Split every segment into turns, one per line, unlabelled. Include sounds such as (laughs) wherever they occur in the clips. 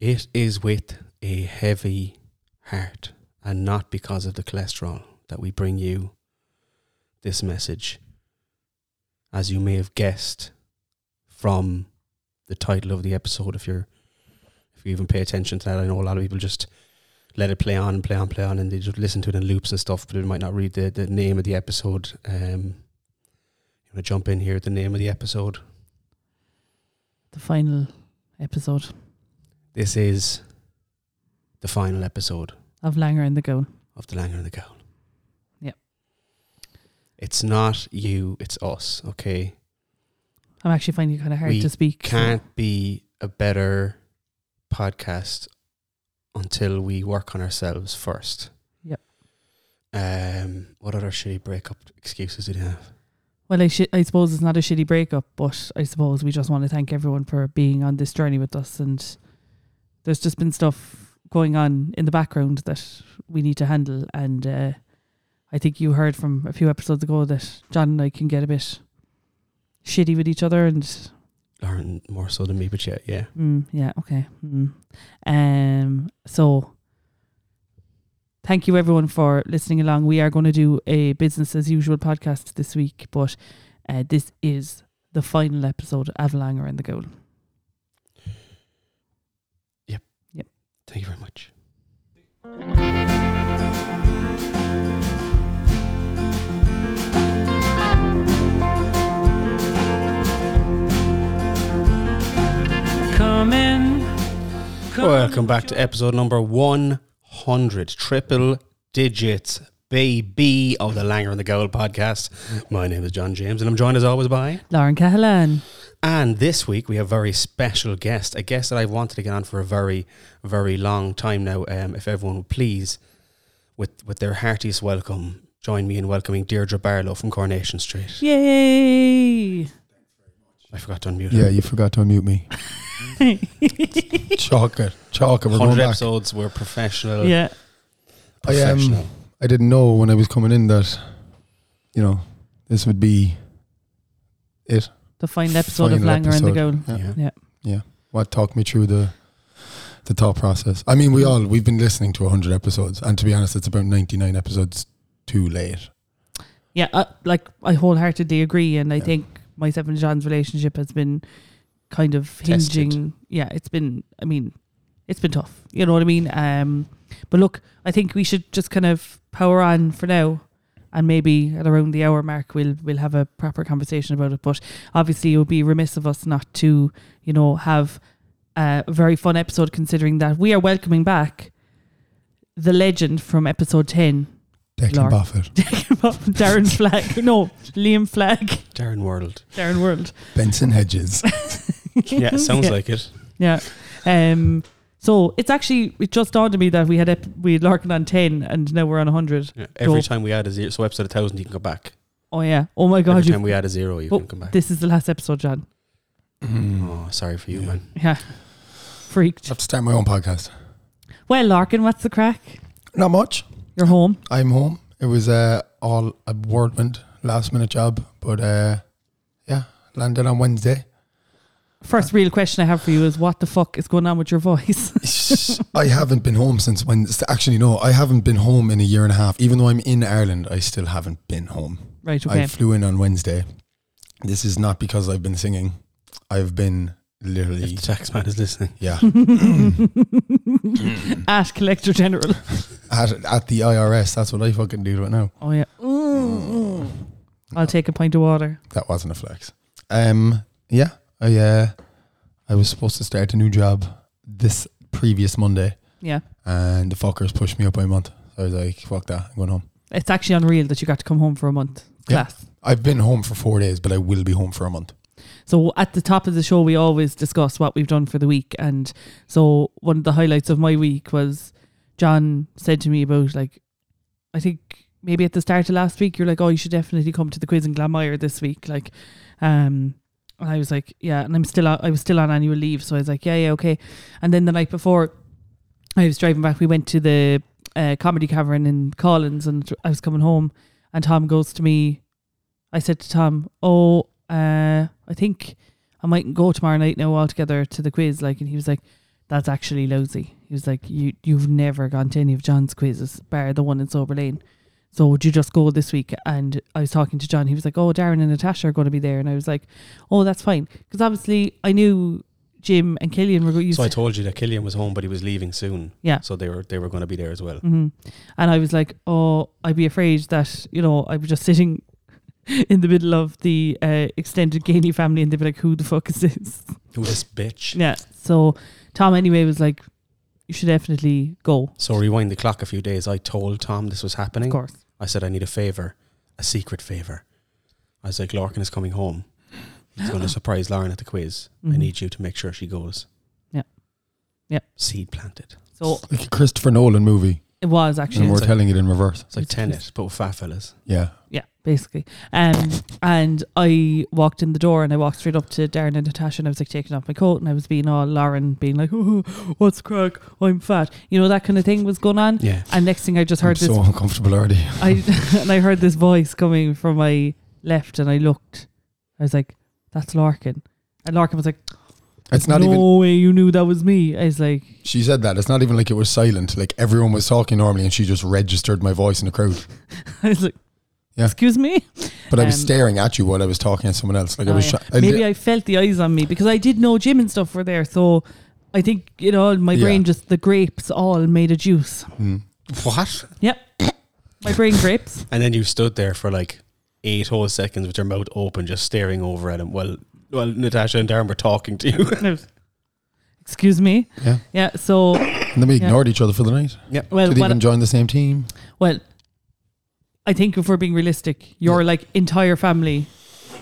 It is with a heavy heart and not because of the cholesterol that we bring you this message. As you may have guessed from the title of the episode, if you're if you even pay attention to that, I know a lot of people just let it play on and play on, play on, and they just listen to it in loops and stuff, but they might not read the, the name of the episode. Um, you want to jump in here at the name of the episode?
The final episode
This is the final episode
of Langer and the Goal.
of The Langer and the Gown.
Yep.
It's not you, it's us, okay?
I'm actually finding it kind of hard
We
to speak. so-
Can't be a better podcast until we work on ourselves first.
Yep.
Um, what other shitty breakup excuses did you have?
Well, I, sh- I suppose it's not a shitty breakup, but I suppose we just want to thank everyone for being on this journey with us. And there's just been stuff going on in the background that we need to handle. And uh, I think you heard from a few episodes ago that John and I can get a bit shitty with each other. And
Lauren more so than me, but yeah, yeah.
mm, yeah, okay. Mm. Um, so thank you everyone for listening along. We are going to do a business as usual podcast this week, but uh, this is the final episode of Langer and the Goal.
Thank you very much.
Come in.
Oh, Welcome back to episode number 100, triple digits, baby, of the Langer and the Goal podcast. My name is John James, and I'm joined as always by.
Lauren Cahalan.
And this week we have a very special guest, a guest that I've wanted to get on for a very, very long time now. Um, if everyone would please, with, with their heartiest welcome, join me in welcoming Deirdre Barlow from Coronation Street.
Yay!
I forgot to unmute
Yeah,
her.
you forgot to unmute me. Chalk it. Chalk it. We're going
100
back.
episodes, we're professional.
(laughs) yeah.
I am-
Professional.
I didn't know when I was coming in that, you know, this would be
The final episode of
Final
Langer and the
episode.
Goal.
Yeah.
yeah.
what talked me through the the thought process. I mean, we all, we've been listening to 100 episodes. And to be honest, it's about 99 episodes too late.
Yeah, uh, like I wholeheartedly agree, and I
Yeah.
think myself and John's relationship has been kind of
Tested.
hinging. Yeah, it's been. I mean, it's been tough. You know what I mean? Um, but look, I think we should just kind of power on for now, and maybe at around the hour mark, we'll we'll have a proper conversation about it. But obviously, it would be remiss of us not to, you know, have a very fun episode considering that we are welcoming back the legend from episode ten.
Declan
Lord.
Buffett,
Darren Flagg. No, Liam Flagg.
Darren World.
Darren World.
Benson Hedges.
Yeah, it sounds
(laughs) Yeah.
like it.
Yeah. Um, so it's actually it just dawned on me that we had ep- we had Larkin on ten and now we're on hundred.
Yeah, every
Dope.
time we add a zero, so episode 1000, you can go back.
Oh yeah. Oh my god.
every
You,
time we add a zero, you
Oh,
can come back.
this is the last episode, John.
oh, sorry for you,
Mm. Yeah.
man.
Yeah.
I
Freaked.
have to start my own podcast.
Well, Larkin, what's the crack?
Not much.
You're home.
I'm home. It was uh, all a whirlwind, last minute job. But uh, yeah, landed on Wednesday.
Uh,
First real question I have for you is what the fuck is going on with your voice? (laughs)
I haven't been home since when. Actually, no, I haven't been home in a year and a half. Even though I'm in Ireland, I still haven't been home.
right. Okay.
I flew in on Wednesday. This is not because I've been singing. I've been
If
literally,
the tax man is listening.
yeah, (laughs)
(laughs) At
(laughs)
Collector General.
at, at the IRS. That's what I fucking do right now.
Oh yeah. I'll take a pint of water.
That wasn't a flex. Um, yeah, I uh, I was supposed to start a new job this previous Monday,
Yeah.
and the fuckers pushed me up by a month. I was like, fuck that, I'm going home.
It's actually unreal that you got to come home for a month.
Yeah.
Class.
I've been home for four days, but I will be home for a month.
So at the top of the show, we always discuss what we've done for the week, and so one of the highlights of my week was John said to me about like, I think maybe at the start of last week, you're like, oh, you should definitely come to the quiz in Glamire this week, like, um, and I was like, yeah, and I'm still on, I was still on annual leave, so I was like, yeah, yeah, okay, and then the night before, I was driving back, we went to the uh, comedy cavern in Collins, and I was coming home, and Tom goes to me, I said to Tom, oh. Uh, I think I mightn't go tomorrow night now altogether to the quiz. Like, and he was like, that's actually lousy. He was like, you you've never gone to any of John's quizzes, bar the one in Sober Lane. So would you just go this week? And I was talking to John. He was like, oh, Darren and Natasha are going to be there, and I was like, oh, that's fine, because obviously I knew Jim and Killian were going.
So I told you that Killian was home, but he was leaving soon.
Yeah.
So they were they were going to be there as well.
hmm And I was like, oh, I'd be afraid that, you know, I was just sitting (laughs) in the middle of the uh, extended Gainey family and they'd be like, who the fuck is this?
Who this bitch?
Yeah. So Tom, anyway, was like, you should definitely go.
So rewind the clock a few days. I told Tom this was
Of
happening.
course.
I said I need a favor, a secret favor. I was like, Larkin is coming home. He's
(gasps)
going to surprise Lauren at the quiz. I
Mhm.
need you to make sure she goes.
Yeah. Yeah.
Seed planted.
So
Like a Christopher Nolan movie,
it was
and
actually,
Yeah,
we're
it's like-
telling it in reverse.
It's like
It's-
tennis, but with fat
(laughs)
fellas.
Yeah.
yeah, basically. Um, and I walked in the door and I walked straight up to Darren and Natasha and I was like taking off my coat and I was being all Lauren, being like, (laughs) oh, what's crack? I'm fat. You know, that kind of thing was going on.
Yeah.
And next thing I just
I'm
heard this
so uncomfortable already. (laughs)
I (laughs) and I heard this voice coming from my left, and I looked. I was like, "That's Larkin," and Larkin was like,
It's not
"No
even.
way, you knew that was me." I was like, (laughs)
She said that. It's not even like it was silent. Like everyone was talking normally, and she just registered my voice in the crowd.
"I was like,
Yeah.
excuse me."
But I was
Um,
staring at you while I was talking to someone else. Like I
Oh,
was.
yeah.
shy- I
Maybe
li-
I felt the eyes on me because I did know Jim and stuff were there, so I think you know my
Yeah.
brain just the grapes all made a juice.
Hmm.
What?
My
(laughs)
brain grapes.
And then you stood there for like eight whole seconds with your mouth open, just staring over at him while, while Natasha and Darren were talking to
(laughs)
you.
And I was, excuse me.
Yeah.
Yeah. So
And then we
Yeah.
ignored each other for the night.
(laughs)
well,
Did
what
even join the same team.
Well, I think if we're being realistic, your like entire family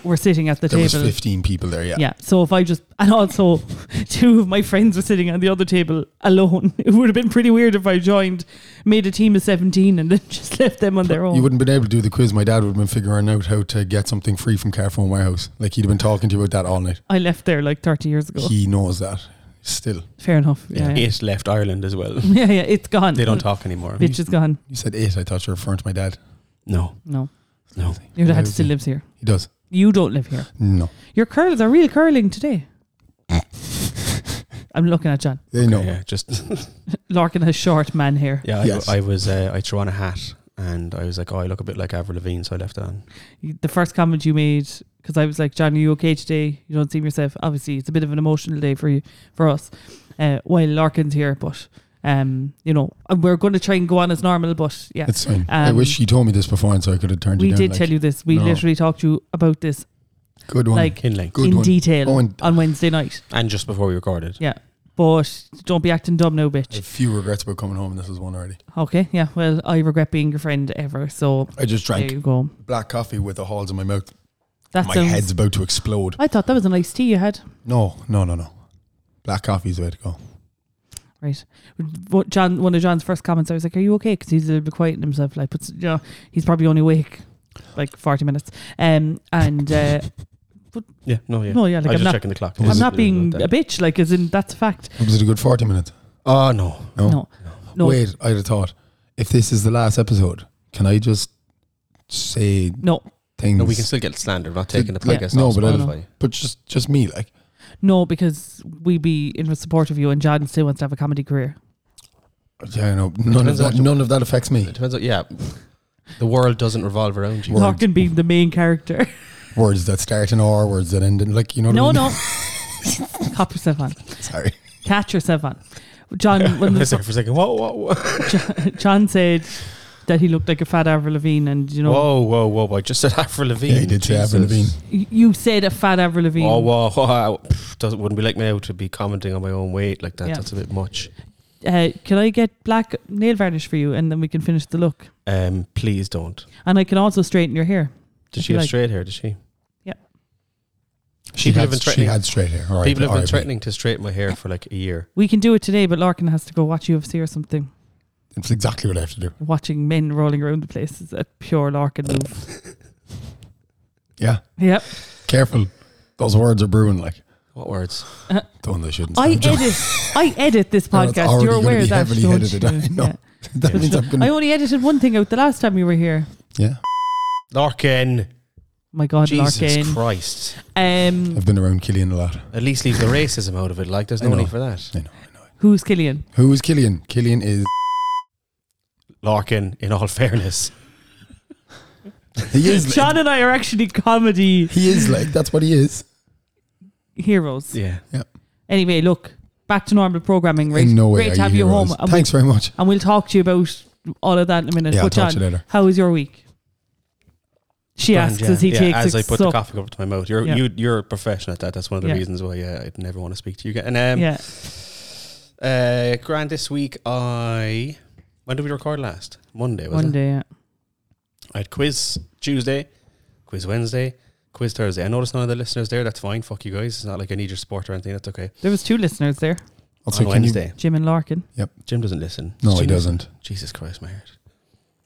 were sitting at the
There was
table.
fifteen people there. Yeah.
yeah. So if I just and also (laughs) two of my friends were sitting on the other table alone. (laughs) It would have been pretty weird if I joined, made a team of seventeen, and then (laughs) just left them on their own.
You wouldn't have been able to do the quiz. My dad would have been figuring out how to get something free from Carphone Warehouse. Like he'd have been talking to you about that all night.
I left there like thirty years ago.
He knows that. Still,
Fair enough. Yeah. Yeah.
Eight left Ireland as
(laughs)
well.
yeah. yeah, It's gone.
They don't talk anymore.
Bitch is gone.
you said eight. I thought you were referring to my dad.
No,
No,
no.
your
Yeah,
dad
okay.
still lives here.
He does.
You don't live here.
No,
Your curls are real curling today. I'm looking at John.
they know.
Yeah, just
Larkin has short man hair.
yeah. I,
Yes.
I was uh, I threw on a hat and I was like, oh, I look a bit like Avril Lavigne, so I left it on.
the first comment you made because I was like, "John, are you okay today? You don't seem yourself." Obviously, it's a bit of an emotional day for you, for us, uh, while Larkin's here. But um, you know, and we're going to try and go on as normal. But yeah,
It's fine. I
Um,
wish she told me this before, and so I could have turned
we
you down.
did
like,
tell you this. We
No.
literally talked to you about this
Good one.
like
Kinley.
Good
in
one.
detail
Oh, and
on Wednesday night.
And just before we recorded.
But don't be acting dumb now,
I have
bitch.
few regrets about coming home, and this is one already.
Okay, yeah. Well, I regret being your friend ever. So
I just drank
there you go.
black coffee with the halls in my mouth.
That
my
sounds.
head's about to explode.
I thought that was a nice tea you had.
No, no, no, no. Black coffee's the way to go.
Right. What John, one of John's first comments, I was like, "Are you okay?" Because he's a little bit quiet in himself. Like, but you know, he's probably only awake like forty minutes. Um, and uh,
Yeah, no, yeah.
no, yeah,
I
like
was
I'm
just
not,
checking the clock.
Was
I'm
it-
not being a bitch. Like, as in that's a fact.
Was it a good forty minutes?
Oh, no.
No.
No, no,
Wait, I'd have thought if this is the last episode, can I just say
no,
things?
No, we can still get slandered. We're not taking the
Like,
podcast
no,
off
but
I don't-
Spotify.
but just just me, like
no, because we be in support of you, and John still wants to have a comedy career.
yeah, no, none of
Depends on
that,
what you-
none of that affects me.
It depends on, yeah. The world doesn't revolve around you.
Word.
Larkin being the main character.
Words that start in R, words that end in like you know. What
no,
I mean?
no, cop yourself on,
(laughs) Sorry,
catch yourself on. John,
(laughs) I (laughs)
one of
was
the,
there for a second. Whoa, whoa, whoa.
(laughs) John, John said that he looked like a fat Avril Lavigne, and you know,
Whoa, whoa, whoa, whoa. I just said Avril Lavigne.
yeah, he did say Avril
Jesus.
Lavigne.
Y- You said a fat Avril Lavigne.
Oh, whoa, whoa, whoa. Pff, Doesn't, wouldn't be like me out to be commenting on my own weight like that.
Yeah.
That's a bit much.
uh, can I get black nail varnish for you, and then we can finish the look.
Um, please don't.
And I can also straighten your hair.
Did
If
she
you
have
like.
straight hair? Did she?
Yeah.
She
People have
had,
been
she
threatening.
had straight hair. All right,
People have been
RIP.
threatening to straighten my hair for like a year.
We can do it today, but Larkin has to go watch UFC or something.
It's exactly what I have to do.
Watching men rolling around the place is a pure Larkin move.
Yeah,
yep.
careful. Those words are brewing. Like,
What words?
don't they (laughs) shouldn't.
I
I'm joking.
edit. I edit this
(laughs) No, it's
podcast.
already
You're
gonna
aware
be
of that.
heavily
don't
edited, (laughs)
you?
I know.
Yeah.
that means I'm
I
gonna.
only edited one thing out the last time you were here.
Yeah,
Larkin.
My God,
Jesus
Larkin.
Christ.
Um,
I've been around Killian a lot.
At least leave the racism out of it. Like, there's
I
no
know.
need for that.
I know, I know.
Who's Killian?
Who is Killian? Killian is
Larkin, in all (laughs) fairness.
(laughs)
he is
Sean and I are actually comedy
he is like that's what he is
heroes.
Yeah.
Anyway, look, back to normal programming, right?
in no way.
Great
are
to have you
heroes.
home. Uh, And,
Thanks very much.
we, and we'll talk to you about all of that in a minute.
Yeah, I'll
but
talk to
John,
you later.
how was your week? She
Grand,
asks
yeah,
as he
yeah,
takes
as
a
I put the
sup.
coffee cup to my mouth. You're
Yeah.
you, you're a professional at that. That's one of the
Yeah.
reasons why yeah, I'd never want to speak to you again. And um,
yeah,
Uh, Grant, this week I. When did we record last? Monday, was
one
it?
day. Yeah.
I had quiz Tuesday, quiz Wednesday, quiz Thursday. I noticed none of the listeners there. That's fine. Fuck you guys. It's not like I need your support or anything. That's okay.
There was two listeners there,
Also,
On
can you-
Wednesday,
Jim and Larkin.
Jim doesn't listen.
No,
Jim
he doesn't.
Jesus Christ, my heart.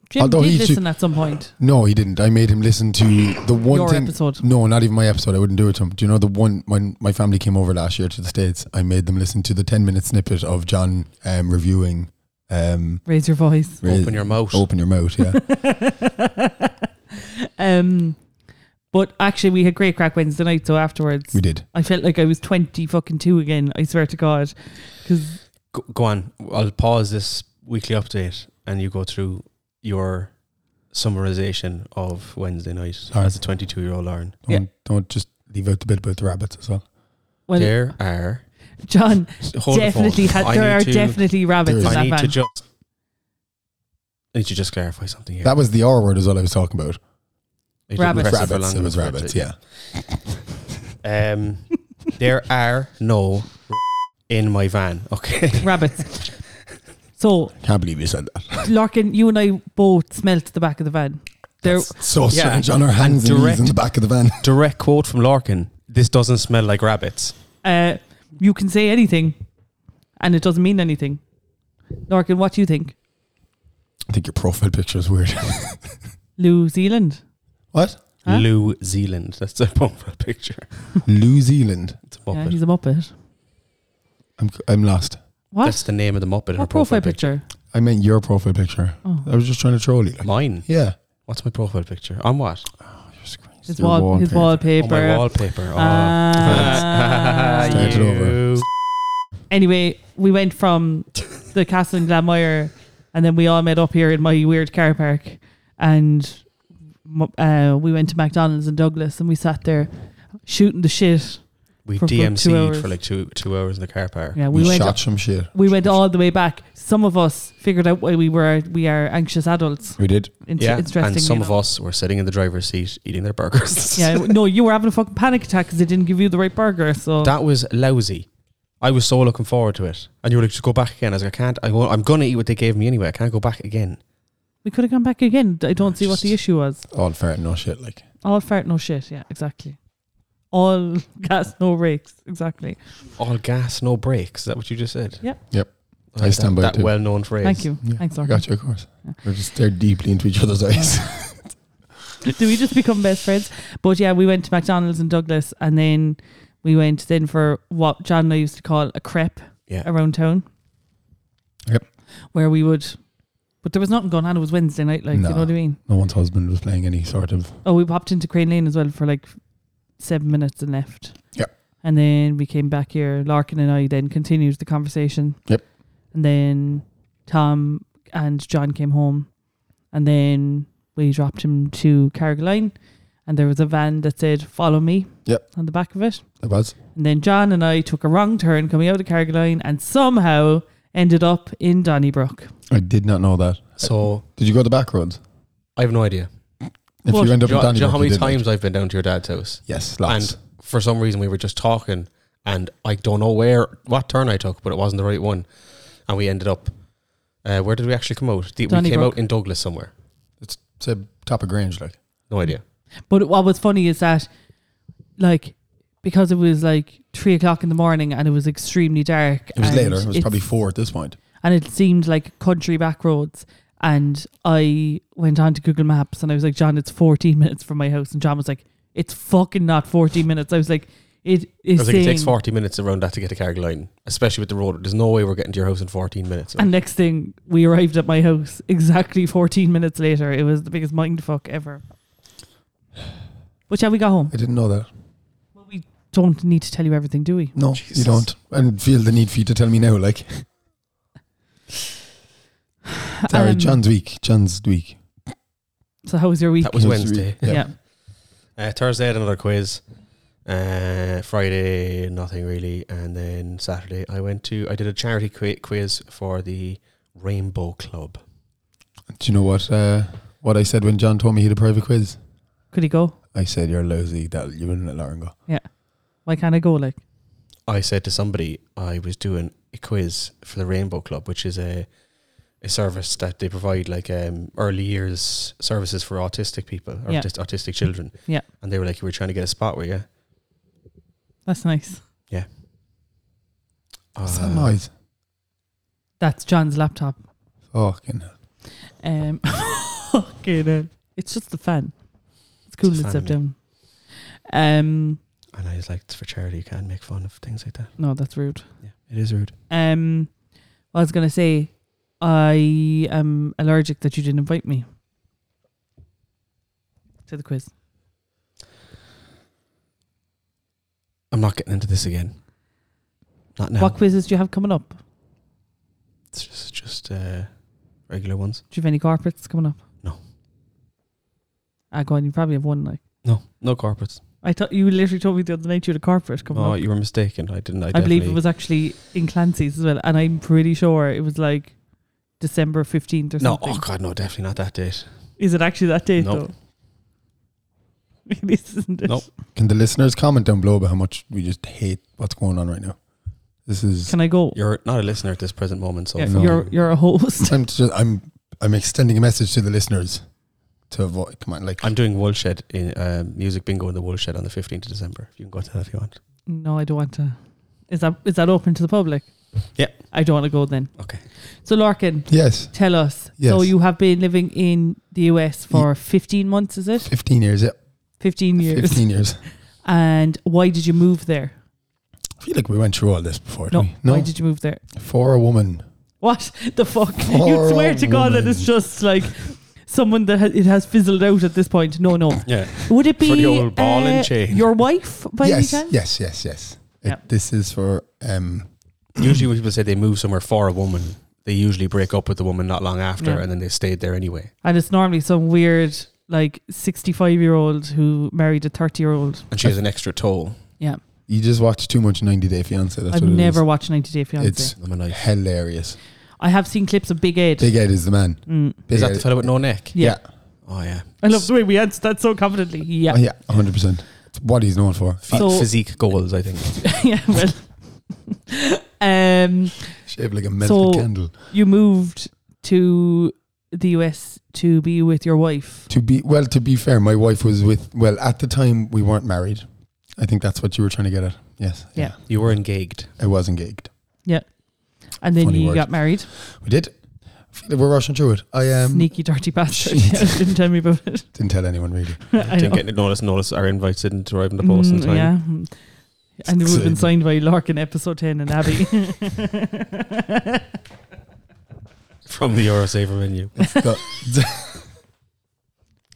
Jim
Although
did
he should-
listen at some point.
No, he didn't. I made him listen to the one
your
thing.
episode.
No, not even my episode. I wouldn't do it to him. Do you know the one when my family came over last year to the states? I made them listen to the ten minute snippet of John um, reviewing. Um,
Raise your voice. (laughs)
Open your mouth.
Open your mouth.
(laughs)
Yeah,
um, but actually, we had great crack Wednesday night. So afterwards,
we did.
I felt like I was twenty fucking two again. I swear to God, because
Go, go on. I'll pause this weekly update and you go through your summarization of Wednesday night
Lauren.
as a 22 year old Lauren.
Don't,
Yeah.
don't just leave out the bit about the rabbits as well.
well,
there are.
John
Hold the phone.
definitely had.
I
There
need
are
to-
definitely rabbits
There
in
is.
I
that
need to
van.
just. I need to just clarify something here.
That was the R word as well. I was talking about
They didn't
Rabbits.
press it for
rabbits.
long
It was
enough,
rabbits.
did
Yeah,
they? Um, there are no (laughs) in my van. Okay.
rabbits. (laughs) So
can't believe you said that.
Larkin, you and I both smelt the back of the van. There,
That's so
Yeah,
strange.
and-
On our hands
and
and, knees
direct-
in the back of the van.
Direct quote from Larkin. This doesn't smell like rabbits.
uh, you can say anything, and it doesn't mean anything. Larkin, what do you think?
I think your profile picture
(laughs)
is weird.
New Zealand.
what?
Huh?
New Zealand. That's the (laughs) profile picture.
New Zealand.
It's a
Yeah,
Muppet.
he's a muppet.
I'm I'm lost.
What?
That's the name of the Muppet in her
what profile,
profile, picture.
picture?
I meant your profile picture.
Oh,
I was just trying to troll you. Like,
Mine.
yeah.
What's my profile picture? On what?
his
Your
wall, his
On
wallpaper.
my wallpaper. Oh.
Uh,
(laughs)
(laughs) Ah.
Started
You.
over.
Anyway, we went from the castle in Glanmire, and then we all met up here in my weird car park, and m- uh, we went to McDonald's in Douglas, and we sat there shooting the shit.
We
For about two
DMC'd for
hours.
like two two hours in the car park.
Yeah,
We,
we went.
shot some shit.
We went all the way back. Some of us figured out why we were we are anxious adults.
We did.
In-
Yeah,
interestingly
and some
enough.
of us were sitting in the driver's seat eating their burgers. (laughs)
(laughs) Yeah, no, you were having a fucking panic attack because they didn't give you the right burger. So
That was lousy. I was so looking forward to it. And you were like, just go back again. I was like, I can't. I won't, I'm going to eat what they gave me anyway. I can't go back again.
we could have gone back again. I don't see what the
Just-
issue was.
All fair, no shit. Like
All fart, no shit. Yeah, exactly. All (laughs) gas, no rakes. Exactly.
All gas, no brakes. Is that what you just said?
Yep.
Yep.
Oh,
I stand
that,
by it
That
too.
well known phrase.
Thank you.
Yeah,
Thanks,
I
Larkin.
got you, of course.
Yeah.
We just stared deeply into each other's
(laughs)
eyes.
Do we just become best friends? But yeah, we went to McDonald's in Douglas and then we went then for what John and I used to call a crepe
Yeah.
around town.
Yep.
Where we would, but there was nothing going on. It was Wednesday night, like, you
No.
know what I mean?
no one's husband was playing any sort of.
Oh, we popped into Crane Lane as well for like seven minutes and left.
Yep.
And then we came back here. Larkin and I then continued the conversation.
Yep.
And then Tom and John came home. And then we dropped him to Carrigaline. And there was a van that said, Follow me.
Yep.
On the back of it.
It was.
And then John and I took a wrong turn coming out of Carrigaline and somehow ended up in Donnybrook.
I did not know that.
So
Did you go the back roads?
I have no idea.
If
Well,
you end
Do
up
you, know,
in
do you
Danny,
know how many times I've been down to your dad's house?
Yes, lots.
For some reason, we were just talking, and I don't know where what turn I took, but it wasn't the right one, and we ended up. Uh, where did we actually come out? The- we came
Donnybrook.
out in Douglas somewhere.
it's say top of Grange, like
No idea.
But what was funny is that, like, because it was like three o'clock in the morning and it was extremely dark.
it was
and
later. It was
it's-
probably four at this point.
And it seemed like country back roads. And I went on to Google Maps and I was like, John, it's 14 minutes from my house. And John was like, it's fucking not 14 minutes. I was like, it
I
is.
was like, it takes
saying-
forty minutes around that to get to Carrigaline, especially with the road. There's no way we're getting to your house in fourteen minutes.
And next thing, we arrived at my house exactly 14 minutes later. It was the biggest mindfuck ever. (sighs) But yeah, we got home.
I didn't know that.
Well, we don't need to tell you everything, do we?
No,
Jesus.
you don't. And feel the need for you to tell me
(laughs)
now. Like, sorry,
Um,
John's week. John's week.
So how was your week?
That was
John's
Wednesday.
week. Yeah.
yeah.
Uh, Thursday I had another quiz. Uh, Friday nothing really, and then Saturday I went to I did a charity qui- quiz for the Rainbow Club.
Do you know what uh, what I said when John told me he had a private quiz?
Could he go?
I said you're lousy. That you wouldn't let Lauren go.
Why can't I go? Like,
I said to somebody I was doing a quiz for the Rainbow Club, which is a a service that they provide like um, early years services for autistic people or
Yeah.
just autistic children.
Yeah.
and they were like, "You were trying to get a spot, were you?"
that's nice.
What's
Uh,
that noise?
That's John's laptop.
Fucking. hell.
Um, (laughs) okay then. It's just the fan. It's cool
It's a
to
fan.
step down. Um,
And I was like, "It's for charity. You can't make fun of things like that."
no, that's rude.
Yeah, it is rude.
Um, I was gonna say, I am allergic that you didn't invite me to the quiz.
I'm not getting into this again. Not now.
What quizzes do you have coming up? Do
It's just just uh, regular ones.
you have any corporates coming up?
No.
I go on. You probably have one. Like
No, no corporates.
I thought you literally told me the other night you had a corporate coming
No,
up.
you were mistaken. I didn't. I,
I believe it
definitely-
was actually in Clancy's as well, and I'm pretty sure it was like December fifteenth or
No,
something.
oh god, no, definitely not that date.
Is it actually that date
No.
though? (laughs) this isn't it.
No.
Can the listeners comment down below about how much we just hate what's going on right now? This is.
Can I go?
You're not a listener at this present moment, so
Yeah,
no.
You're you're a host. (laughs)
I'm, just, I'm I'm extending a message to the listeners to avoid. Come on, like
I'm doing Woolshed in um, music bingo in the Woolshed on the 15th of December. You can go to that if you want.
No, I don't want to. Is that is that open to the public?
Yeah.
I don't want to go then.
Okay.
So Larkin,
yes,
tell us. So
Yes.
you have been living in the US for 15 months, is it?
fifteen years. Yeah,
15 years.
fifteen years.
And why did you move there?
I feel like we went through all this before.
No.
didn't we? no.
Why did you move there?
for a woman.
What the fuck?
For
You'd swear
a
to God that
woman.
it's just like someone that ha- it has fizzled out at this point. No, no.
Yeah.
Would it be
For
uh,
the old ball and chain.
your wife by
yes,
any chance?
yes, yes, yes. It-
Yep.
This is for um.
usually when people say they move somewhere for a woman, they usually break up with the woman not long after
Yeah.
and then they stayed there anyway.
And it's normally some weird like 65 year old who married a 30 year old.
And she has an extra toe
You just watch too much 90 Day Fiance. That's
I've
what it is.
never watched 90 Day Fiance.
It's
on my knife.
hilarious.
I have seen clips of Big Ed.
Big Ed is the man.
Mm.
Big
Is that
Ed-
the fellow with no neck?
Yeah.
Oh, yeah.
I love the way we answered that so confidently.
Oh,
Yeah.
yeah, hundred percent. It's what he's known for.
Phy-
So-
physique goals, I think.
(laughs) yeah, well. (laughs) um,
Shaped like a melted
So-
candle.
you moved to the US to be with your wife.
To be well, to be fair, my wife was with. Well, at the time we weren't married. I think that's what you were trying to get at. Yes.
Yeah.
You were engaged.
I was engaged.
And then
Funny
you
word.
got married.
We did. I feel like we're rushing through it. I um,
Sneaky, dirty bastard. (laughs)
Shit.
didn't tell me about it.
didn't tell
(laughs)
anyone really.
I
Didn't
know.
get notice, notice our invites didn't arrive in the post in
Mm,
time.
Yeah. Mm. And it would have been
Exciting.
signed by Larkin episode 10 and
(laughs)
Abby. (laughs)
From the Eurosaver menu.
No,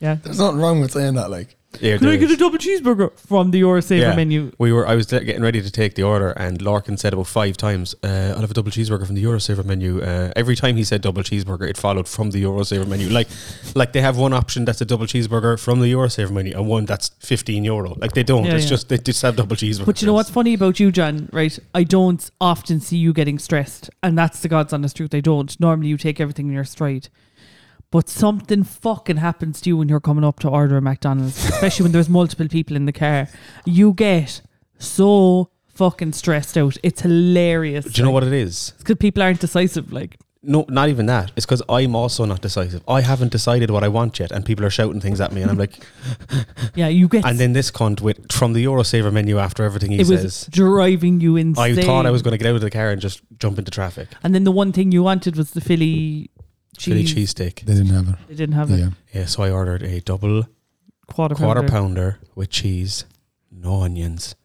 yeah.
there's nothing wrong with saying that. Like,
Yeah,
Could I
there
get
is.
a double cheeseburger from the Eurosaver
Yeah.
menu?
we were. I was de- getting ready to take the order, and Larkin said about five times, uh, "I'll have a double cheeseburger from the Eurosaver menu." Uh, every time he said double cheeseburger, it followed from the Eurosaver menu. Like, like they have one option that's a double cheeseburger from the Eurosaver menu, and one that's fifteen euro. Like they don't.
Yeah,
it's
yeah.
just they just have double cheeseburgers.
But you know what's funny about you, John, right? I don't often see you getting stressed, and that's the God's honest truth. I don't. Normally, you take everything in your stride. But something fucking happens to you when you're coming up to order
(laughs)
a McDonald's, especially when there's multiple people in the car. You get so fucking stressed out. It's hilarious.
Do you know what it is?
Because people aren't decisive. Like,
No, not even that. It's because I'm also not decisive. I haven't decided what I want yet, and people are shouting things at me, and I'm like,
yeah, you get.
(laughs) and then this cunt with from the Eurosaver menu after everything he
it was
says.
driving you
I
insane.
thought I was going to get out of the car and just jump into traffic.
And then the one thing you wanted was the Philly cheese.
Philly cheesesteak.
they didn't have it.
They didn't have it.
Yeah.
Yeah, so I ordered a double
Quarter,
quarter
pounder.
pounder with cheese, no onions,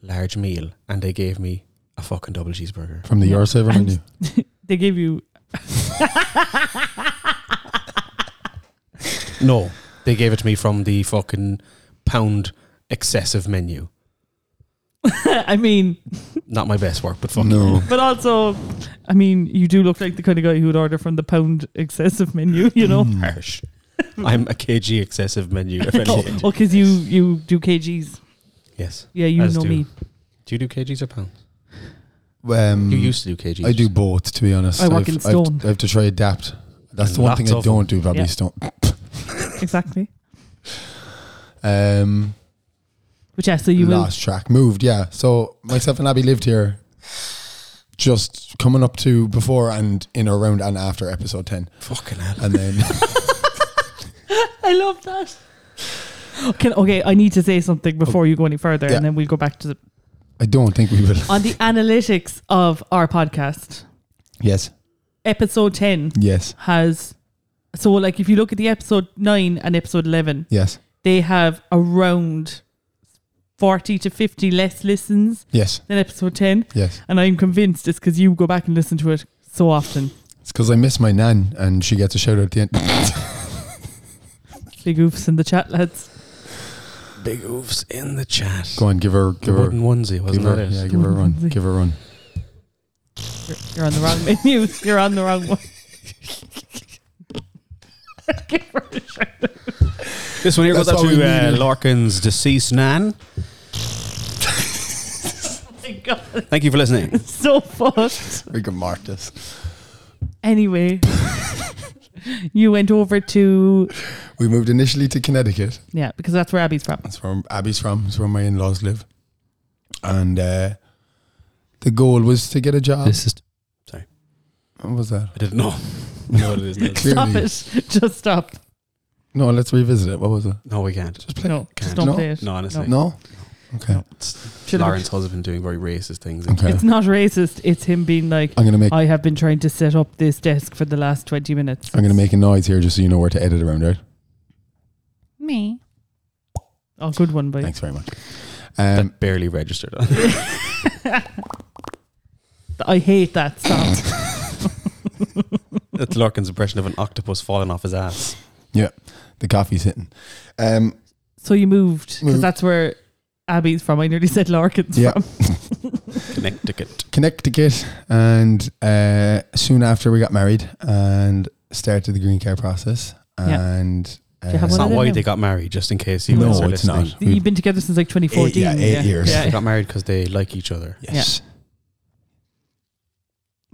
large meal, and they gave me a fucking double cheeseburger.
From the
Yeah.
Eurosaver
And-
menu.
They gave you (laughs)
No, they gave it to me from the fucking pound excessive menu.
I mean,
Not my best work, but fuck.
No.
but also, I mean, you do look like the kind of guy who would order from the pound excessive menu, (laughs) you know?
Mm. Harsh. (laughs) I'm a kg excessive menu.
(laughs)
If
Oh,
anything.
because you you do kgs.
Yes.
Yeah, you
As
know
do.
me.
Do you do kgs or pounds?
Um,
You used to do kgs.
I do both, to be honest.
I work in
I've,
stone.
I've, I have to try adapt. That's the one
Lots
thing I
of them.
don't do. Probably
Yeah.
stone.
Exactly.
Um,
But yeah, so you will.
lost track, moved. Yeah. So myself and Abby lived here, just coming up to before and in around and after episode ten,
Fucking hell.
and then (laughs)
I love that. Can, okay, I need to say something before you go any further,
Yeah.
and then we'll go back to the
I don't think we will.
on the analytics of our podcast.
Yes.
Episode ten
Yes.
has so like if you look at the episode nine and episode eleven,
Yes.
they have around forty to fifty less listens
Yes.
than episode ten,
Yes.
and I'm convinced it's because you go back and listen to it so often.
It's because I miss my nan, and she gets a shout out at the (laughs) end.
Big oofs in the chat, lads.
Big oofs in the chat.
Go on, give her, give
The
her,
wooden onesie,
give
wasn't
her,
that it?
yeah, give her a
(laughs)
run, give her a run.
You're, you're on the wrong (laughs) menu. You're on the wrong one. (laughs) Give her a shout.
This one here goes
That's
out
what we
to uh,
needed.
Larkin's deceased nan.
Oh my god,
Thank you for listening.
it's so fucked.
We can mark this.
Anyway, (laughs) you went over to
We moved initially to Connecticut.
yeah, because that's where Abby's from.
That's where Abby's from. That's where my in-laws live. And uh, the goal was to get a job.
this is.
what was that?
(laughs) I didn't know. (laughs) No, it is not.
Clearly.
Stop it! (laughs) Just stop.
No, let's revisit it. What was it?
No, we can't.
Just play.
No, just
Can't.
don't
No.
play it.
No, honestly.
No. Okay.
No.
It's
Should've-
Lauren's husband doing very racist things.
Okay.
It's not racist. It's him being like,
I'm gonna make.
I have been trying to set up this desk for the last twenty minutes.
I'm gonna make a noise here, just so you know where to edit around, right?
me. Oh, good one, boy.
Thanks very much.
That
Um,
barely registered. (laughs)
I hate that.
(laughs)
Stop.
That's Larkin's impression of an octopus falling off his ass.
the coffee's hitting. Um,
so you moved because
Moved.
that's where Abby's from. I nearly said Larkin's
Yeah.
from.
Connecticut.
(laughs) Connecticut, and uh, soon after we got married and started the green care process.
Yeah.
And uh,
you have
That's
What
not
did I
why
know?
they got married, just in case you
no,
guys are
it's
listening.
not. We-
You've been together since like 2014.
Hmm. Eight- yeah, eight years.
They
(laughs)
Yeah.
got married because they like each other.
yes,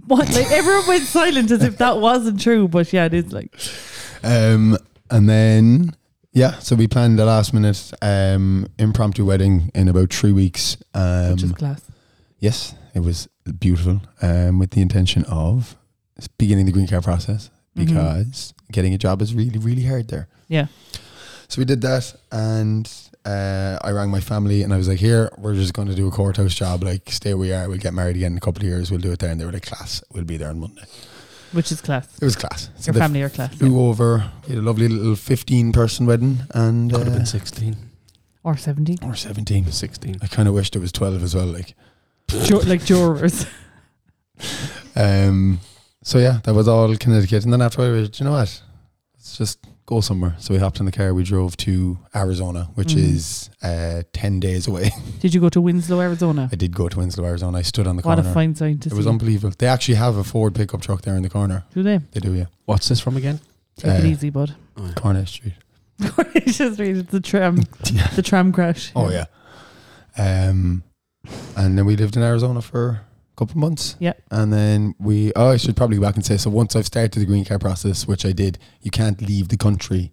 What? Like everyone went silent as if that wasn't true, but yeah, it is like
Um, and then yeah, so we planned a last minute um, impromptu wedding in about three weeks. Um,
which is class.
yes, it was beautiful. Um, with the intention of beginning the green card process
Mhm.
because getting a job is really really hard there.
Yeah.
So we did that, and uh, I rang my family, and I was like, "Here, we're just going to do a courthouse job. Like, stay where we are. We'll get married again in a couple of years. We'll do it there." And they were like, "Class, we'll be there on Monday."
Which is class.
It was class. So
Your
they
family are class. yeah.
flew over. We had a lovely little fifteen-person wedding, and
Could have
uh,
been 16.
Or 70.
or seventeen.
16.
I kind of wished it was twelve as well. Like,
Ju- like
(laughs)
jurors.
um, so yeah, that was all Connecticut, and then after I was, do you know what? Let's just go somewhere. So we hopped in the car. We drove to Arizona, which
Mhm.
is uh, ten days away. (laughs)
Did you go to Winslow, Arizona?
I did go to Winslow, Arizona. I stood on the
What
corner.
a fine sight to
It
see.
was unbelievable. They actually have a Ford pickup truck there in the corner.
Do they?
They do, yeah.
What's this from again?
Take it
Uh,
easy, bud. (laughs)
Oh, yeah.
Cornish Street.
it's just really the tram,
(laughs) Yeah.
the tram crash.
Oh yeah. Um, and then we lived in Arizona for a couple of months.
Yeah.
And then we. Oh, I should probably go back and say. So once I've started the green card process, which I did, you can't leave the country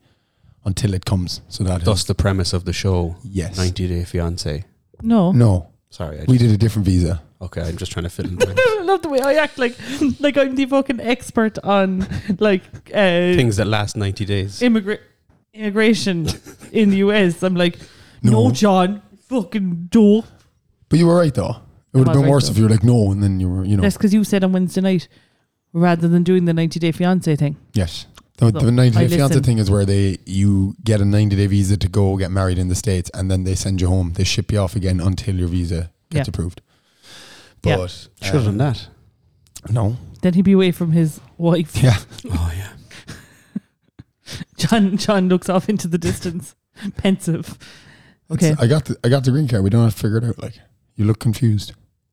until it comes. So that
That's the premise of the show.
yes.
90 Day Fiance.
No. (laughs)
No,
Sorry. I
we
just-
did a different visa.
okay, I'm just trying to fit in
(laughs)
time.
I love the way I act like like I'm the fucking expert on like uh,
Things that last 90 days.
immigra-
(laughs)
immigration in the US. I'm like, no, John, fucking do.
but you were right though. It would
I was
have been
right,
worse
though.
if you were like no, and then you were you know
That's because you said on Wednesday night, rather than doing the 90 day fiance thing.
yes. The,
So,
the 90
I
day fiance
listen.
thing is where they you get a 90 day visa to go get married in the States and then they send you home. They ship you off again until your visa gets
Yeah.
approved.
Yeah.
But
Should have done
um,
that.
No.
Then he'd be away from his wife.
Yeah.
Oh, yeah.
John John looks off
(laughs)
into the distance, pensive. Okay.
I got the I got the green card. We don't have to figure it out. Like You look confused.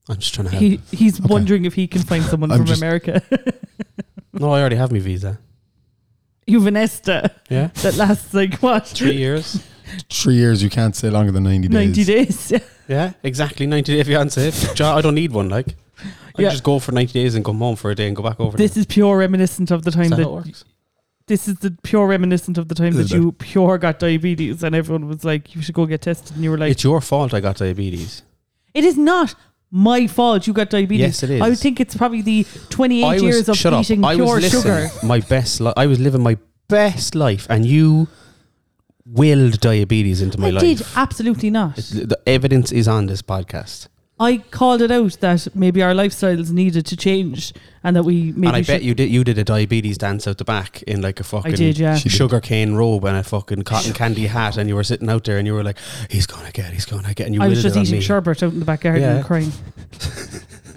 I'm just trying to help.
He he's
Okay.
wondering if he can find someone
I'm
from
just-
America. (laughs)
no, I already have my visa.
You've an ESTA
Yeah,
that lasts like what (laughs)
three years.
Three years, you can't stay longer than 90 days.
ninety days.
Yeah, exactly. Ninety day fiance. John, I don't need one. Like, I
Yeah.
can just go for ninety days and come home for a day and go back over.
(laughs) this is pure reminiscent of the
there.
time
Is
that,
that how it works.
this is the pure reminiscent of the time that
Little
you pure got diabetes and everyone was like, you should go get tested, and you were like,
it's your fault I got diabetes.
it is not. My fault you got diabetes.
Yes, it is.
I would think it's probably the 28
I was-
years of
shut up.
eating
I was
pure
living
sugar.
My best. Li- I was living my best life, and you willed diabetes into my
I
life.
did absolutely not.
It's- the evidence is on this podcast,
I called it out that maybe our lifestyles needed to change and that we maybe
and I
should-
bet you did. You did a diabetes dance out the back in like a fucking
I did, yeah.
She did.
sugarcane robe and a fucking cotton candy hat, and you were sitting out there, and you were like, "He's gonna get, it, he's gonna get," and you
I
willed
was just
it on
eating
me.
sherbet out in the backyard
Yeah.
and crying.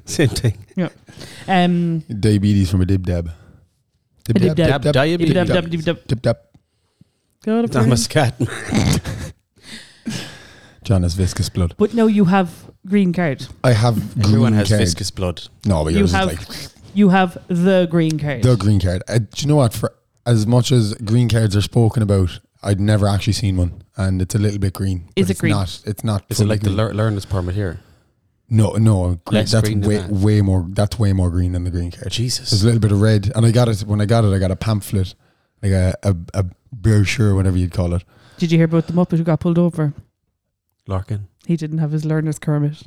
Same thing.
Um,
Diabetes from a dib dab.
A dib dab.
Dab, diabetes.
dib
dab,
dab dib dab.
Dib dab.
God, I'm
I'm a
crying.
(laughs)
scat.
John has viscous blood.
But no, you have green card.
I have green
Everyone has
card.
viscous blood.
No, but
You
yours is
have
like
You have the green card.
the green card. Uh, do you know what? For as much as green cards are spoken about, I'd never actually seen one, and it's a little bit green. but
Is it
it's
green?
Not. It's not.
Is it
fully
like the
green.
lear- learner's permit here?
No, no. Green,
Less
that's
green than
way,
that.
way more. That's way more green than the green card. There's
Jesus.
a little bit of red, and I got it when I got it. I got a pamphlet, like a a, a brochure, whatever you'd call it.
Did you hear about the Muppet who got pulled over?
Larkin.
He didn't have his learner's permit.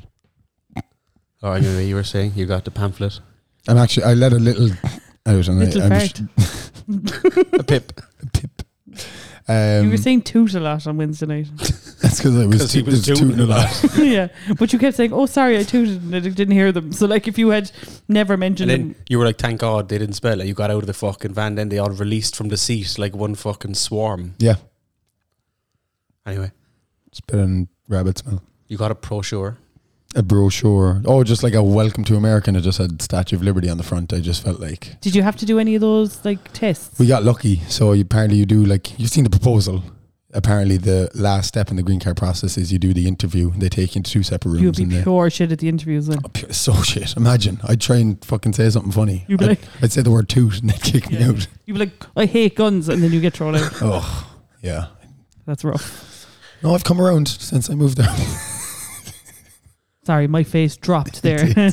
Oh, I mean, you were saying you got the pamphlet.
And actually, I let a little (laughs) out, and
Little
I, I
fart.
(laughs)
A pip.
pip. Um,
you were saying toot a lot on Wednesday night.
(laughs) that's because I was,
(laughs) 'Cause he
toot-
was tooting
tooting
a lot.
(laughs) yeah. But you kept saying, oh, sorry, I tooted and I didn't hear them. So, like, if you had never
And
mentioned
then
them,
you were like, thank God they didn't spell it. You got out of the fucking van, then they all released from the seat like one fucking swarm.
Yeah,
Anyway,
spit and rabbit smell.
you got a brochure.
A brochure. Oh, just like a welcome to America, and it just had Statue of Liberty on the front. I just felt like
did you have to do any of those, like, tests?
we got lucky. So you, apparently, you do like you've seen the proposal. Apparently, the last step in the green card process is you do the interview. They take you into two separate rooms.
you would be
and they-
pure shit at the interviews then.
Oh, pure- so (laughs) shit. Imagine I'd try and fucking say something funny.
You'd be
I'd,
like-
I'd say the word toot, and they'd kick me
Yeah.
out. (laughs)
You'd be like, I hate guns. And then you get thrown out.
Oh, yeah.
That's rough.
No, I've come around since I moved there. (laughs)
Sorry, my face
(laughs)
dropped there.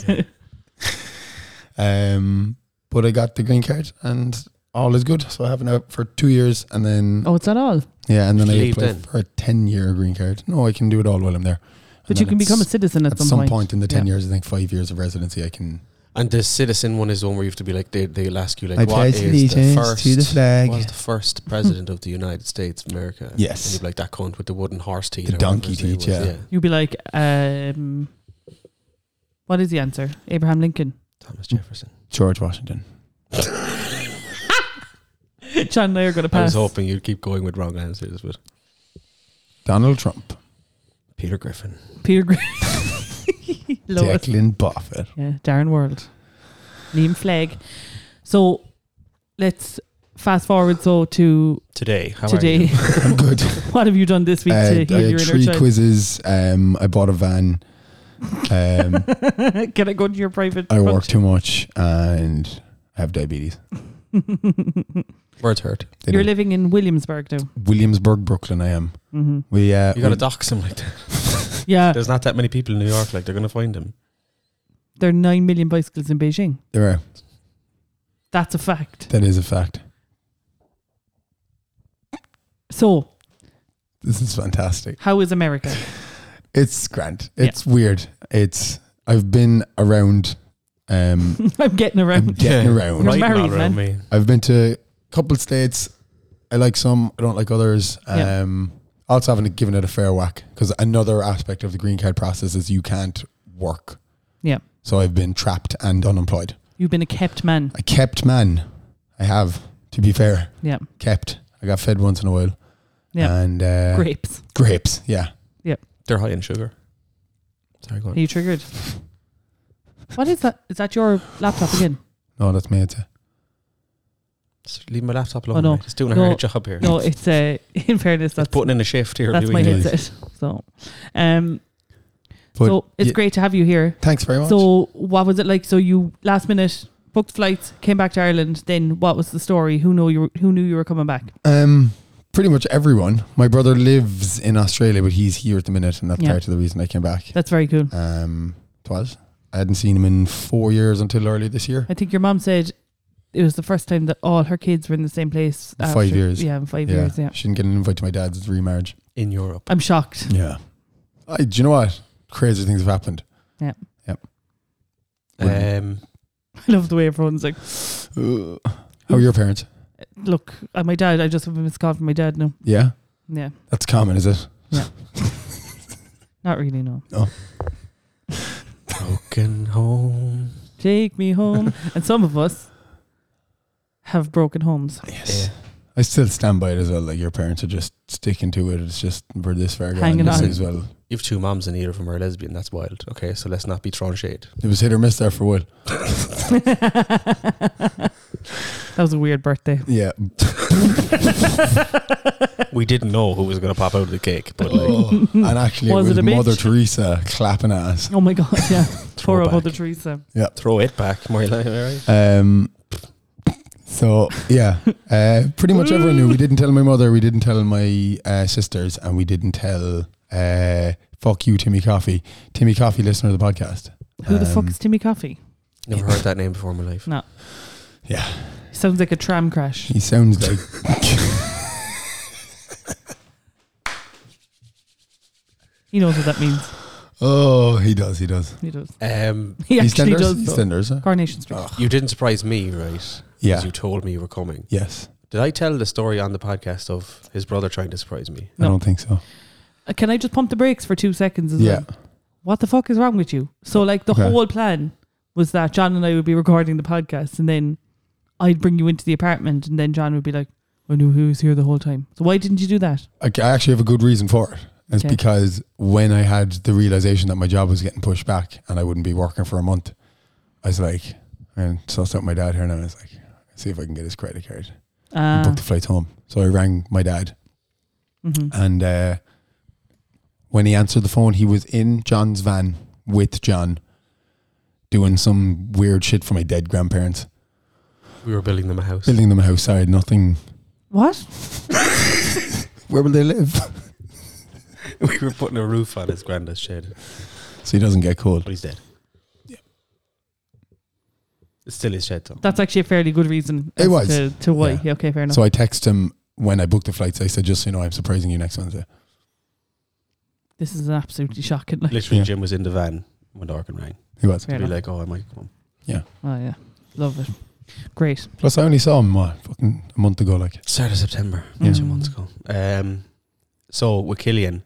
Um, but I got the green card, and all is good. So I have it now for two years, and then
(laughs) oh, it's not all.
yeah, and then
You
I
leave
apply
then?
for a ten-year green card. No, I can do it all while I'm there.
But
And
you
then
can
it's-
become a citizen at,
at some point. in the ten
Yeah.
years. I think five years of residency, I can.
And the citizen one is the one where you have to be like, they, they'll ask you, like,
I
what
pledge
is the
allegiance
first,
to the flag.
what is the first president of the United States of America?
Yes.
And you'd be like, that cunt with the wooden horse teeth.
The
or whatever
donkey
his name
teeth,
was,
yeah.
You'd be like, um, what is the answer? Abraham Lincoln. (laughs)
Thomas Jefferson.
George Washington.
John and I are going to
I was
pass.
hoping you'd keep going with wrong answers, but
(laughs)
Donald Trump.
Peter Griffin.
Peter Green. (laughs) Lois. (laughs)
Declan Buffett.
Yeah, Darren World. Liam Flag. So let's fast forward so to
Today, how are
today.
you?
(laughs) I'm good.
what have you done this week to
Uh, I
heal your
had
inner
three
child? (laughs)
quizzes. Um, I bought a van.
(laughs)
Um,
Can I go to your private?
I work too much, and I have diabetes.
Words hurt.
They
You're
don't-
living in Williamsburg now.
Williamsburg, Brooklyn. I am.
hmm
We uh,
You got to
we-
dox him like (laughs) that.
Yeah,
There's not that many people in New York, like, they're going to find him.
there are nine million bicycles in Beijing.
(laughs) there are.
That's a fact.
That is a fact.
So,
This is fantastic.
how is
(laughs)
America?
It's grand.
Yeah.
It's weird. It's I've been around.
(laughs)
Um,
I'm getting
I'm
around.
getting
Yeah.
around.
You're
Right
married,
now around me.
man.
I've been to a couple of states. I like some. I don't like others.
Yeah.
Um, also haven't given it a fair whack because another aspect of the green card process is you can't work.
Yeah.
So I've been trapped and unemployed.
(laughs) You've been a kept man.
I kept man. I have to be fair.
Yeah.
Kept. I got fed once in a while.
Yeah.
And uh,
Grapes.
grapes. Yeah.
They're high in sugar. Sorry, go
Are
on.
you triggered? What is that? Is that your laptop again?
No, that's me. It's a-
Just leave my laptop
Oh,
alone.
no.
mate. It's doing a
No.
hard job here.
No, it's uh, (laughs) in fairness,
it's
that's
putting in a shift here.
that's
doing
my
it.
headset. So, um,
But
so it's
ye-
great to have you here.
thanks very much.
So what was it like? So you last minute booked flights, came back to Ireland. Then what was the story? Who know you? Were, who knew you were coming back?
Um, pretty much everyone. My brother lives in Australia, but he's here at the minute, and that's
Yeah.
part of the reason I came back.
That's very cool.
Um, 'twas. I hadn't seen him in four years until early this year.
I think your mom said it was the first time that all her kids were in the same place.
In five years.
Yeah, in five
yeah,
years. Yeah,
she didn't get an invite to my dad's remarriage.
in Europe.
I'm shocked. (laughs)
Yeah, I, do you know what? Crazy things have happened. Right.
Um,
I love the way everyone's like,
Uh, How are your parents?
look, uh, my dad. I just have a missed call from my dad. No,
Yeah,
yeah,
that's common, is it?
not really. No,
broken home.
take me
(laughs)
home. and some of us have broken homes.
Yeah.
I still stand by it as well. Like your parents are just sticking to it. It's just we're this far gone,
Hanging
this
on.
as well.
You've two moms and either of them are lesbian. That's wild. Okay, so let's not be thrown shade.
It was hit or miss there for a while.
(laughs) that was a weird birthday.
Yeah,
We didn't know who was going to pop out of the cake, but like,
Oh, (laughs) and actually, it
Was
was
it a
Mother
bitch?
Teresa clapping ass.
Oh my god!
(laughs)
Yeah, poor
Throwback.
old Mother Teresa.
throw it back, Marla. all right?
Um, so yeah, uh, pretty much everyone knew. We didn't tell my mother, we didn't tell my uh, sisters, and we didn't tell. Uh, fuck you, Timmy Coffee. Timmy Coffee, listener of the podcast.
Who the fuck
Um,
is Timmy Coffee?
Never heard that name before in my life.
Sounds like a tram crash.
He sounds like
He knows what that means.
(laughs) oh, he does, he does.
He does. (laughs)
Um,
He actually
EastEnders,
does. though.
EastEnders, huh?
Coronation Street.
Oh,
you didn't surprise me, right? 'Cause
yeah,
You told me you were coming.
yes.
Did I tell the story on the podcast of his brother trying to surprise me?
No.
I don't think so.
Uh, Can I just pump the brakes for two seconds as
Yeah,
well? What the fuck is wrong with you? So, like, the
Okay.
whole plan was that John and I would be recording the podcast, and then I'd bring you into the apartment, and then John would be like, "I knew he was here the whole time." So why didn't you do that?
I, I actually have a good reason for it. It's
Okay.
because when I had the realization that my job was getting pushed back and I wouldn't be working for a month, I was like, and sussed out my dad here, and I was like, see if I can get his credit card and
Uh,
book the flights home. So I rang my dad,
mhm.
and uh, when he answered the phone, he was in John's van with John, doing some weird shit for my dead grandparents,
We were building (laughs) them a house.
building them a house. I had nothing.
What?
Where will they live? (laughs)
we were putting a roof on his granddad's shed,
so he doesn't get cold.
but he's dead. Yeah. It's still his shed, though.
That's actually a fairly good reason.
It
as
was.
to, to why.
Yeah.
Yeah, okay, fair enough.
So I text him when I booked the flights. I said, just so you know, I'm surprising you next Wednesday.
this is absolutely shocking. Like,
Literally,
Yeah.
Jim was in the van when Dorkin rang.
He was.
fair
To be
enough.
like, oh, I might come.
oh yeah, love it. Great.
Plus, I only saw him what, fucking a month ago. Like,
Start of September,
Yeah.
two months ago. Um, so with Killian,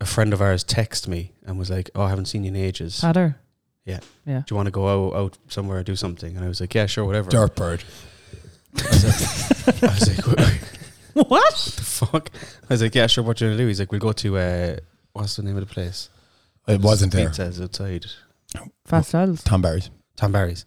a friend of ours texted me and was like, "Oh, I haven't seen you in ages. Do
Patter.
you want to go out, out somewhere or do something?" And I was like, "Yeah, sure, whatever." (laughs)
Dirt Bird.
I was
(laughs)
like, I was like, "What
(laughs) What?
the fuck?" I was like, "Yeah, sure. What do you want to do?" He's like, "We'll go to uh, what's the name of the place?"
It wasn't there.
Pizza's outside (laughs)
Fast Isles.
Tom Barry's.
Tom Barry's,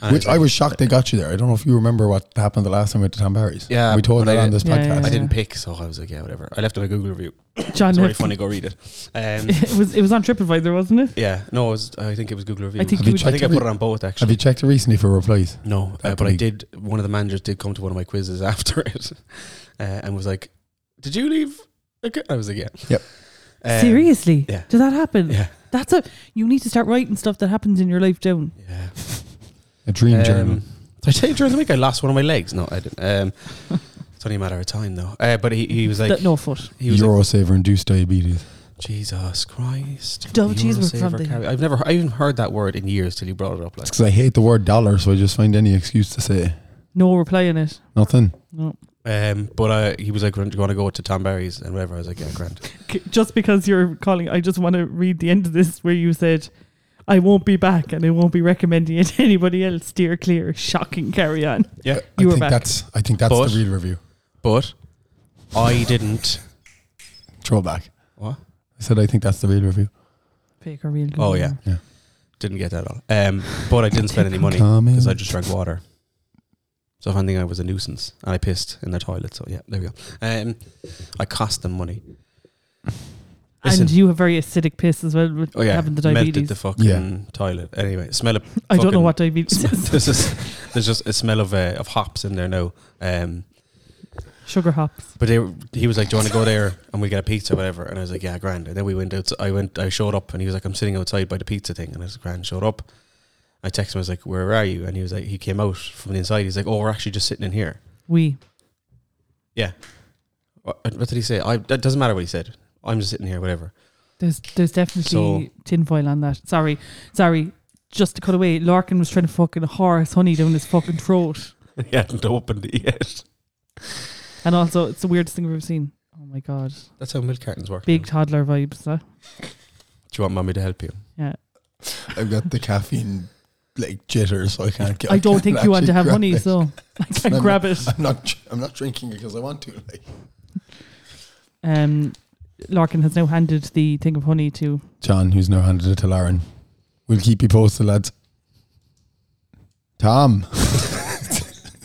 And
Which I was shocked they got you there. I don't know if you remember what happened the last time we went to Tom Barry's.
Yeah,
We told
but I
that on
did-
this
Yeah,
podcast.
yeah,
I
yeah.
didn't pick, so I was like, "Yeah, whatever." I left him a Google review.
(laughs) John.
It's very
Hef-
funny. Go read it. Um,
(laughs) (laughs) it was. It was on TripAdvisor, wasn't it?
yeah, no, it was, I think it was Google review.
I think
Have you
you
I
would-
think I
checked
put it
re-
on both
Have
actually.
you checked it recently for replies?
no, uh,
That'd
but I
be-
did. One of the managers did come to one of my quizzes (laughs) after it, uh, and was like, "Did you leave?" Okay. I was like, "Yeah."
Yep.
Um,
Seriously?
yeah.
Does that happen?
Yeah.
That's a. You need to start writing stuff that happens in your life down.
Yeah.
A dream
Um,
journal.
Did I tell you during the week I lost one of my legs? No, I didn't. Um, it's only a matter of time though. Uh, but he, he was like,
That no foot.
he was like,
Eurosaver induced diabetes.
Jesus Christ.
Double cheeseburger
Eurosaver
from the-
carry- I've never, I even heard that word in years till you brought it up. Like,
It's because I hate the word dollar, so I just find any excuse to say
No reply in it.
nothing.
No.
um, but uh, he was like, "Do you want to go to Tom Barry's and whatever?" I was like, "Yeah, grand."
K- Just because you're calling, I just want to read the end of this where you said, "I won't be back, and I won't be recommending it to anybody else. Steer clear. Shocking. Carry on."
Yeah.
I
You were
think
back.
that's. I think that's
But-
the real review.
But I didn't.
Throwback.
What?
I said I think that's the real review.
Fake or real?
Oh, yeah. Didn't get that at all. Um, but I didn't spend any money because I just drank water. So if anything, I was a nuisance, and I pissed in their toilet. So yeah, there we go. Um, I cost them money. Listen.
and you have very acidic piss as well with
Oh yeah,
having the
melted
diabetes.
the fucking toilet. Anyway, smell of
I don't know
fucking
what diabetes
sm- (laughs)
is.
there's just there's just a smell of uh, of hops in there now. Um,
Sugar hops.
but they, were- he was like, "Do you want to go there and we get a pizza, or whatever?" And I was like, "Yeah, grand." And then we went out. I went. I showed up, and he was like, "I'm sitting outside by the pizza thing." And I was like, "Grand." Showed up. I texted him. I was like, "Where are you?" And he was like, "He came out from the inside." He's like, "Oh, we're actually just sitting in here."
We.
What, what did he say? I that doesn't matter what he said. I'm just sitting here, whatever.
There's there's definitely tinfoil on that. Sorry, sorry. Just to cut away, Larkin was trying to fucking horse honey down his fucking throat,
(laughs) he hadn't opened it yet.
and also it's the weirdest thing I've ever seen. Oh my god,
That's how milk cartons work.
big
Do
toddler vibes. Huh?
you want mommy to help you?
I've got the caffeine like jitters, so I can't get.
I
(laughs)
don't think
can't
you want to
actually
have
grab
honey,
it.
so I can't
I'm
grab it.
I'm not. I'm not drinking it because I want to. Like.
Um, Larkin has now handed the thing of honey to.
John, who's now handed it to Lauren. We'll keep you posted, lads. Tom,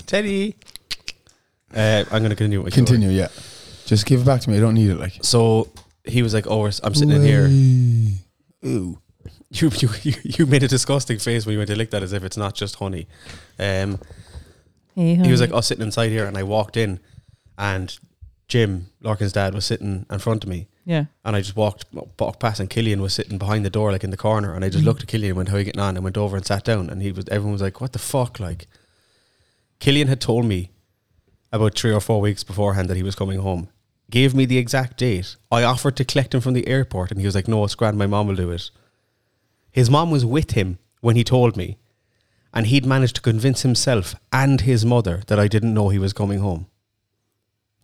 Teddy. Uh, I'm going to continue. what I
continue. Yeah, just give it back to me. I don't need it. Like
So he was like, "Oh, we're, s- I'm sitting in here."
here. Ooh,
You, you you you made a disgusting face when you went to lick that, as if it's not just honey. Um,
Hey,
he was like, "I'm sitting inside here," and I walked in, and Jim Larkin's dad was sitting in front of me,
yeah,
and I just walked walked past, and Killian was sitting behind the door, like in the corner, and I just
Mhm.
looked at Killian and went, "How are you getting on?" and went over and sat down, and he was everyone was like, "What the fuck?" Like, Killian had told me about three or four weeks beforehand that he was coming home. Gave me the exact date. I offered to collect him from the airport, and he was like, "No, it's grand. My mom will do it." His mom was with him when he told me, and he'd managed to convince himself and his mother that I didn't know he was coming home.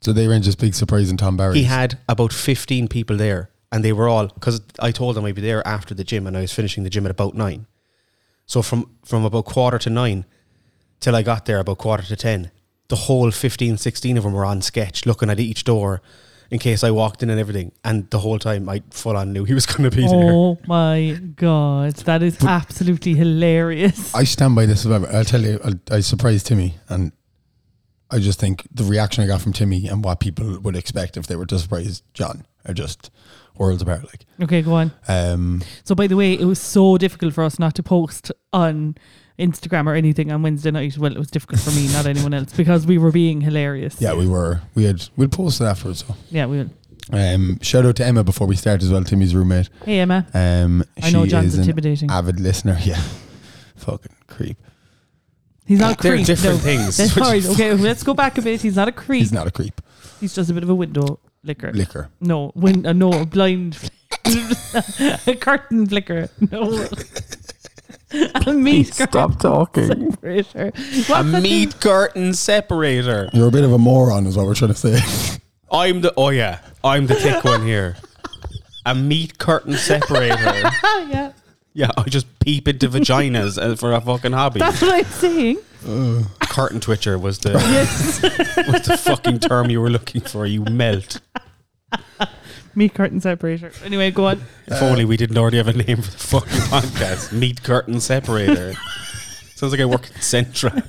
so they were in just big surprise in Tom Barry.
He had about 15 people there, and they were all because I told them I'd be there after the gym, and I was finishing the gym at about nine. So from from about quarter to nine till I got there about quarter to 10, the whole 15, 16 of them were on sketch looking at each door in case I walked in and everything. And the whole time I full on knew he was (laughs) going to be there.
oh my god, that is absolutely hilarious.
I stand by this. Forever. I'll tell you. I, I surprised Timmy, and I just think the reaction I got from Timmy and what people would expect if they were to surprise John are just worlds apart. Like,
okay, go on.
um,
So, by the way, it was so difficult for us not to post on Instagram or anything on Wednesday night. Well, it was difficult for me, not anyone else, because we were being hilarious.
yeah, we were. We had. We'll post it afterwards. So,
yeah, we. Will.
um, shout out to Emma before we start as well. Timmy's roommate.
Hey, Emma.
Um,
I know
she
John's
is an
intimidating.
avid listener. (laughs) Yeah, fucking creep.
He's not a
They're
creep.
different
no. (laughs)
things.
(laughs)
That's all right. Okay, let's go back a bit. He's not a creep.
He's
He's,
not a creep.
just a bit of a window licker.
Liquor.
no, win- uh, no, a blind, (laughs) a curtain flicker. No, (laughs) a meat curtain
talking.
separator.
A
What's that thing?
meat curtain separator.
You're a bit of a moron, is what we're trying to say.
I'm the, oh yeah, I'm the thick one here. A meat curtain
(laughs)
separator.
Ah, yeah,
Yeah, I just peep into vaginas uh, for a fucking hobby.
that's what I'm saying.
Curtain twitcher was the (laughs) was the fucking term you were looking for. You melt.
Meat curtain separator. Anyway, go on.
If only we didn't already have a name for the fucking podcast. Meat curtain separator. Sounds like I work at Centra.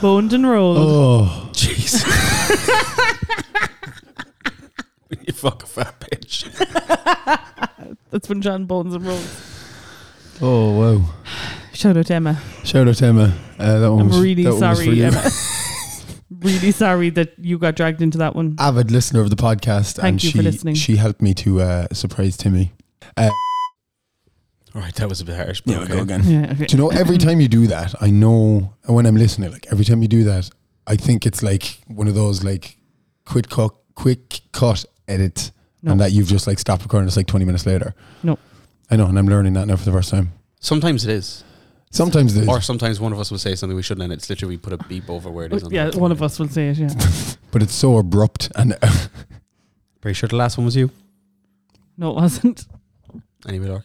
(laughs)
Boned and rolled.
Oh,
Jesus. (laughs) you fuck a fat bitch.
That's when John bones and rolls.
(laughs) oh, wow.
Shout out to Emma.
Shout out to Emma. Uh, that one
I'm
was,
really
that one was for
sorry,
you. (laughs)
Emma. really sorry that you got dragged into that one.
Avid listener of the podcast,
Thank
and
you
she
for listening.
she helped me to uh, surprise Timmy.
All right, that was a bit harsh. But okay.
again.
Yeah, okay.
(laughs) Do you know every time you do that, I know and when I'm listening, like every time you do that, I think it's like one of those like quick cut, quick cut edits,
No.
and that you've just like stopped recording. It's like 20 minutes later.
No.
I know, and I'm learning that now for the first time.
Sometimes it is,
Sometimes it
or
is,
sometimes one of us will say something we shouldn't, and it's literally we put a beep over where it is. on the
yeah,
recording.
one of us will say it. Yeah.
but it's so abrupt, and (laughs)
Pretty sure the last one was you.
No, it
(laughs)
wasn't.
Anyway, Lark.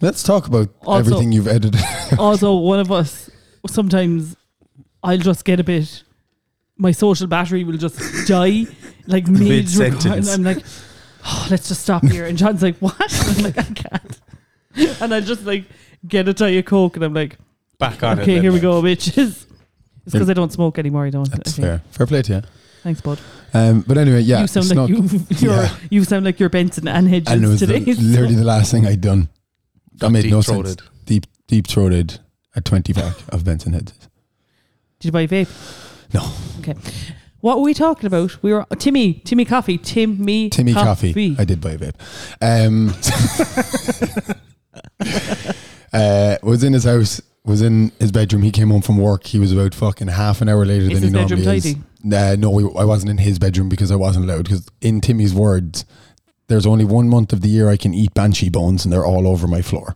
Let's talk about
Also-
everything
(laughs)
you've edited.
Also, one of us sometimes I'll just get a bit. My social battery will just die,
(laughs)
like mid
Mid-sentence.
record. (laughs) I'm like, oh, let's just stop here. And John's like, what? (laughs) I'm like, I can't. (laughs) And I just like get a diet coke, and I'm like,
Back on it.
okay,
then.
here we go, bitches. It's because I don't smoke anymore. I don't.
That's
I think.
fair. Fair play to you.
Thanks, bud.
Um, but anyway, yeah.
you sound like
snuck-
you (laughs) you're,
yeah.
you sound like you're Benson and Hedges
and it was
(laughs)
the-
today. so-
literally the last thing I'd done. That made no sense.
Deep-throated.
Deep deep throated a twenty pack of Benson heads.
Did you buy a vape?
No.
Okay. What were we talking about? We were Timmy, Timmy Coffee, Timmy,
Timmy Coffee. I did buy a vape. Um, (laughs) uh, was in his house. Was in his bedroom. He came home from work. He was about fucking half an hour later
Is
than
his
he normally
bedroom
is.
tidy?
Nah, no, we, I wasn't in his bedroom because I wasn't allowed. Because in Timmy's words, there's only one month of the year I can eat banshee bones, and they're all over my floor.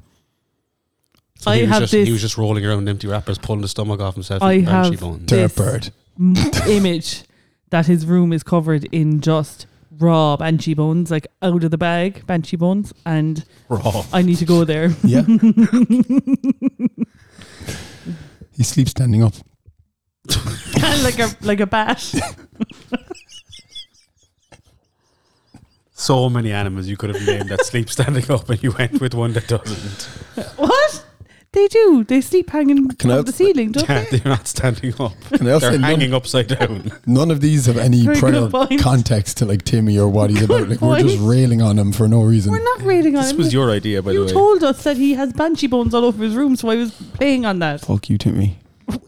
So
I
he was
have
just,
this-
He was just rolling around in empty wrappers, pulling the stomach off himself.
I
with banshee
have
bones.
the-
They're a
This-
bird.
m- image that his room is covered in just raw banshee bones, like out of the bag banshee bones, and
Raw.
I need to go there. (laughs)
Yeah. he sleeps standing up.
like a like a
(laughs)
bat.
So many animals you could have named that sleep (laughs) standing up, and you went with one that doesn't.
What? They do. They sleep hanging
Can I-
from the ceiling, (laughs) don't
Yeah, (laughs)
they?
they're not standing up.
Can I also
They're
none-
hanging upside
(laughs)
down.
None of these have any
Very
prior
good point.
context to like Timmy or what he's
Good
about. Like we're just
point.
railing on him for no reason.
We're not rating on
this
him.
was your idea, by
you
the way.
told us that he has banshee bones all over his room, so I was playing on that.
Fuck you, Timmy.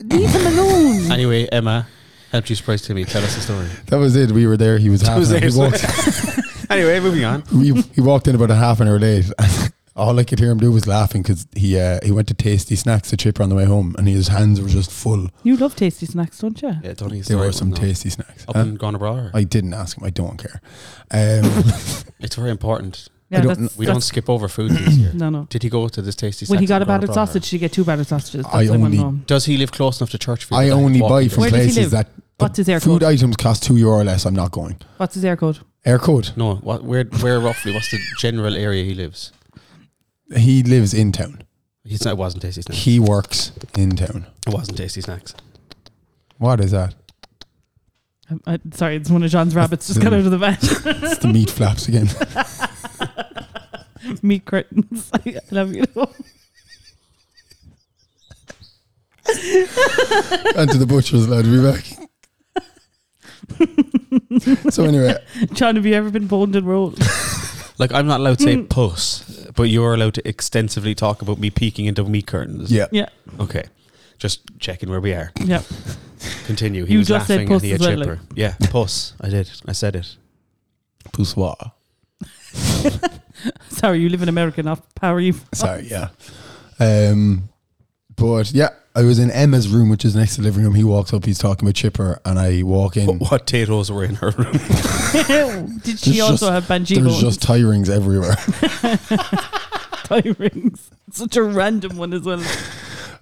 Leave him alone.
Anyway, Emma, helped you surprise Timmy. Tell us the story.
That was it. We were there. He was half.
was
an hour-
it.
He walked,
(laughs) Anyway, moving on.
we, he walked in about a half an hour late. (laughs) All I could hear him do was laughing because he uh, he went to Tasty Snacks to chipper on the way home, and his hands were just full.
You love tasty snacks, don't you?
Yeah, Donnie's
There
story
were
was
some
not-
Tasty Snacks.
Up
Huh?
in Gronabrar.
I didn't ask him. I don't care.
(laughs)
Um,
It's very important.
Yeah,
don't
that's,
We don't
that's-
skip over food this year.
(clears throat) No, no.
Did he go to this tasty?
When he
Saxon
got a battered
Gronabrar?
sausage, she get two battered sausages. That's
I
what wanna
only
know.
Does he live close enough to church? for you
I
that I can
only
walk
buy
you
from
Where
there?
does he live?
places that
What's his air code?
food items cost two euro or less. I'm not going.
What's his air code?
Air code.
No, what, where, where roughly? What's the general area he lives?
He lives in town.
He's not, it wasn't tasty snacks.
He works in town.
It wasn't tasty snacks.
What is that?
I'm, Um, I, sorry, it's one of John's rabbits just
the- (laughs)
got out of the van.
It's the meat flaps again.
(laughs)
(laughs)
Meat curtains. (laughs) I love you.
and to the butcher's allowed to be back. (laughs) so anyway,
John, have you ever been boned and
(laughs)
rolled?
Like I'm not allowed to
Hmm.
say puss, but you are allowed to extensively talk about me peeking into meat curtains.
yeah.
Yeah,
Okay. Just checking where we are.
yeah.
Continue. He
You
was
just said
laughing
puss
and he had
as well,
chipper. Yeah, puss. I did. I said it.
Poussoir.
Sorry, you live in America, not Paris. (laughs)
Sorry, yeah. Um, but yeah, I was in Emma's room, which is next to the living room. He walks up, he's talking about Chipper, and I walk in.
What potatoes were in her room? (laughs)
Did she
There's
also
just-
have banshee bones?
There's just tie rings
(laughs)
everywhere. (laughs)
tie rings. Such a random one as well.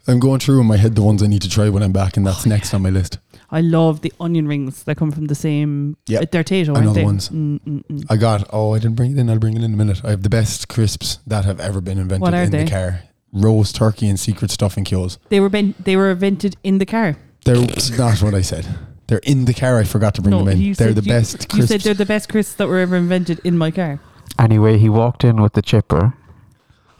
I'm going through in my head the ones I need to try when I'm back, and that's next on my list.
I love the onion rings that come from the same.
Yeah.
uh, they're Tato,
I know
aren't
the
they?
ones.
Mm, mm, mm.
I got. Oh, I didn't bring it in. I'll bring it in a minute. I have the best crisps that have ever been invented
What are
in
they?
the car. Roast turkey and secret stuffing kills.
They were ben- they were invented in the car.
They're not what I said. They're in the car. I forgot to bring them in.
you
They're
said
the
you-
best
You
crisps.
said they're the best crisps that were ever invented in my car.
Anyway, he walked in with the chipper.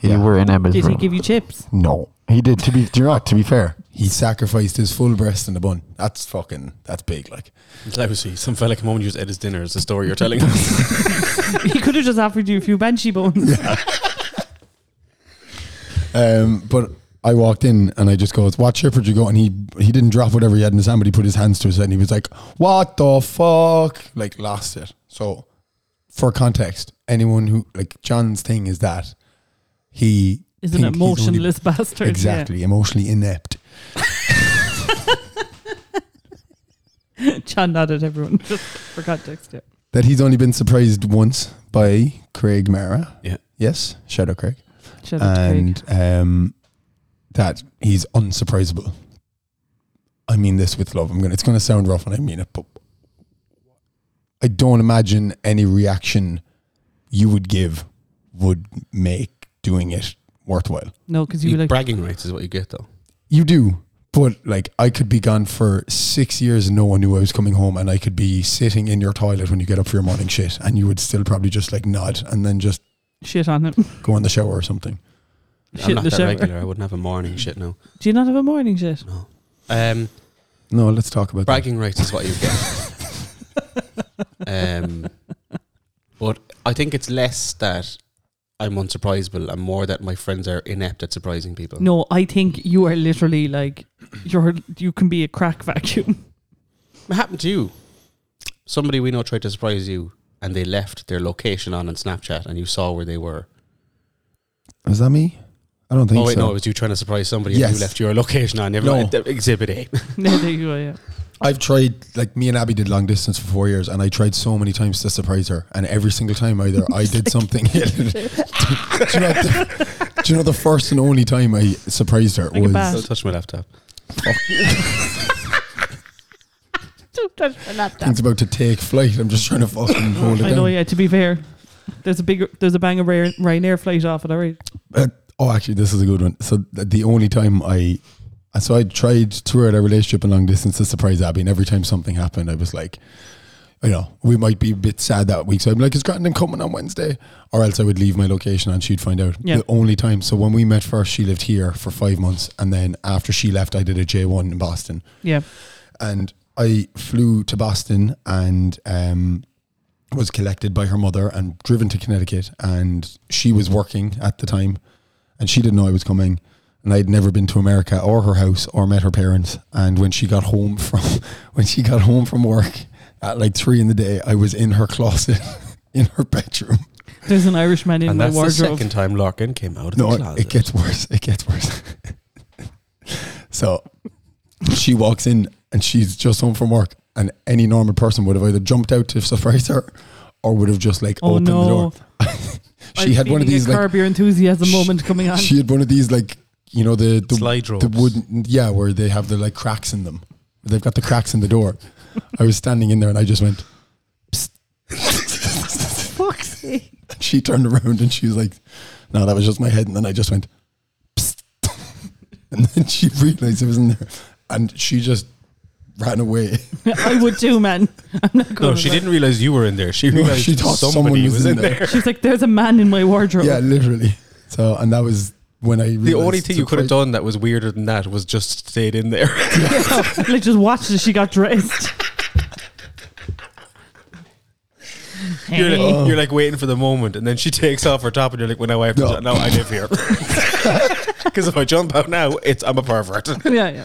Yeah.
You were in Emma's
Did he
room.
give you chips? (laughs)
no, he did. To be, do you not? To be fair, he sacrificed his full breast in the bun. That's fucking. That's big. Like
Lousy. Some fella came home and used Ed's dinner is the story you're telling us.
he could have just offered you a few banshee bones.
(laughs) Um, but I walked in and I just goes, "What chipper did you go?" And he he didn't drop whatever he had in his hand, but he put his hands to his head and he was like, "What the fuck?" Like lost it. So, for context, anyone who like John's thing is that he
Is an
think he's only-
emotionless bastard. yeah. (laughs)
exactly emotionally inept.
John nodded everyone (laughs) just for context. Yeah.
That he's only been surprised once by Craig Mara.
Yeah.
Yes, shout out Craig.
Shout out to Craig.
and um, that he's unsurprisable. I mean this with love. I'm gonna. It's gonna sound rough, and I mean it, but I don't imagine any reaction you would give would make doing it worthwhile.
No, because (laughs) you were like,
bragging rights is what you get though.
You do, but like I could be gone for six years, and no one knew I was coming home, and I could be sitting in your toilet when you get up for your morning shit, and you would still probably just like nod and then just
shit on him.
go in the shower or something.
Shit
I'm
in
not
the
that
shower.
regular. I wouldn't have a morning shit now.
Do you not have a morning shit?
No. Um,
No, let's talk about
(laughs)
that.
bragging rights is what you get. Um, but I think it's less that I'm unsurprisable and more that my friends are inept at surprising people.
No, I think you are literally like you're you can be a crack vacuum. (laughs)
What happened to you? Somebody we know tried to surprise you and they left their location on on Snapchat and you saw where they were.
Was that me? I don't think
oh, wait,
so.
no, it was you trying to surprise somebody and
Yes.
you left your location on. Never
No.
mind. uh, Exhibit A.
no, there you are, yeah.
I've tried like me and Abby did long distance for four years, and I tried so many times to surprise her, and every single time either
(laughs)
I did something. (laughs) do, you know the, do you know the first and only time I surprised her
Like a bat.
(laughs)
was
Don't touch my laptop.
Don't touch my laptop.
things about to take flight. I'm just trying to
(laughs)
fucking hold it
I
down.
know, yeah, to be fair. There's a big there's a bang of Ryanair Ryanair flight off it, all right.
Uh, oh, actually, this is a good one. So th- the only time I, uh, so I tried throughout our relationship and long distance to surprise Abby, and every time something happened, I was like, you know, we might be a bit sad that week. So I'm like, is Grandin coming on Wednesday? Or else I would leave my location and she'd find out.
Yeah.
The only time. So when we met first, she lived here for five months, and then after she left, I did a J one in Boston
Yeah.
and I flew to Boston and um, was collected by her mother and driven to Connecticut. And she was working at the time, and she didn't know I was coming. And I'd never been to America or her house or met her parents. And when she got home from (laughs) when she got home from work at like three in the day, I was in her closet (laughs) in her bedroom.
There's an Irishman in
and
my
that's
wardrobe.
the second time Larkin came out of
No,
the
it,
closet.
it gets worse. It gets worse. (laughs) so she walks in and she's just home from work, and any normal person would have either jumped out to surprise her or would have just like
Oh
opened the
no.
door. (laughs) She had one of these like
curb your enthusiasm
Sh-
moment coming on.
she had one of these like you know the the,
Slide
the
ropes.
wooden yeah where they have the like cracks in them. They've got the cracks in the door. I was standing in there and I just went. Psst.
(laughs) Fuck's sake.
she turned around and she was like, "No, that was just my head." And then I just went, Psst. (laughs) and then she realized it was in there, and she just ran away. (laughs)
I would too, man. (laughs) I'm not going
no, she didn't realize you were in there. She
No,
realized
she thought
somebody
someone
was, in there.
She's like, there's a man in my wardrobe.
(laughs) yeah, literally. So, and that was when I.
The only thing you could have done that was weirder than that was just stayed in there. (laughs)
(laughs) like just watched as she got dressed.
you're, like,
Oh.
you're like waiting for the moment, and then she takes off her top, and you're like, "When I wife,
No.
no. no, I live here." Because (laughs) if I jump out now, it's I'm a pervert.
(laughs) yeah, yeah.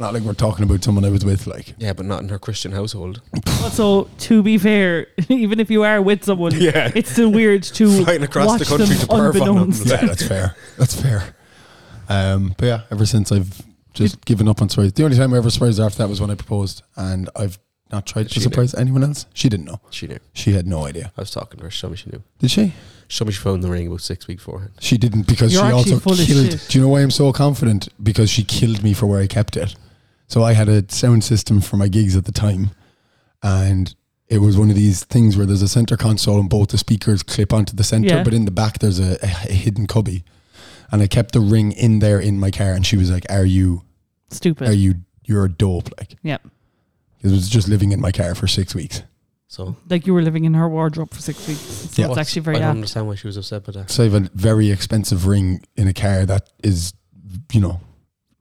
Not like we're talking about someone I was with, like.
Yeah, but not in her Christian household.
Also, to be fair, (laughs) even if you are with someone,
Yeah.
it's still weird to
Flying across
watch
the country
them
to perv on
unbeknownst.
them.
Yeah, that's fair. That's fair. Um, but yeah, ever since I've just given up on surprise. The only time I ever surprised her after that was when I proposed, and I've not tried to
She knew.
surprise anyone else. She didn't know.
She knew.
She had no idea.
I was talking to her. She told me she knew.
Did she?
She told me she found the ring about six weeks beforehand.
She didn't because
You're
she
actually
also
full of
killed.
shit.
Do you know why I'm so confident? Because she killed me for where I kept it. So I had a sound system for my gigs at the time, and it was one of these things where there's a center console and both the speakers clip onto the center,
Yeah.
but in the back there's a, a hidden cubby, and I kept the ring in there in my car, and she was like, "Are you?
Stupid.
Are you? You're a dope!" Like,
Yep.
it was just living in my car for six weeks.
So
like you were living in her wardrobe for six weeks. So
Yeah.
it's
What's-
actually very
I don't
apt.
understand why she was upset with that.
So I have a very expensive ring in a car that is, you know,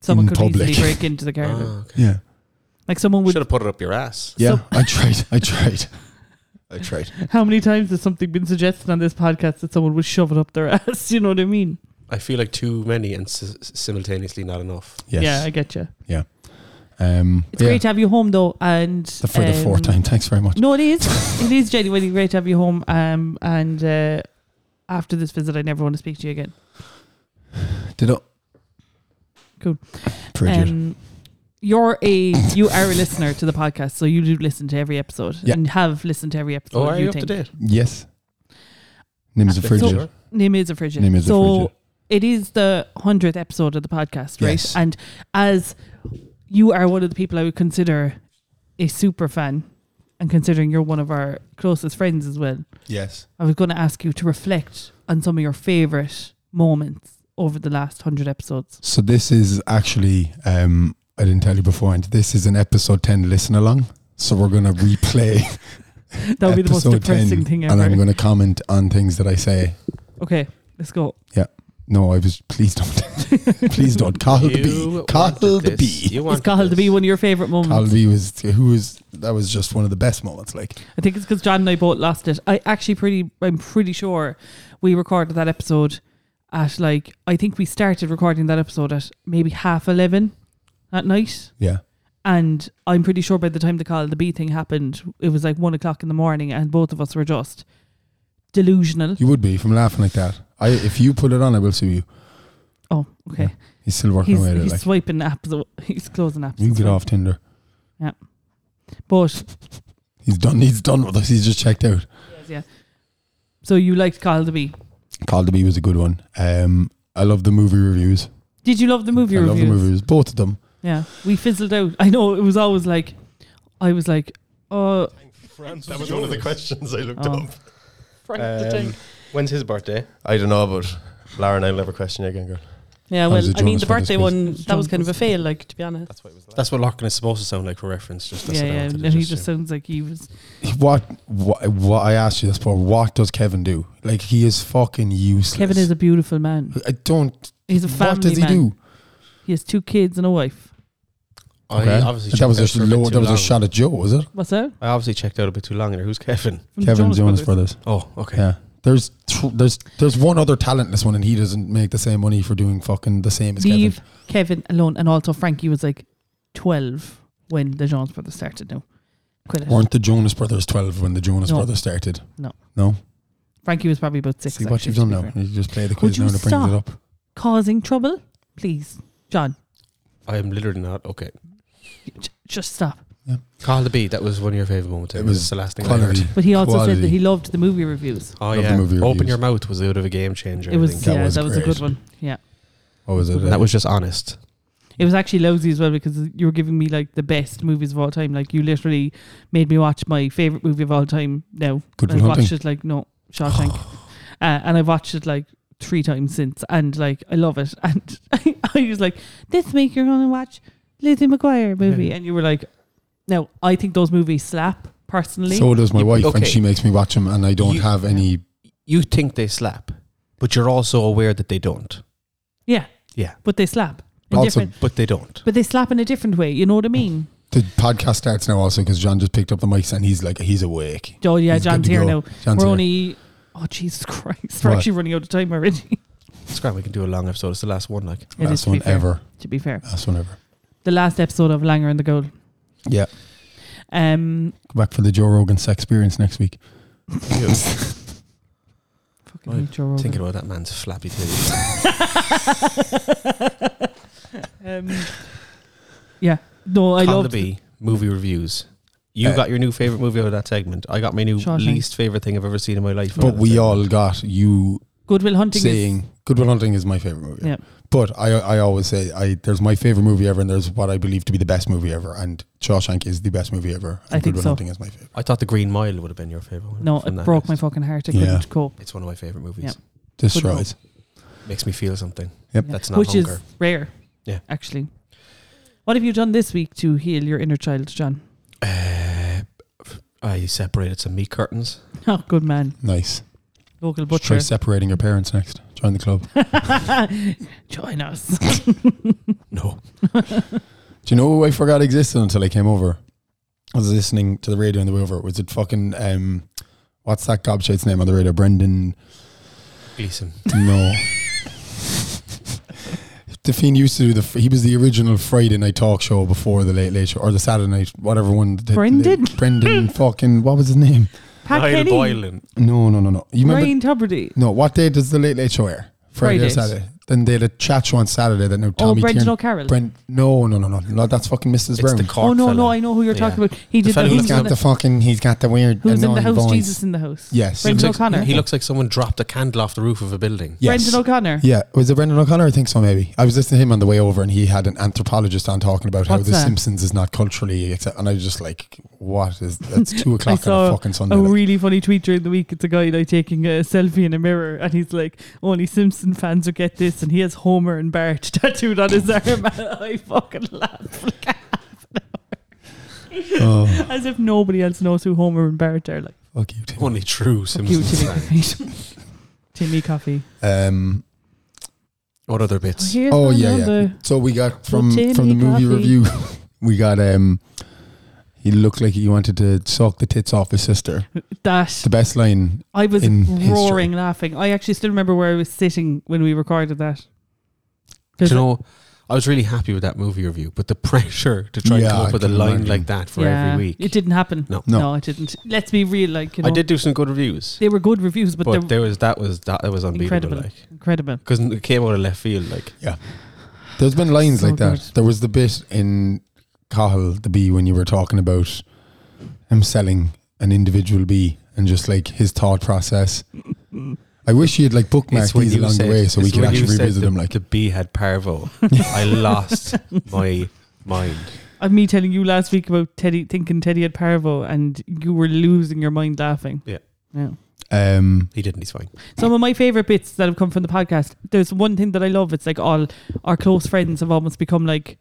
Someone
in
could
public.
easily break into the car.
Ah, okay.
yeah.
Like someone
Should
would.
have put it up your ass.
Yeah,
So-
I tried. I tried. I tried.
How many times has something been suggested on this podcast that someone would shove it up their (laughs) ass? You know what I mean?
I feel like too many and s- simultaneously not enough.
(laughs)
Yes.
Yeah, I get you.
um,
It's
yeah,
great to have you home though, and
the- for the fourth
um,
time. Thanks
(laughs)
very much.
No, it is. it is genuinely great to have you home. Um, and uh, after this visit, I never want to speak to you again.
Did it?
Cool.
Bridget.
Um, you're a you are a listener to the podcast, so you do listen to every episode
Yeah.
and have listened to every episode.
Oh, are you up
think.
to date?
yes. Name is a
So-
Frigid.
Name is a frigid.
Name is a
so
Frigid.
it is the hundredth episode of the podcast, right?
Yes.
And as you are one of the people I would consider a super fan, and considering you're one of our closest friends as well,
Yes.
I was going to ask you to reflect on some of your favorite moments over the last hundred episodes.
So this is actually. Um, I didn't tell you beforehand. This is an episode ten listen along. So we're gonna replay
(laughs) That would be the most
episode
depressing
ten,
thing
and
ever.
I'm gonna comment on things that I say.
okay, let's go.
Yeah. No, I was.
(laughs)
Please don't. please don't. Carl the bee.
You
Carl
wanted
the
this.
bee.
You
Is
wanted
Cahill to
this.
be one of your favourite
Carl
moments?
the bee was who was that was just one of the best moments. Like
I think it's because John and I both lost it. I actually pretty, I'm pretty sure we recorded that episode at like, I think we started recording that episode at maybe half 11 at night.
yeah,
And I'm pretty sure by the time the call the bee thing happened, it was like one o'clock in the morning and both of us were just delusional.
you would be from laughing like that. I if you put it on, I will sue you.
Oh, okay.
Yeah. He's still working
He's,
away there.
he's
Like
swiping apps. (laughs) He's closing apps.
you get off Tinder.
But
He's done. He's done with us. He's just checked out.
yeah. So you liked Call the Bee.
Carl the Bee was a good one. Um, I love the movie reviews.
Did you love the movie
I love
reviews?
the movie reviews. Both of them.
Yeah. We fizzled out. I know it was always like I was like, oh
That was one of the questions I looked
Oh.
up. Um, when's his birthday? I don't know, but Lara and I will have a question again, girl.
Yeah,
How
well,
was it
I mean,
Jonas
the
Brothers
birthday
quiz?
one that was
Jonas
kind of a
quiz.
fail. Like to be honest,
That's what it was.
That's what Larkin is supposed to sound like for reference. Just that's
yeah,
what I
yeah.
wanted
And
to
he
just
just
say.
sounds like he was
What, what what I asked you this before? What does Kevin do? Like he is fucking useless.
Kevin is a beautiful man.
I don't.
He's a family
what does he
man.
do?
He has two kids and a wife.
I
Okay.
obviously
that was
checked out
a
for bit
low,
too
that was
long.
a shot at Joe, was it?
What's that?
I obviously checked out a bit too long there. Who's Kevin?
From
Kevin Jonas
Brothers.
Brothers.
Oh, okay.
Yeah. There's th- there's there's one other talentless one, and he doesn't make the same money for doing fucking the same as
Leave Kevin.
Kevin.
alone. And also Frankie was like twelve when the Jones brothers started now. Quit it.
Weren't the Jonas Brothers twelve when the Jonas
No.
Brothers started?
No.
No.
Frankie was probably about six.
See what
actually,
you've done
to be
now.
fair.
You just play the
Would
quiz
you
now and it brings it
stop
up.
causing trouble? Please. John,
I am literally not okay.
j- just stop.
Carl the Bee. That was one of your favorite moments.
It
It
was
was the last thing I
Quality.
heard.
But he also
Quality.
said that he loved the movie reviews.
Oh
Love the
yeah.
movie
Open
reviews.
your mouth was out of a game changer.
It was,
I think.
That
yeah,
was
that was a
great.
good one. Yeah.
What was it?
And that was just honest.
It was actually lousy as well because you were giving me like the best movies of all time. Like you literally made me watch my favorite movie of all time now.
Good
I
Will
watched
Hunting.
it like no
(sighs)
Shawshank, uh, and I've watched it like three times since, and like I love it. (laughs) And I, was like, this week you're gonna watch Lizzie McGuire movie,
Yeah.
and you were like, no, I think those movies slap personally.
So does my
You-
wife,
okay.
and she makes me watch them, and I don't
You-
have any.
You think they slap, but you're also aware that they don't.
yeah,
Yeah.
but they slap. In
Also-
different,
But they don't.
but they slap in a different way. You know what I mean?
The podcast starts now also because John just picked up the mics and he's like he's awake.
Oh yeah,
He's good
John's
Mm. to
here
go.
now.
John's
we're
here.
only. Oh Jesus Christ! We're
What?
actually running out of time already. (laughs)
Scram, we can do a long episode. It's the last one. Like
It is,
last
to be
one
fair.
ever.
To be fair,
Last one ever.
the last episode of Langer and the Goal.
Yeah.
Um.
Go back for the Joe Rogan sex experience next week.
Fucking
Right.
hate Joe Rogan.
thinking about that man's flappy titties.
um, yeah. No, I
Carl
love
the Bee movie reviews. You
Uh,
got your new favorite movie out of that segment. I got my new
Shawshank.
least favorite thing I've ever seen in my life. out of
But
that
we
segment.
all got you
Goodwill Hunting.
saying
Is,
Good Will Hunting is my favorite movie.
Yeah.
But I I always say I there's my favorite movie ever and there's what I believe to be the best movie ever and Shawshank is the best movie ever. And
I think
Good Will
so.
Hunting is my favorite.
I thought The Green Mile would have been your favorite one.
no,
from
it
that
broke my
list.
fucking heart. I
Yeah.
couldn't cope.
It's one of my favorite movies.
Yeah.
Destroys.
Makes me feel something.
Yeah.
That's not
Which is
hunger.
rare.
Yeah.
Actually. What have you done this week to heal your inner child, John? (laughs)
Uh, I separated some meat curtains.
Oh, good man.
Nice.
Local
Just Try
butcher.
separating your parents next. Join the club.
(laughs)
(laughs)
Join us.
No.
Do you know who I forgot existed until I came over? I was listening to the radio on the way over. Was it fucking um what's that gobshite's name on the radio? Brendan
Gleason. (laughs)
No. The Fiend used to do the. He was the original Friday night talk show before the Late Late Show or the Saturday night, whatever one. that- that-
Brendan? (laughs)
Brendan fucking. What was his name?
Pat
Niall
Kenny.
Boylan.
No, no, no, no. You remember?
Ryan Tuberty.
No. What day does the Late Late Show air? Friday, or
Fridays.
Saturday? Then they had a chat show on Saturday. That now
Oh,
Tommy.
Brendan
Tiernan-
O'Carroll.
Brent. No, no, no, no, no. That's fucking Mrs.
It's
Brown.
the Cork
oh, no,
fella.
no, I know who you're talking
Yeah.
about. He
The
did
fella
that.
who's
he's
Who's in
got the
the,
fucking. He's got the weird.
who's in the
annoying
house?
voice.
Jesus in the house.
Yes.
He
Brendan
looks,
O'Connor.
he looks like someone dropped a candle off the roof of a (laughs) building.
Yes.
Brendan O'Connor.
Yeah, was it Brendan O'Connor? I think so. Maybe I was listening to him on the way over, and he had an anthropologist on talking about how
What's
The
that?
Simpsons is not culturally, accept- and I was just like, "What is
(laughs)
that's two o'clock on
saw
a fucking Sunday?"
A
like.
really funny tweet during the week. It's a guy like taking a selfie in a mirror, and he's like, "Only Simpson fans will get this," and he has Homer and Bart (laughs) tattooed on his arm. I fucking laugh like half an hour,
oh,
as if nobody else knows who Homer and Bart are. Like,
fuck you. Tim.
Only true
fuck you, (laughs)
Simpsons fan.
Timmy. Timmy Coffee.
Um,
What other bits?
Here's
Oh,
one
yeah,
on
yeah.
the-
So we got from
Timmy
from the movie
Coffee.
review, (laughs) we got um, he looked like he wanted to suck the tits off his sister. It's
that
the best line.
I was
in
roaring
history.
laughing. I actually still remember where I was sitting when we recorded that.
Do you know, I was really happy with that movie review, but the (laughs) pressure to try
Yeah,
and come
I
up with a
can
line
imagine.
like that for
Yeah,
every week.
It didn't happen.
No.
No.
it didn't. Let's be real, like you know,
I did do some good reviews,
they were good reviews, but,
but,
they're
there was that was that, that was unbeatable,
Incredible.
like
incredible.
because it came out of left field, like
There's been lines
So
like that.
good.
There was the bit in Cahill the bee when you were talking about him selling an individual bee and just like his thought process. I wish he had like bookmarked these along the way so we
it's
could
when you
actually
said
revisit
the,
them. Like
the bee had
(laughs)
parvo. I lost my mind.
Uh, me telling you last week about Teddy thinking Teddy had parvo, and you were losing your mind laughing.
Yeah.
yeah.
um,
He didn't. He's fine.
Some of my favorite bits that have come from the podcast. There's one thing that I love. It's like all our close friends have almost become like,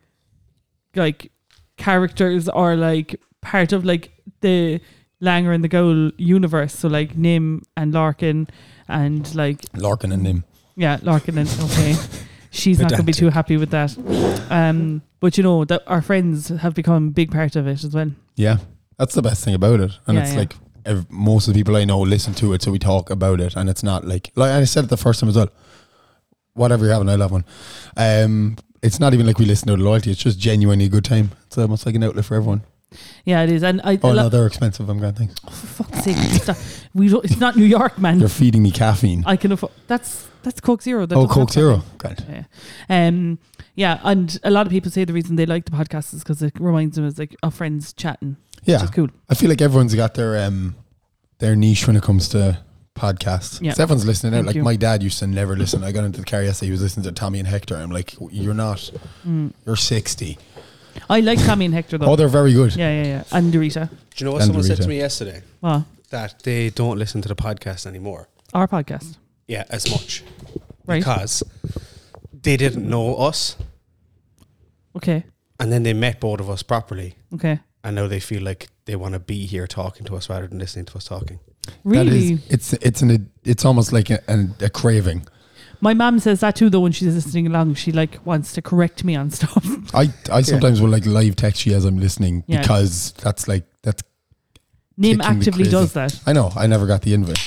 like characters or like part of like the Langer and the Goal universe. So like Nim and Larkin and like
Larkin and him.
yeah, Larkin and okay. She's not going to be too happy with that. Um, but you know that our friends have become a big part of it as well.
Yeah, that's the best thing about it, and
Yeah,
it's
yeah.
like ev- most of the people I know listen to it, so we talk about it, and it's not like like I said it the first time as well. Whatever you're having, I love one. Um, it's not even like we listen to the loyalty; it's just genuinely a good time. It's almost like an outlet for everyone.
Yeah, it is. And I,
Oh
I lo- Oh,
no, they're expensive. I'm going (laughs) thanks.
for fuck's sake, stop. we don't, it's not New York, man.
You're feeding me caffeine.
I can afford. That's Ah, that's Coke Zero. That
oh,
doesn't
Coke
have caffeine.
Zero. Grand.
Um, yeah, and a lot of people say the reason they like the podcast is because it reminds them of like of friends chatting, which
Yeah,
is cool.
I feel like everyone's got their um their niche when it comes to podcasts.
Yeah.
So everyone's listening out.
Thank
Like
you.
my dad used to never listen. I got into the car yesterday. He was listening to Tommy and Hector. I'm like, you're not.
Mm.
You're 60.
I like Tommy and Hector though.
Oh, they're very good.
yeah, yeah, yeah, and Dorita.
Do you know what
And
someone said
Dorita.
to me yesterday?
Well,
That they don't listen to the podcast anymore.
our podcast,
Yeah, as much
right?
because they didn't know us,
Okay,
and then they met both of us properly,
okay.
and now they feel like they want to be here talking to us rather than listening to us talking.
That is-
Really,
it's it's an it's almost like a, an, a craving.
my mum says that too. Though when she's listening along, she like wants to correct me on stuff. (laughs)
I I sometimes will like live text you as I'm listening
Yeah.
because that's like that's
Nim
Kicking me
actively
crazy.
does that.
I know I never got the invite.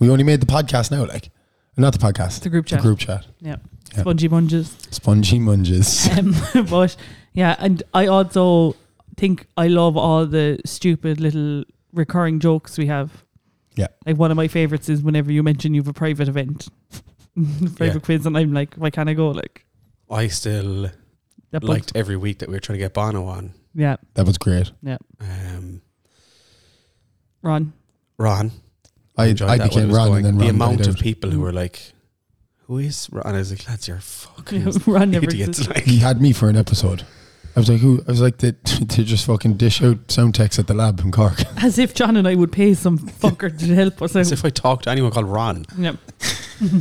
We only made the podcast now, like not the podcast,
It's a group
the
chat.
group chat. Yeah.
Spongy munges.
Spongy munges.
Um, (laughs) but yeah, and I also think I love all the stupid little recurring jokes we have.
Yeah.
Like one of my favorites is whenever you mention you have a private event, (laughs) private
Yeah.
quiz, and I'm like, why can't I go? Like,
I still
that bugs-
liked every week that we were trying to get Bono on.
yeah,
That was great.
Um, (laughs)
Ron.
Ron,
I
enjoyed
I
that when it
became
was
Ron
going.
and then
the
Ron
amount
died
of
out.
people who
Mm.
were like, "Who is Ron?" And I was like, "Lads, you're fucking
(laughs) Yeah, Ron never
idiots!" (laughs)
existed.
Like,
He had me for an episode. I was like, who? I was like, (laughs) to, to just fucking dish out sound techs at the lab in Cork.
As if John and I would pay
(laughs)
some fucker to help us
as
out.
if I talked to anyone called Ron.
Yeah.
(laughs)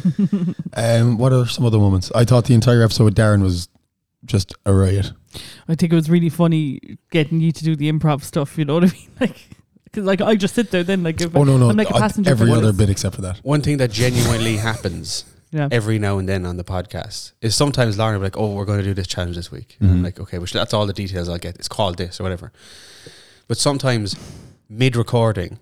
Um, what are some other moments? I thought the entire episode with Darren was just a riot.
I think it was really funny getting you to do the improv stuff. You know what I mean? (laughs) Like, because like I just sit there then like if
Oh no, no!
I'm like a
I-
passenger.
every
for
other
this.
bit except for that.
One thing that
(laughs)
genuinely happens
Yeah.
every now and then on the podcast is sometimes Lauren will be like, "Oh, we're going to do this challenge this week." And
Mm-hmm.
I'm
Mhm.
like, "Okay, which that's all the details I'll get. It's called this or whatever." But sometimes mid-recording,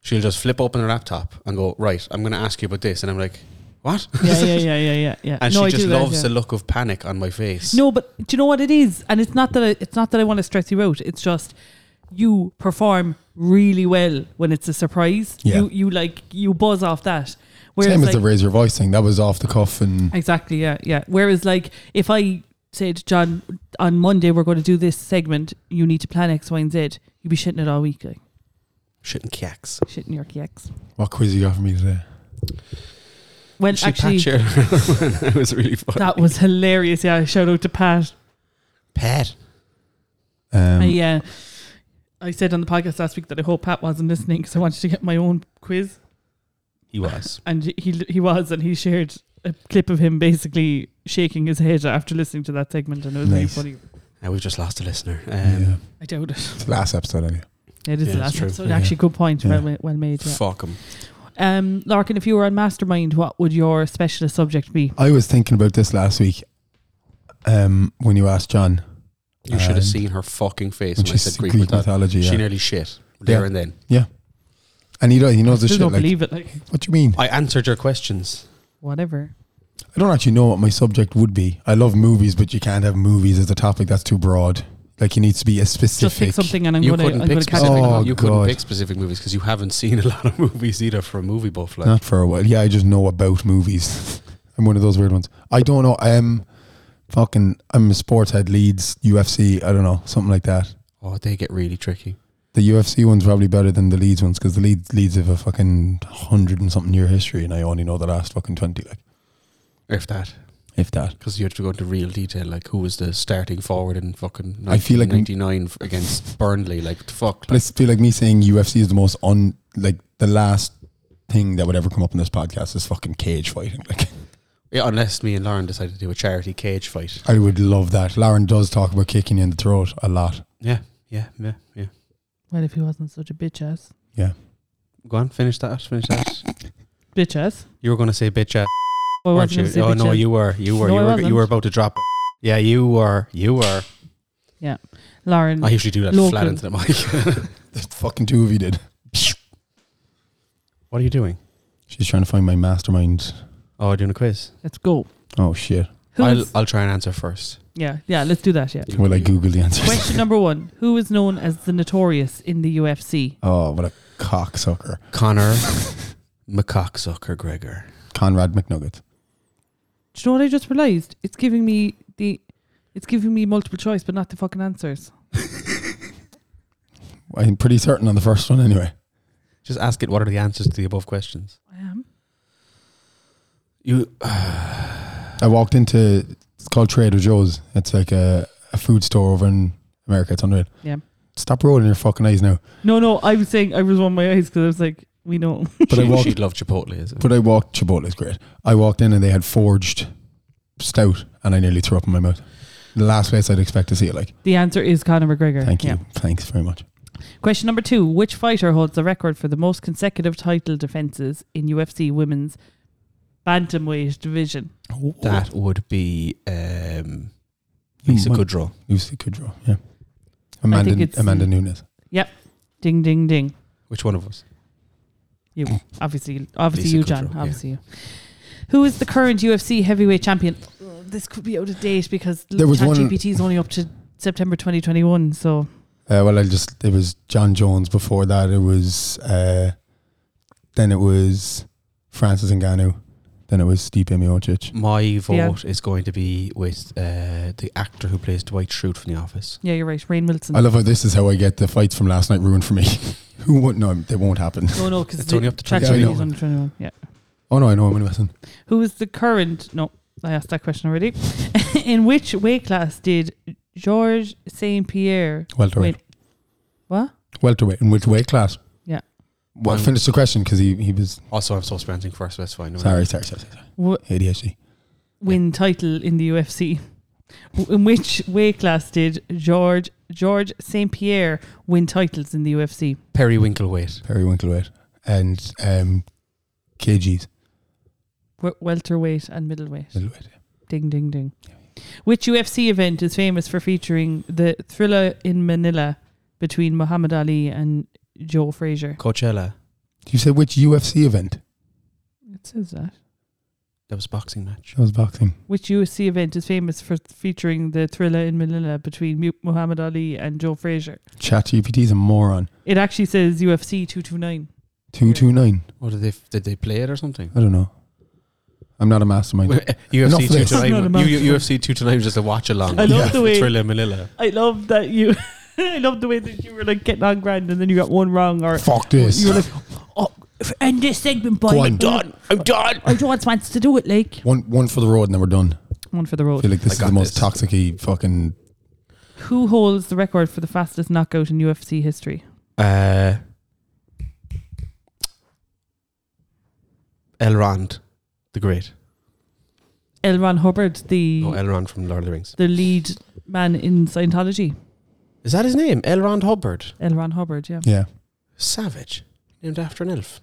she'll just flip open her laptop and go, "Right, I'm going to ask you about this," and I'm like, "What?" (laughs)
Yeah, yeah, yeah, yeah, yeah, yeah.
And
No,
she
I
just
do that,
loves
yeah.
the look of panic on my face.
No, but do you know what it is? And it's not that I, it's not that I want to stress you out. It's just you perform really well when it's a surprise.
Yeah.
You you like you buzz off that. Whereas
Same as
like,
the raise your voice thing. That was off the cuff and
exactly yeah yeah. Whereas like if I said John on Monday we're going to do this segment, you need to plan X, Y, and Z. You'd be shitting it all week, like
shitting cacks.
shitting your kicks.
what quiz you got for me today?
Well,
she
actually,
(laughs) patched her. it was really fun.
that was hilarious. Yeah, shout out to Pat.
Pat.
Um,
I, uh, I said on the podcast last week that I hope Pat wasn't listening because I wanted to get my own quiz,
He was.
and he he was, and he shared a clip of him basically shaking his head after listening to that segment, and it was
Nice.
really funny.
Uh, we've just lost a listener. Um,
yeah.
I doubt it.
It's the last episode, anyway.
It is
Yeah,
the
it's
last
true.
episode.
Yeah.
Actually, good point.
Yeah.
Well, well made. Yeah.
Um, Fuck him.
Um, Larkin, if you were on Mastermind, what would your specialist subject be?
I was thinking about this last week um, when you asked John.
Um,
You should have
And-
seen her fucking face
and
when I
she's
said Greek, mythology.
mythology.
She
Yeah.
nearly shit there
Yeah.
and then.
And he, do- he knows the
Still
shit.
don't
Like,
believe it. Like
what do you mean?
I answered your questions.
whatever.
I don't actually know what my subject would be. I love movies, but you can't have movies as a topic. That's too broad. Like you need to be a
Just
specific.
pick something, and I'm
you
gonna I'm
couldn't
gonna
pick
catch
specific.
it. Oh,
you couldn't
God.
pick specific movies because you haven't (laughs) seen a lot of movies either for a movie buff. Like
Not for a while. Yeah, I just know about movies. (laughs) I'm one of those weird ones. I don't know. I'm fucking. I'm a sports head. Leeds UFC. I don't know something like that.
oh, they get really tricky.
The UFC one's probably better than the Leeds ones because the Leeds Leeds have a fucking hundred and something year history, and I only know the last fucking twenty, like
If that,
if that.
because you have to go into real detail, like who was the starting forward in fucking
I feel like-
ninety nine against Burnley, like fuck.
But I feel like me saying UFC is the most un like the last thing that would ever come up in this podcast is fucking cage fighting. Like
Yeah, unless me and Lauren decided to do a charity cage fight.
I would love that. Lauren does talk about kicking you in the throat a lot.
Yeah, yeah, yeah, yeah.
Well, if he wasn't such a bitch ass,
Go on, finish that. Finish that.
bitch ass.
(laughs) You were going to say bitch ass,
Well, I
weren't
wasn't
you?
gonna say
Oh
bitch
no,
ass.
you were. You were.
No,
you
I
were.
wasn't.
You were about to drop. Yeah, you were. You were.
Lauren.
I usually do that flat
Local.
into the mic.
The fucking two of you did.
(laughs) what are you doing?
She's trying to find my mastermind.
Oh, we're doing a quiz.
let's go.
Oh shit.
I'll,
Who's,
I'll try and answer first.
yeah, yeah. Let's
(laughs)
do that. Yeah.
Will I Google the answers?
Question number one: Who is known as the notorious in the UFC?
oh, what a cocksucker.
Connor McCocksucker Gregor.
Conrad McNugget.
Do you know what I just realised? It's giving me the, it's giving me multiple choice, but not the fucking answers.
I'm pretty certain on the first one anyway.
Just ask it. What are the answers to the above (laughs) questions?
I am.
You
I walked into it's called Trader Joe's. It's like a, a food store over in America. It's unreal.
Yeah.
Stop rolling your fucking eyes now.
No, no. I was saying I was on my eyes because I was like, we know.
But I
she,
walked
she'd love Chipotle, is it?
But I walked Chipotle is great. I walked in and they had forged stout and I nearly threw up in my mouth. The last place I'd expect to see it like.
The answer is Conor McGregor.
Thank you.
Yeah.
Thanks very much.
Question number two: Which fighter holds the record for the most consecutive title defenses in UFC women's bantamweight division?
that would be um,
You
Lisa
might-
Kudrow.
Lucy Kudrow, yeah. Amanda
it's-
Amanda Nunes.
Ding, ding, ding.
Which one of us?
You obviously,
Lisa
obviously you, John.
Kudrow, yeah.
Obviously you. Who is the current UFC heavyweight champion? Ugh, This could be out of date because
There was one-
ChatGPT is only up to September 2021. So
Uh, well I just it was John Jones before that it was uh, then it was Francis Ngannou. Then it was Stipe Miocic.
My vote is going to be with uh, the actor who plays Dwight Schrute from The Office.
yeah, you're right. Rain Wilson.
I love how this is how I get the fights from last night ruined for me. (laughs) Who would no they won't happen.
no, no, because
It's only up to
Yeah, I know.
is under 21. Yeah.
Oh no, I know I'm only messing.
Who is the current? No, I asked that question already. (laughs) In which weight class did Georges Saint Pierre
Welterweight.
Wait. What?
Welterweight. In which weight class?
Yeah.
Well,
Um,
finish the question because he, he was
Also, I'm still spending first. That's fine. no
Sorry,
worries.
sorry, sorry, sorry.
W-
sorry. ADHD.
win title in the UFC? In which weight class did George George St Pierre win titles in the UFC?
Periwinkle weight.
Periwinkle weight. And um, kgs.
W- welterweight and middleweight.
Middle weight.
Ding ding ding. Which UFC event is famous for featuring the thriller in Manila between Muhammad Ali and Joe Frazier?
Coachella.
You said which UFC event?
It says that.
That was a boxing match.
That was boxing.
Which UFC event is famous for featuring the thriller in Manila between Mu- Muhammad Ali and Joe Frazier?
ChatGPT's a moron.
It actually says UFC 229.
229.
Or did they did they play it or something?
I don't know. I'm not
(laughs)
a mastermind. Enough
UFC
of this.
two
I'm not a
tonight.
mouthful.
UFC two tonight was just a watch along.
I
love
Yeah.
the way-
Thriller Manila.
I love that you. (laughs) I love the way that you were like getting on grand, and then you got one wrong, or
Fuck this.
you were like, "Oh, f- end this segment, boy."
Go on.
I'm done. I'm done. (laughs) I don't want to do it, like
one, one for the road and then we're done.
one for the
I
road.
feel like
Oh, I
this is
got
the most
this.
toxic fucking.
Who holds the record for the fastest knockout in UFC history?
Uh, Elrond, the Great.
Elron Hubbard, the
No, Elrond from Lord of the Rings.
the lead man in Scientology.
Is that his name? Elrond Hubbard.
Elron Hubbard, yeah.
Yeah.
Savage, named after an elf.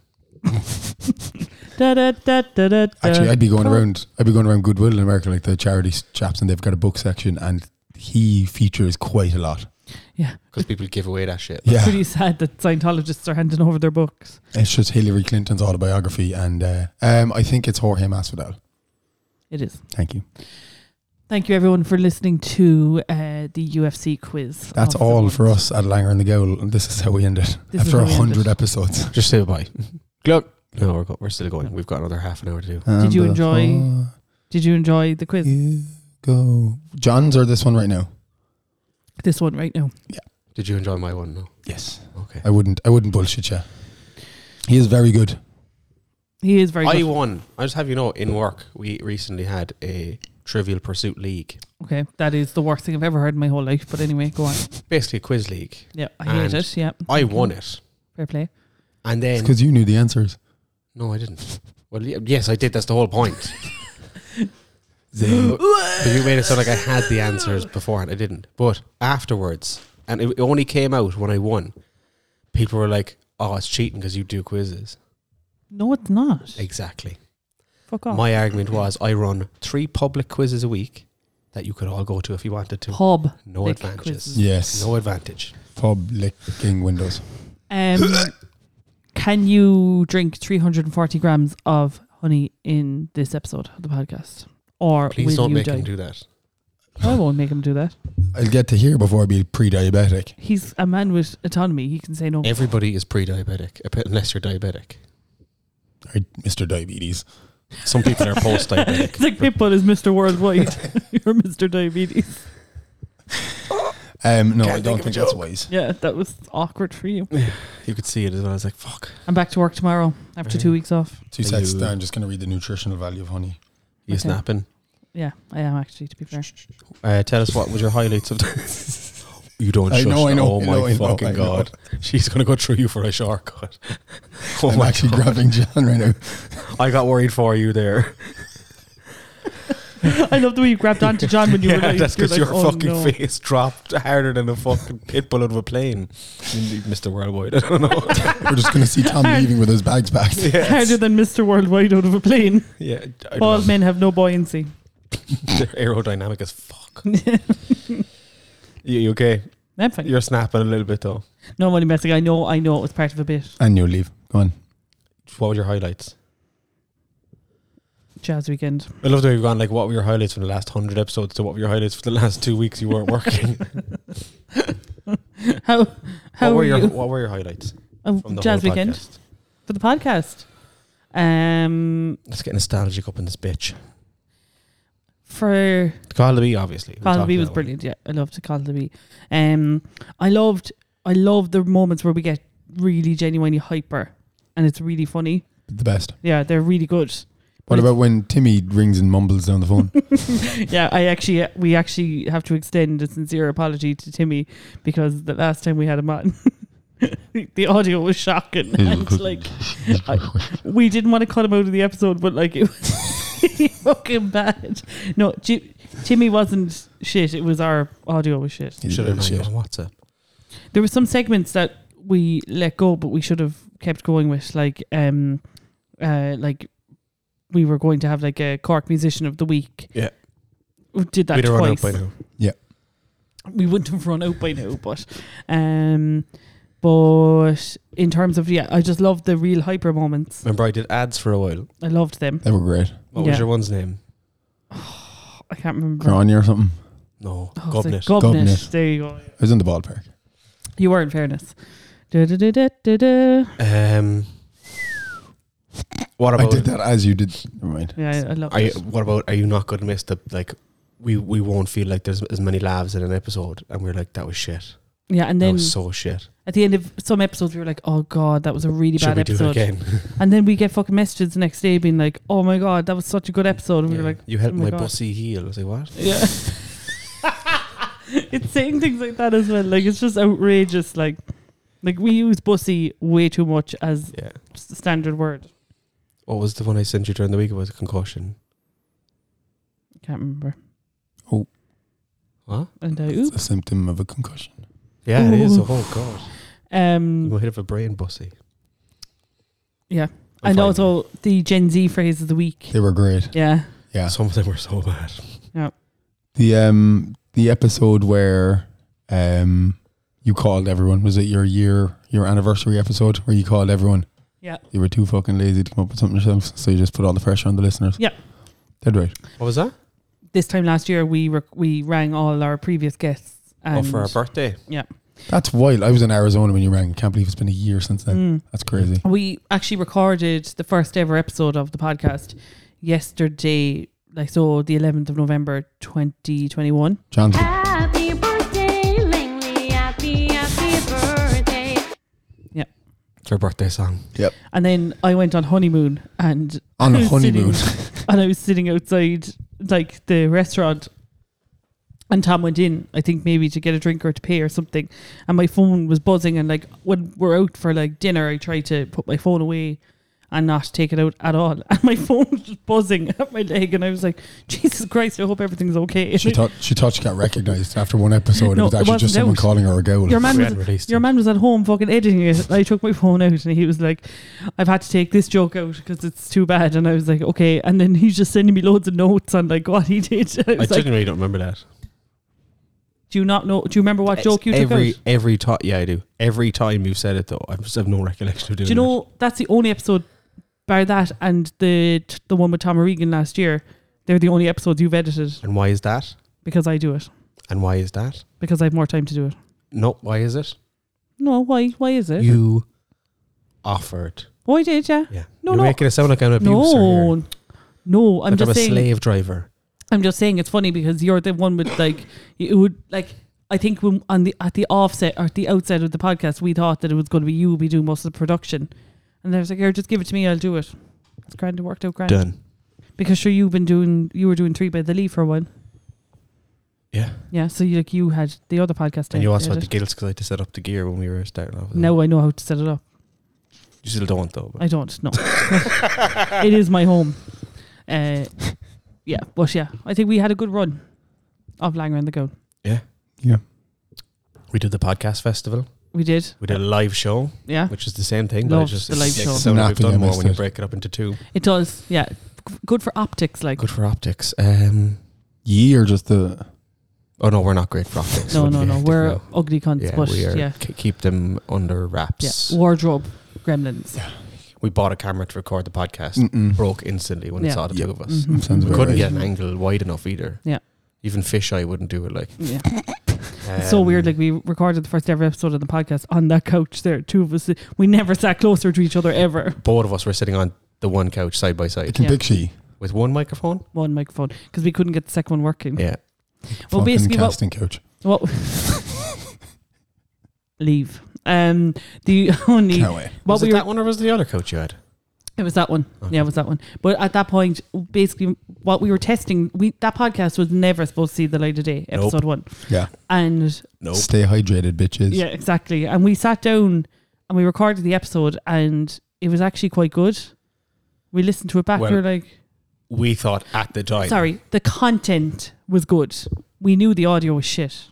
Da, da, da, da, da,
Actually,
da.
I'd be going
Cool.
around. I'd be going around Goodwill in America, like the charity s- chaps, and they've got a book section, and he features quite a lot.
because people give away that shit.
Yeah,
It's really sad that Scientologists are handing over their books.
it's just Hillary Clinton's autobiography, and uh, um, I think it's Jorge Masvidal.
It is.
Thank you.
Thank you, everyone, for listening to uh, the UFC quiz.
That's
of the
all
month.
for us at Langer and the Goal, and this is how we end it
This is
after
how
a
we end
hundred
it.
episodes.
Just say (laughs) bye. Gluck. No, we're, go- we're still going. We've got another half an hour to do.
And
you
the
enjoy-
fuck
Did you enjoy the quiz?
You go, John's or this one right now?
This one right now.
Did you enjoy my one? No.
Yes.
Okay.
I wouldn't. I wouldn't bullshit you. He is very good.
He is very
I
good.
won. I just have you know, in work, we recently had a Trivial Pursuit League,
Okay, that is the worst thing I've ever heard in my whole life. But
(laughs)
anyway, go on.
basically a quiz league.
Yeah, I hate
And
it. Yeah,
I won it,
Fair play.
and
It's
then
because you knew the answers.
no, I didn't. Well, ye- yes, I did. That's the whole (laughs) point. (gasps)
Zing.
But you made it sound like I had the answers beforehand. I didn't. But afterwards, and it it only came out when I won. People were like, "Oh, it's cheating because you do quizzes."
No, it's not.
Exactly.
Fuck off.
My argument was I run three public quizzes a week that you could all go to if you wanted to.
Pub.
No
Public
advantages.
quizzes.
yes.
No advantage.
Publicking windows.
Um, can you drink 340 grams of honey in this episode of the podcast? Or
Please
will
don't
you
make
die? Oh,
him do that.
I won't make him do that.
I'll get to here before I be pre-diabetic.
He's a man with autonomy. He can say no. (laughs)
Everybody is pre-diabetic a bit- unless you're diabetic.
Or Mr. Diabetes.
Some people
(laughs)
are post-diabetic.
It's like Pitbull is Mr. Worldwide. (laughs) You're
(laughs)
Mr. Diabetes.
Um, no, I
think
don't
of a
think that's
joke.
wise.
Yeah, that was awkward for you.
You could see it as well. I was like, "Fuck."
I'm back to work tomorrow after two weeks off.
Two
Are
sets.
you-
I'm just going to read the nutritional value of honey.
You
Okay.
snapping?
Yeah, I am actually, to
(laughs)
be fair.
Uh, tell us what was your highlights of. you don't.
I
shush
know, I
that.
know,
Oh
I
my
know, I know,
fucking
I know.
god! She's gonna go through you for a shortcut. Oh
(laughs) I'm
my
actually
god!
grabbing John right now.
I got worried for you there.
I love the way you grabbed onto John when you
(laughs)
were
yeah,
like,
that's
you're
because
like,
your
"Oh,
fucking
no."
face dropped harder than a fucking pit bullet of a plane, Mister Worldwide. (laughs) I don't know.
We're just going
(laughs)
to see Tom leaving with his bags packed.
Harder than Mr. Worldwide out of a plane.
yeah, I don't
All
know.
men have no buoyancy.
They're aerodynamic as
(laughs)
fuck. you, you okay?
I'm fine.
You're snapping a little bit though.
No, I'm only messing. I know, I know it was part of a bit.
And you'll leave. Go on.
What were your highlights? (laughs)
Jazz weekend.
I love the way you've gone. Like, what were your highlights from the last hundred episodes? To what were your highlights for the last two weeks you weren't working?
How (laughs)
what
how were,
were your
you?
What were your highlights
Oh,
from the
jazz
whole
weekend
podcast?
for the podcast. Um,
Let's get nostalgic up in this bitch.
for
Call the bee, obviously. We
Call
talked
the Bee was
about that
brilliant. Yeah, I loved Call the Bee. Um, I loved, I loved the moments where we get really genuinely hyper, and it's really funny.
The best.
Yeah, they're really good.
What
But
about when Timmy rings and mumbles down the phone?
yeah, I actually uh, we actually have to extend a sincere apology to Timmy because the last time we had him on, (laughs) the audio was
(laughs)
shocking. (laughs) And like I- we didn't want to cut him out of the episode, but like it was (laughs) fucking bad. No, Ji- Timmy wasn't shit. It was our audio was shit.
one.
He's
Should have
shit.
rang you on WhatsApp.
There were some segments that we let go, but we should have kept going with like um, uh, like we were going to have like a Cork musician of the week.
Yeah.
We did that
We'd have
twice
run out by now.
(laughs) we wouldn't have run out by now, but um but in terms of yeah, I just loved the real hyper moments.
Remember, I did ads for a while.
I loved them.
They were great.
What
Yeah.
was your one's name?
I can't remember.
Crawny or something.
No,
Oh, it's like
Gobnet.
Gobnet.
Gobnet.
There you go.
I was in the ballpark.
You were in fairness. Da, da, da, da, da, da.
Um, what
I
about?
did that as you did. Never mind.
Yeah, I, I loved
Are you,
it.
what about? Are you not going to miss the like? We we won't feel like there's as many laughs in an episode, and we're like, that was shit.
Yeah, and
that
then
was so shit.
at the end of some episodes, we were like, "Oh God, that was a really
Should
bad
we do it
episode."
again?
And then we get fucking messages the next day being like, "Oh my God, that was such a good episode," and we
Yeah.
were like,
you helped
oh my
my,
God.
bussy heel. I was like, what?
Yeah. (laughs) it's saying things like that as well. Like it's just outrageous. Like like we use bussy way too much as
Yeah.
s- standard word.
What was the one I sent you during the week about the concussion?
I can't remember.
Oh. What?
And I
It's
oop.
a symptom of a concussion.
Yeah, it is.
Ooh.
Oh god, you
Um
might have a brain bussy.
Yeah. and also the Gen Z phrase of the week.
They were great.
Yeah.
Yeah.
some of them were so bad.
The um the episode where um you called everyone was it your year your anniversary episode where you called everyone?
Yeah.
You were too fucking lazy to come up with something yourselves, so you just put all the pressure on the listeners.
Yeah.
Dead right.
What was that?
This time last year, we rec- we rang all our previous guests. And
oh, for our birthday.
That's wild. I was in Arizona when you rang. Can't believe it's been a year since then.
Mm.
That's crazy.
we actually recorded the first ever episode of the podcast yesterday, like so, the eleventh of November, twenty twenty one.
John's
Happy birthday, Langley. Happy, happy birthday.
It's our birthday song.
And then I went on honeymoon, and (laughs)
on
I
a
was
honeymoon.
sitting- and I was sitting outside like the restaurant, and Tom went in. I think maybe to get a drink or to pay or something. And my phone was buzzing, and like when we're out for like dinner, I try to put my phone away. And not take it out at all. (laughs) And my phone was just buzzing at my leg. And I was like, Jesus Christ, I hope everything's okay.
She thought she thought she got recognised after one episode.
No,
it was
it
actually
wasn't
just someone
out.
calling her a goal.
Your man
we
was
hadn't released
Your
it.
man was at home fucking editing it. And I took my phone out and he was like, I've had to take this joke out because it's too bad. And I was like, okay. And then he's just sending me loads of notes on like what he did. (laughs) I
I
was like,
genuinely don't remember that.
do you not know? Do you remember what joke you took
every
out?
every time. Yeah, I do. Every time you've said it though, I just have no recollection of doing.
Do you know that's the only episode, bar that and the the one with Tom O'Regan last year. They're the only episodes you've edited
it. And why is that?
because I do it
And why is that?
because I have more time to do it.
No, why is it?
No, why? Why is it?
You offered.
oh, I did, yeah.
Yeah.
No,
You're
no.
making it sound like I'm an abuser. here.
No, no. I'm
Like
just
I'm a
saying.
slave driver.
I'm just saying it's funny because you're the one with like it would like I think when on the at the offset or at the outset of the podcast we thought that it was going to be you be doing most of the production, and I was like, "Here, just give it to me. I'll do it." It's grand. It worked out grand
Done.
because sure you've been doing you were doing three by the leaf for a while.
Yeah.
Yeah, so you like you had the other podcast.
And you
to
also had the
edit.
guilts because I had to set up the gear when we were starting off.
now I know how to set it up.
you still don't though.
I don't
(laughs)
know. it is my home. Uh, yeah, but yeah, I think we had a good run of Langer and the Goat.
We did the podcast festival.
We did.
We did a live show,
Yeah.
which is the same thing, but
Love
it's just
the live
it's-
show.
it's something we've
Snappy, I
done more
missed
when you
it.
break it up into two.
It does, yeah. G- Good for optics, like
Good for optics. Um,
Ye or just the
oh no, we're not great for optics.
no,
Wouldn't
no,
be
no.
hectic,
We're
no.
ugly cunts,
yeah,
but
we are,
yeah,
k- keep them under wraps.
yeah. Wardrobe gremlins.
We bought a camera to record the podcast.
mm-mm.
Broke instantly when
Yeah.
it saw the two of us.
Mhm.
Sounds
We
about
couldn't
right.
get an angle wide enough either.
Yeah.
Even fisheye wouldn't do it. Like
Yeah, it's so
Um,
weird. Like we recorded the first ever episode of the podcast on that couch. There, two of us. We never sat closer to each other ever.
both of us were sitting on the one couch side by
the
side
conviction.
with one microphone.
One microphone because we couldn't get the second one working.
Yeah.
Well,
fucking
basically what-
casting couch.
What? Leave. Um, the (laughs) only
Can't wait.
what
was
we
it
were,
that one or was it the other couch you had?
It was that one. Yeah, it was that one. But at that point, basically, what we were testing, we that podcast was never supposed to see the light of day,
Nope.
episode one.
Yeah.
And
No.
Stay hydrated, bitches.
yeah, exactly. And we sat down and we recorded the episode, and it was actually quite good. We listened to it back.
Well,
we were like,
We thought at the time.
sorry, the content was good. We knew the audio was shit.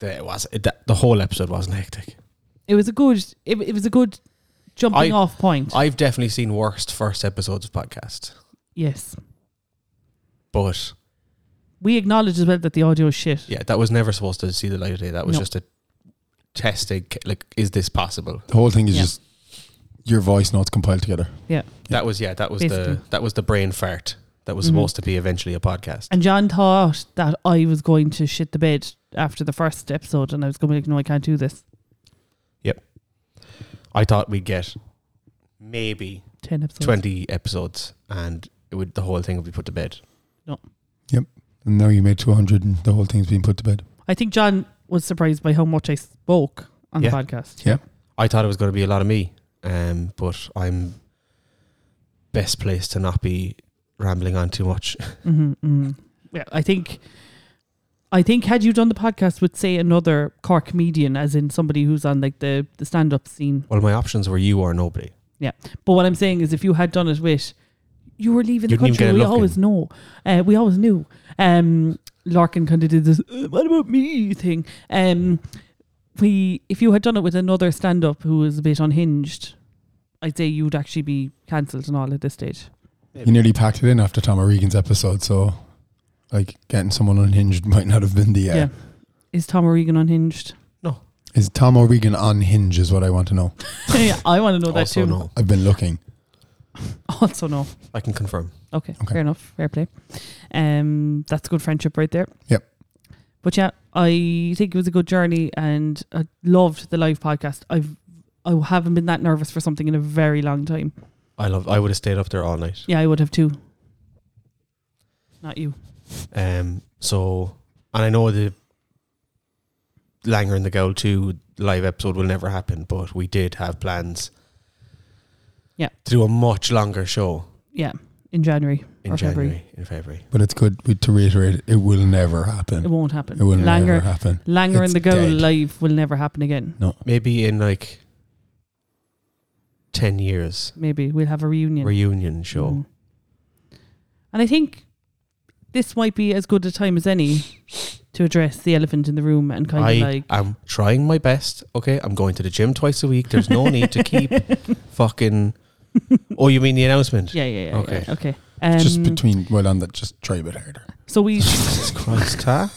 that it was it, that, the whole episode wasn't hectic.
It was a good. It, it was a good jumping
I-
off point.
I've definitely seen worst first episodes of podcasts,
yes,
but
we acknowledge as well that the audio is shit.
yeah, that was never supposed to see the light of day. That was
No.
just a testing. c- Like, is this possible?
The whole thing is
Yeah.
just your voice notes compiled together.
That was yeah. That was the
Basically.
that was the brain fart that was
Mhm.
supposed to be eventually a podcast.
And John thought that I was going to shit the bed after the first episode, and I was going to be like, no, I can't do this.
I thought we'd get maybe
10 episodes.
twenty episodes, and it would the whole thing would be put to bed.
And now you made two hundred, and the whole thing's been put to bed.
I think John was surprised by how much I spoke on
Yeah.
the podcast.
I thought it was going to be a lot of me, um, but I'm best placed to not be rambling on too much.
hmm Yeah, I think. I think had you done the podcast with say another Cork comedian, as in somebody who's on like the, the stand up scene.
Well, my options were you or nobody.
But what I'm saying is, if you had done it with, you were leaving
You
the
didn't
country.
even get a
We
look in.
always know. Uh, we always knew. Um, Larkin kind of did this. "Uh, What about me thing? Um, we, if you had done it with another stand-up who was a bit unhinged, I'd say you'd actually be cancelled and all at this stage.
You nearly packed it in after Tom O'Regan's episode, so like getting someone unhinged (laughs) might not have been the. Uh,
Yeah. Is Tom O'Regan
(laughs)
unhinged? (laughs)
Is Tom O'Regan on Hinge? Is what I want to know.
yeah, I want to know that
also
too.
no.
I've been looking.
(laughs) Also no.
I can confirm.
Okay,
Okay.
fair enough. Fair play. Um, that's good friendship right there.
Yep.
But yeah, I think it was a good journey, and I loved the live podcast. I've I haven't been that nervous for something in a very long time.
I love. I would have stayed up there all night.
Yeah, I would have too. Not you.
Um. So, and I know the Langer and the Goal two live episode will never happen, but we did have plans.
Yeah.
To do a much longer show
Yeah, in January
in
or
January.
February.
In February.
But it's good we- to reiterate: it will never happen.
It won't happen.
It will never
Langer,
happen.
Langer and
It's
the Go
dead.
live will never happen again.
Maybe in like ten years
Maybe we'll have a reunion.
reunion show.
Mm. And I think this might be as good a time as any to address the elephant in the room and kind
I
of like
am trying my best. Okay, I'm going to the gym twice a week. There's no need
(laughs)
to keep fucking. Oh, you mean the announcement?
yeah, yeah, yeah.
Okay.
Okay, okay. Um,
just between, well, on that, just try a
(laughs)
bit harder.
so we
(laughs) Jesus
(laughs)
Christ, huh?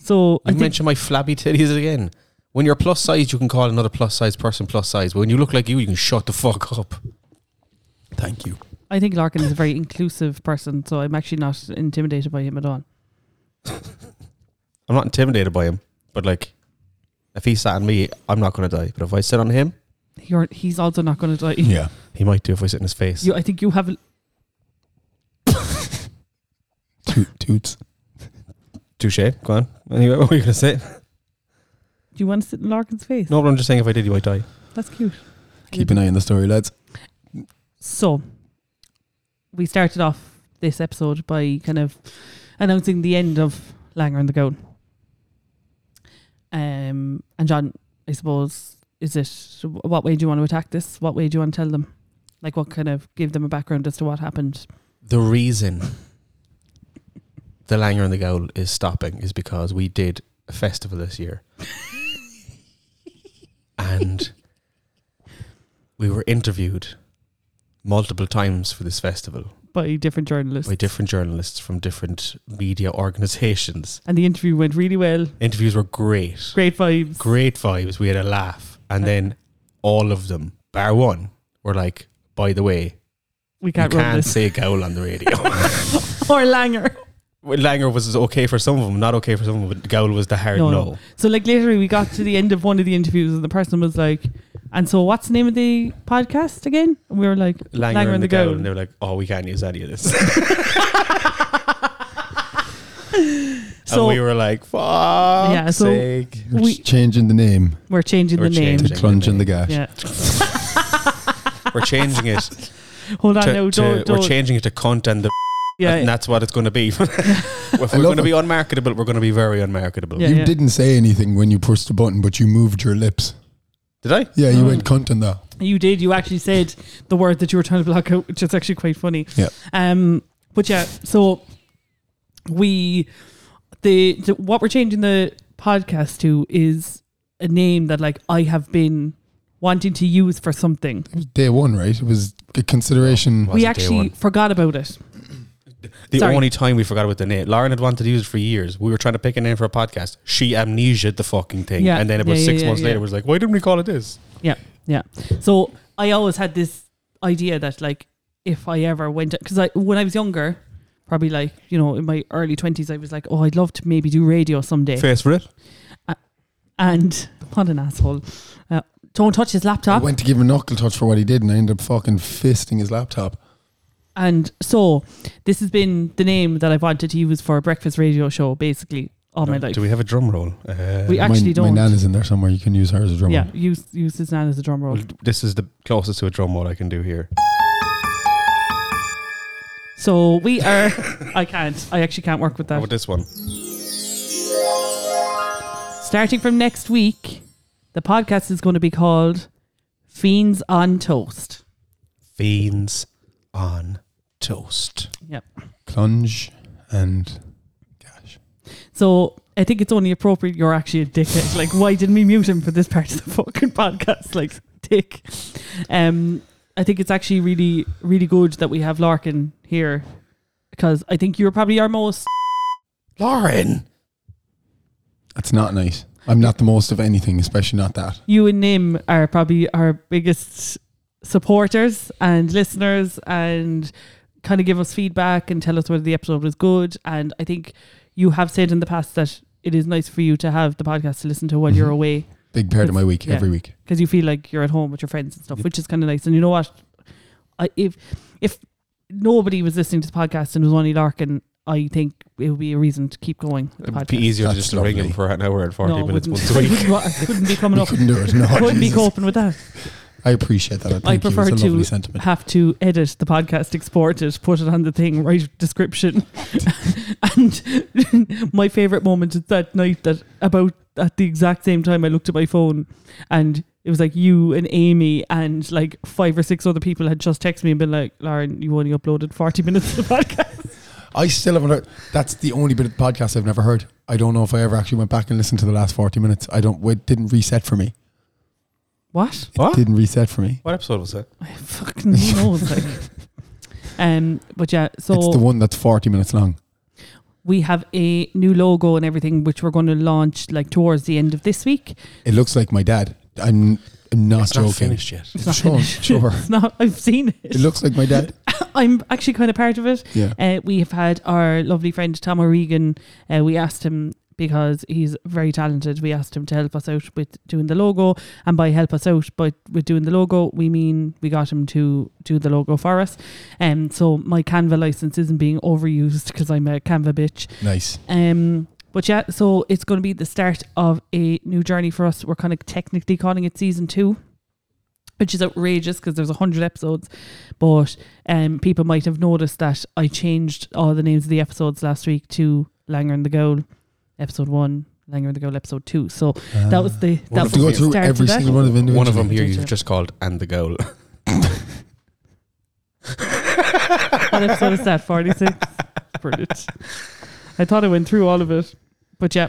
so I
You
think
mentioned my flabby titties again. When you're plus size, you can call another plus size person plus size. But when you look like you, you can shut the fuck up.
Thank you.
I think Larkin is a very inclusive person, so I'm actually not intimidated by him at all.
I'm not intimidated by him, but like, if he sat on me, I'm not gonna die. But if I sit on him,
You're, he's also not going to die.
Yeah.
he might do if I sit in his face.
You, I think you have
Toot, toots.
Touche. Go on. Anyway, (laughs) what were you gonna say?
Do you want to sit in Larkin's face?
No, but I'm just saying if I did, you might die.
That's cute.
Keep an eye on the story, lads.
So, we started off this episode by kind of announcing the end of Langer and the Goat. Um, and John, I suppose, is it what way do you want to attack this? What way do you want to tell them? Like, what kind of give them a background as to what happened?
the reason the Langer and the Gowl is stopping is because we did a festival this year. and we were interviewed multiple times for this festival
By different journalists.
by different journalists from different media organizations.
And the interview went really well.
Interviews were great.
Great vibes.
Great vibes. We had a laugh. And then all of them, bar one, were like, by the way,
We can't,
you
run
can't
this.
say Gowl on the radio.
(laughs) or Langer.
Well, Langer was okay for some of them, not okay for some of them. But Gowl was the hard
No,
no.
no. So like literally we got to the end of one of the interviews and the person was like, And so what's the name of the podcast again? And we were like
Langer, and, the Gowl, and they were like, "Oh, we can't use any
(laughs)
of this."
So
and we were like, "Fuck, yeah."
so
sake.
We're
We-
just changing the name
we're changing
We're
the name.
changing.
to Clunge in the Gash.
Yeah.
we're
(laughs)
changing it.
Hold on,
to,
no,
to-
don't,
we're
don't.
changing it to cunt and the.
yeah,
and that's what it's going to
(laughs)
be. (laughs) if we're
love
going to
it.
be unmarketable, we're going to be very unmarketable.
Yeah,
you
yeah.
didn't say anything when you pushed the button, but you moved your lips.
Did I?
Yeah, you
Mm.
went cunt on that.
you did. You actually said the word that you were trying to block out, which is actually quite funny.
Yeah.
Um. But yeah. So we the, the what we're changing the podcast to is a name that like I have been wanting to use for something.
It was day one, right? It was a consideration.
Well-
we
Wasn't day
actually
one.
forgot about it.
The
Sorry.
only time we forgot about the name, Lauren had wanted to use it for years. We were trying to pick a name for a podcast. She amnesia the fucking thing,
Yeah.
and then about
Yeah, yeah,
six
yeah,
months
yeah.
later, was like, "Why didn't we call it this?"
Yeah. So I always had this idea that like if I ever went because I when I was younger, probably like you know in my early twenties, I was like, oh, I'd love to maybe do radio someday.
Face for it.
And what an asshole! Uh, don't touch his
I
laptop.
went to give him a knuckle touch for what he did, and I ended up fucking fisting his laptop.
And so this has been the name that I've wanted to use for a breakfast radio show, basically all my
No,
life.
Do we have a drum roll? Uh,
We
My-
actually don't.
My nan is in there somewhere. You can use her as a drummer.
yeah, use use his nan as a drum roll.
well, this is the closest to a drum roll I can do here.
So we
(laughs)
are. I can't. I actually can't work with that.
How about this one?
Starting from next week, the podcast is going to be called Fiends on Toast.
Fiends on toast.
Clunge and gosh.
So I think it's only appropriate you're actually a dickhead. (laughs) Like, why didn't we mute him for this part of the fucking podcast? Like, dick. Um, I think it's actually really, really good that we have Larkin here because I think you're probably our most.
Lauren.
That's not nice. I'm not the most of anything, especially not that.
You and Nim are probably our biggest supporters and listeners and kind of give us feedback and tell us whether the episode was good. And I think you have said in the past that it is nice for you to have the podcast to listen to while you're
Mhm.
away.
Big part of my week
Yeah.
every week.
because you feel like you're at home with your friends and stuff, which is kind of nice. And you know what? I, if if nobody was listening to the podcast and it was only Larkin, I think it would be a reason to keep going. With the
It
podcast.
would be easier
That's
to just ring him
lovely.
for an hour and 40
No, it (laughs)
minutes
wouldn't.
once a week.
Wouldn't wa- couldn't be coming
(laughs)
We
up. (laughs)
couldn't do it. No,
Oh,
Couldn't be
Jesus.
coping with that.
I appreciate that. I, thank you. It's
prefer
a lovely
to-
sentiment.
Have to edit the podcast, export it, put it on the thing, write a description. (laughs) and (laughs) my favorite moment is that night that about at the exact same time I looked at my phone and it was like you and Amy and like five or six other people had just texted me and been like, Lauren, you only uploaded 40 (laughs) minutes of the podcast.
I still haven't heard. That's the only bit of the podcast I've never heard. I don't know if I ever actually went back and listened to the last 40 minutes. I don't. It didn't reset for me.
What?
It
What?
didn't reset for me.
What episode was that?
I fucking knows. Like, (laughs) um, but yeah, so
it's the one that's 40 minutes long.
we have a new logo and everything, which we're going to launch like towards the end of this week. (laughs)
It looks like my dad. I'm, I'm not
it's
joking.
not finished yet.
It's not
Sure,
finished. (laughs)
sure.
It's not. I've seen it.
It looks like my dad.
(laughs) I'm actually kind of part of it.
Yeah.
Uh, we have had our lovely friend Tom O'Regan. Uh, we asked him because he's very talented. We asked him to help us out with doing the logo, and by help us out, but with doing the logo, we mean we got him to do the logo for us. And um, so my Canva license isn't being overused because I'm a Canva bitch.
Nice.
Um, but yeah, so it's going to be the start of a new journey for us. We're kind of technically calling it season two, which is outrageous because there's 100 episodes. But um, people might have noticed that I changed all the names of the episodes last week to Langer and the Goal, episode one, Langer and the Goal, episode two. So
Um,
that was the that
One
was
of
Ah, to go
the
through
start of
every
that.
single one of them.
One of them
individually.
here you've
Individual.
just called and
(laughs)
the goal.
What episode is that?
(laughs)
46? Brilliant. I thought I went through all of it. But yeah,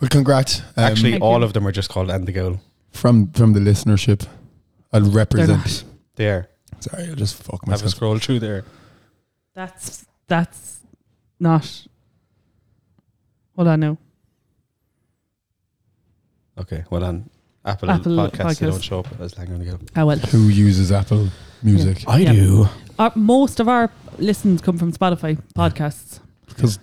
Well, congrats. Um,
(laughs) Actually,
Thank
all
you.
of them are just called and the goal.
from from the listenership, I'll
they're
represent.
not.
They are.
Sorry, I'll just fuck
Have a
myself.
scroll through there.
That's that's not. Hold on now.
Okay, well on Apple,
Apple
podcasts, they
Podcasts.
don't show up as Langer and the goal.
Ah well.
Who uses Apple Music?
I
Yeah.
do.
Our, most of our listens come from Spotify podcasts.
Because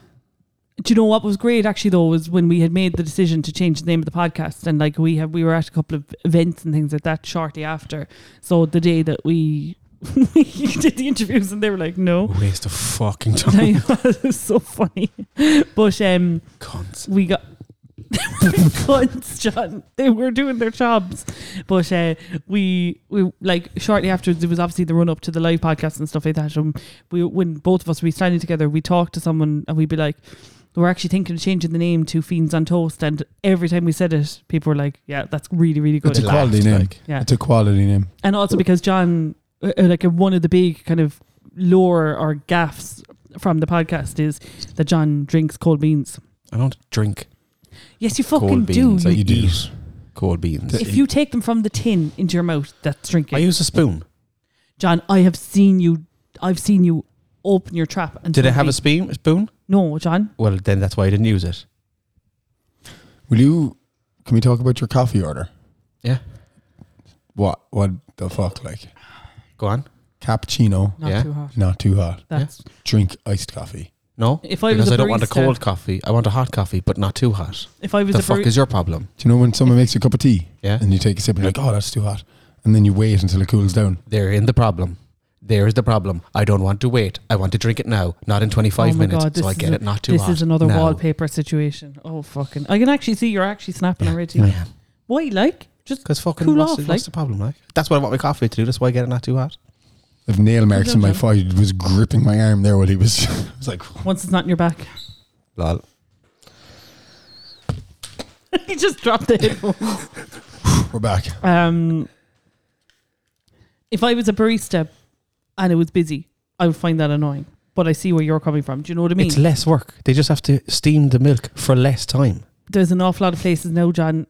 Do you know what was great actually though was when we had made the decision to change the name of the podcast and like we have we were at a couple of events and things like that shortly after. So the day that we (laughs) we did the interviews and they were like, no. (laughs)
Waste of fucking time.
it's so funny. But um
Cunts.
we got (laughs) cunts, John. They were doing their jobs, but uh, we we like shortly afterwards. It was obviously the run up to the live podcast and stuff like that. Um, we when both of us we standing together, we talked to someone and we'd be like, "We're actually thinking of changing the name to Fiends on Toast." And every time we said it, people were like, "Yeah, that's really really good."
it's a
laughed,
quality name.
like.
Yeah.
It's a quality name.
and also because John, uh, uh, like uh, one of the big kind of lore or gaffs from the podcast is that John drinks cold beans.
I don't drink
Yes, you fucking
cold
do.
beans.
you
I
You do.
eat cold beans.
Th-
If you take them from the tin into your mouth, that's
I
drinking.
use a spoon.
John, I have seen you. I've seen you open your trap. And
Did I have a
something-
spoon? Spoon?
No, John.
Well, then that's why I didn't use it.
Will you? Can we talk about your coffee order?
Yeah.
What? What the fuck? Like
Go on.
cappuccino,
Not
Yeah.
too hot.
not too hot.
That's
Drink iced coffee.
No,
if I was
because
a
I don't want a
barista-
cold coffee. I want a hot coffee, but not too hot.
If I was
The
a
fuck
bar-
is your problem?
Do you know when someone makes you a cup of tea
Yeah,
and you take a sip and you're like, oh, that's too hot, and then you wait until it cools down.
they're in the problem. There is the problem. I don't want to wait. I want to drink it now, not in 25
Oh my
minutes.
God,
so
this
I
is
get
a-
it not too
this
hot.
is another
now.
wallpaper situation. Oh fucking! I can actually see you're actually snapping already.
Yeah,
Why, like, just
because fucking
Cool
what's,
off,
the,
like.
what's the problem? Like that's what I want my coffee to do. That's why I get it not too hot.
I have nail marks in my
Okay.
forehead. He was gripping my arm there while he was. (laughs) I was like,
once it's not in your back, (laughs)
Lol.
you just drop the headphones.
we're back.
Um, if I was a barista and it was busy, I would find that annoying. But I see where you're coming from. Do you know what I mean?
It's less work. They just have to steam the milk for less time.
there's an awful lot of places now, John,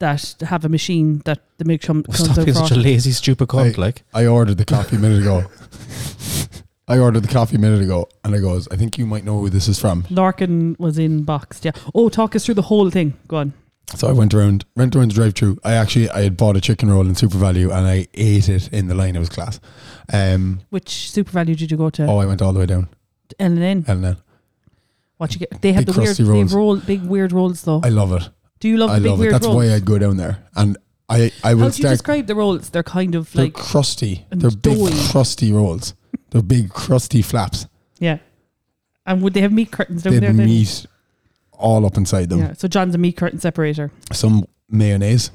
that have a machine that the milk chum-
Well,
comes
stop
out
being such a
frothy.
lazy, stupid cunt.
Hey.
Like,
I ordered the coffee a minute ago. I ordered the coffee a minute ago, and I goes, I think you might know who this is from.
Larkin was in boxed. Yeah. Oh, talk us through the whole thing. Go on.
So I went around, went around the drive-through. I actually, I had bought a chicken roll in Super Value, and I ate it in the line. It was class. Um,
Which super value did you go to?
Oh, I went all the way down,
L and N.
and then
What you get? They have
Big
the weird,
crusty
they
rolls.
roll big weird rolls though.
I love it.
Do you love
I
the big
love it.
weird
That's
rolls?
why I'd go down there, and I, I
How
will
do you
start.
describe the rolls? They're kind of
They're
like
crusty.
and
They're big,
doughy.
crusty rolls. They're big, crusty flaps.
yeah. And would they have meat curtains down
They
there?
had
then?
meat all up inside them.
Yeah. So John's a meat curtain separator.
Some mayonnaise,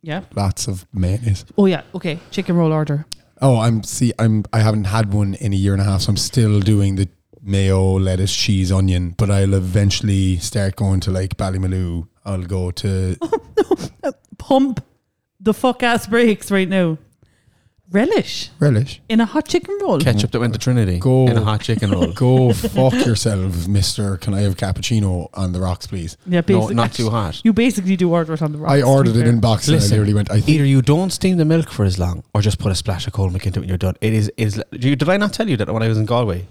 Yeah.
lots of mayonnaise.
Oh yeah. Okay. Chicken roll order.
Oh, I'm see. I'm. I haven't had one in a year and a half, so I'm still doing the mayo, lettuce, cheese, onion. But I'll eventually start going to like Ballymaloo. I'll
(laughs)
go to
Pump the fuck ass brakes right now. Relish
relish.
in a hot chicken roll.
Ketchup that went to Trinity
Go.
in a hot chicken roll.
Go fuck yourself, Mister. Can I have cappuccino on the rocks, please?
Yeah.
no,
Basically,
not too hot.
You basically do order it on the rocks.
I
to be
ordered it
fair.
in boxes. and I
Listen,
literally went. I think
Either you don't steam the milk for as long, or just put a splash of cold milk into it when you're done. It is is. Did I not tell you that when I was in Galway,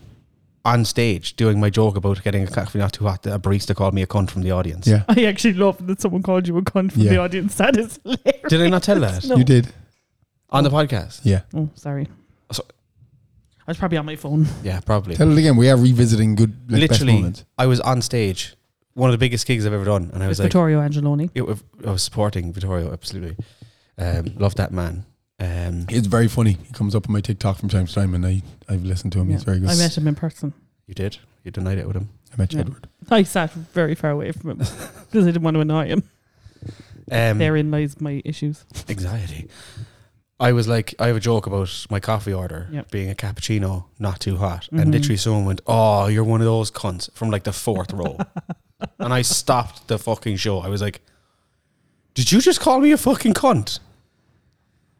on stage doing my joke about getting a coffee not too hot, a barista called me a cunt from the audience.
Yeah.
I actually love that someone called you a cunt from
Yeah.
the audience. (laughs) That is hilarious.
Did I not tell
(laughs)
that
No.
you did.
on the podcast?
Yeah.
Oh, sorry.
So-
I was probably on my phone.
Yeah, probably.
Tell it again. We are revisiting good like, best
Literally,
moments.
I was on stage, one of the biggest gigs I've ever done, and I was
It's
like,
Vittorio Angeloni.
it was- I was supporting Vittorio absolutely. Um, love that man. Um,
It's very funny. He comes up on my TikTok from time to time, and I I've listened to him. He's
Yeah.
very good.
I met him in person.
you did. You denied it with him.
I met you,
Yeah.
Edward.
I sat very far away (laughs) from him because I didn't want to annoy him.
Um,
Therein lies my issues.
anxiety. I was like, I have a joke about my coffee order
Yep.
being a cappuccino, not too hot,
Mhm.
and literally someone went, "Oh, you're one of those cunts" from like the fourth row, and I stopped the fucking show. I was like, "Did you just call me a fucking cunt?"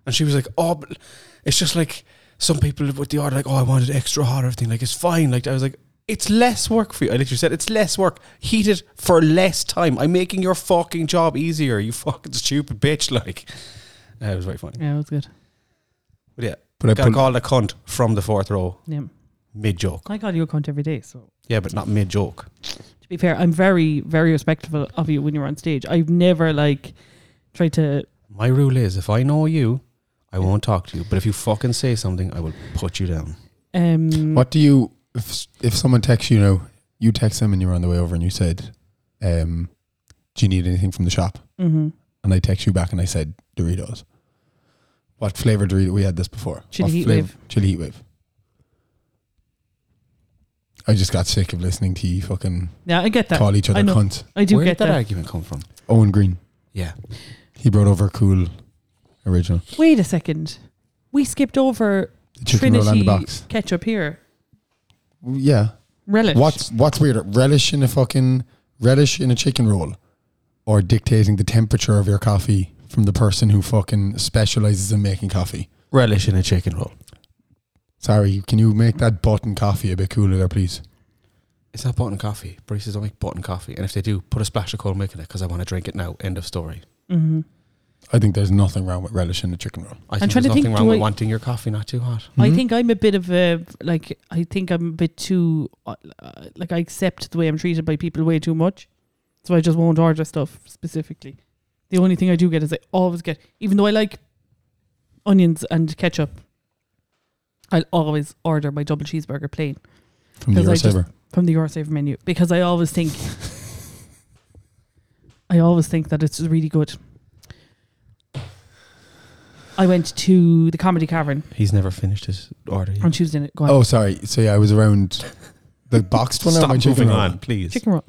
And she was like, "Oh, but it's just like some people with the order, like, oh, I wanted extra hot or everything. Like, it's fine. Like, I was like." It's less work for you. I literally said it's less work. Heat it for less time. I'm making your fucking job easier. You fucking stupid bitch. (laughs) Like, uh, it was very funny.
Yeah, it was good.
But yeah,
But I
got
put,
called a cunt from the fourth row
Yeah.
mid joke.
I call you a cunt every day. So,
Yeah, but not mid joke.
to be fair, I'm very, very respectful of you when you're on stage. I've never, like, tried to.
My rule is if I know you, I won't talk to you. But if you fucking say something, I will put you down.
um
What do you if if someone texts you now? You text them and you're on the way over, and you said, um, "Do you need anything from the shop?"
hmm
And I text you back, and I said, "Doritos." What flavor Dorito? We had this before.
Chili
What
heat
flavor-
wave.
Chili heat wave. I just got sick of listening to you fucking
Yeah, I get that.
call each
I
other
know.
cunt.
I do
Where
get
did that,
that.
argument come from?
Owen Green.
Yeah.
He brought over a cool original.
Wait a second. We skipped over
The chicken roll on
Trinity
the box.
ketchup here.
Yeah.
Relish.
What's what's weirder? Relish in a fucking relish in a chicken roll or dictating the temperature of your coffee from the person who fucking specializes in making coffee.
Relish in a chicken roll.
Sorry, can you make that button coffee a bit cooler there, please?
It's not button coffee. Baristas don't make button coffee. And if they do, put a splash of cold milk in it because I want to drink it now. End of story.
Mm-hmm.
I think there's nothing wrong with relish in a chicken roll.
I think
trying
there's
to
nothing
think,
wrong
do
with
I-
wanting your coffee not too hot.
I
Mhm.
think I'm a bit of a like. I think I'm a bit too uh, uh, like I accept the way I'm treated by people way too much, so I just won't order stuff specifically. The only thing I do get is I always get, even though I like onions and ketchup, I'll always order my double cheeseburger plain
from the
Because I just-
Eurosavor.
from the Your Save menu because I always
(laughs)
think, I always think that it's really good. I went to the Comedy Cavern
He's never finished his order
on
yet.
Tuesday. night. Go on.
Oh, sorry. So yeah, I was around the boxed one. or
Stop
my chicken
moving
roll?
on, please.
Chicken roll.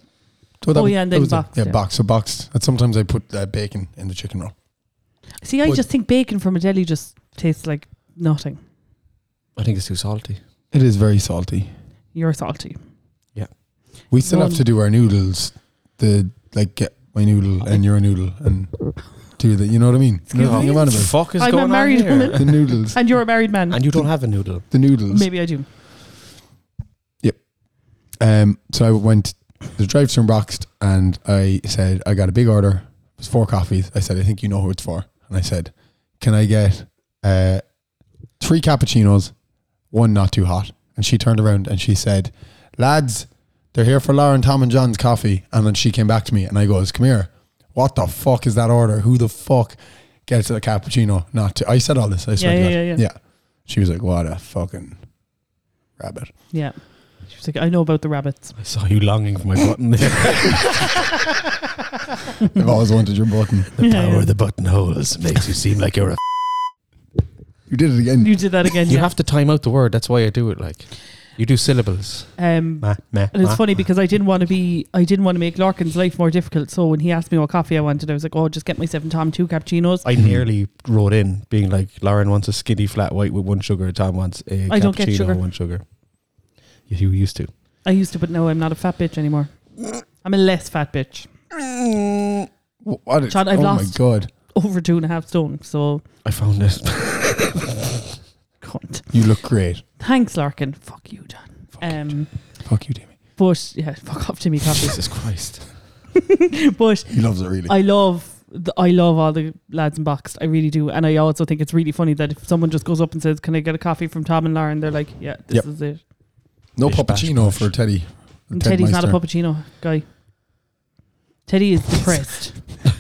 So that
Oh,
was-
yeah, and
that
then
was it.
boxed,
Yeah,
yeah.
boxed. So boxed. And sometimes I put uh, bacon in the chicken roll.
See, I
But-
just think bacon from a deli just tastes like nothing.
I think it's too salty.
It is very salty.
You're salty.
We still have
One-
to do our noodles. The like get my noodle and your noodle and do the you know what I mean? You know what I'm on
What the
about?
fuck is
I'm a
going on
married
here?
woman.
The noodles.
And you're a married man.
And you don't have a noodle.
The noodles.
Maybe I do.
Um so I went to the drive through boxed and I said I got a big order, It's four coffees. I said, I think you know who it's for. And I said, Can I get uh, three cappuccinos, one not too hot? And she turned around and she said, Lads, they're here for Lauren, Tom, and John's coffee. And then she came back to me and I goes, Come here. What the fuck is that order? Who the fuck gets a cappuccino? Not to. I said all this. I swear
Yeah,
to
yeah,
God.
yeah,
yeah. She was like, What a fucking rabbit.
Yeah. She was like, I know about the rabbits.
I saw you longing for my button
(laughs)
there. (laughs)
I've always wanted your button.
the
Yeah,
power
yeah.
of the buttonholes makes you seem like you're a.
You did it
(laughs)
again.
You did that again.
You
yeah.
have to time out the word. That's why I do it. Like, you do syllables.
um,
Meh, meh,
And it's
meh.
funny because I didn't want to be, I didn't want to make Larkin's life more difficult. So when he asked me what coffee I wanted, I was like, oh, just get myself and Tom two cappuccinos.
I nearly wrote in being like, Lauren wants a skinny flat white with one sugar. Tom wants a
I
cappuccino
don't get sugar.
one sugar. You you used to.
I used to, but no, I'm not a fat bitch anymore. I'm a less fat bitch. (laughs)
What?
Chad, I've
oh
lost.
my god!
Over two and a half stone. So,
I found (laughs) this.
cunt.
You look great.
Thanks, Larkin. Fuck you, John.
Fuck, you,
Um,
fuck you, Timmy.
but yeah, (laughs) fuck off to me, coffee.
(laughs)
Jesus Christ.
(laughs) but
He loves it really.
I love, the, I love all the lads in boxed. I really do. And I also think it's really funny that if someone just goes up and says, can I get a coffee from Tom and Lauren? They're like, yeah, this
Yep.
is it.
no
Bish, bash,
puppuccino
bash.
for Teddy.
And
Ted
Teddy's not a
Meister.
puppuccino guy. Teddy is
(laughs)
depressed.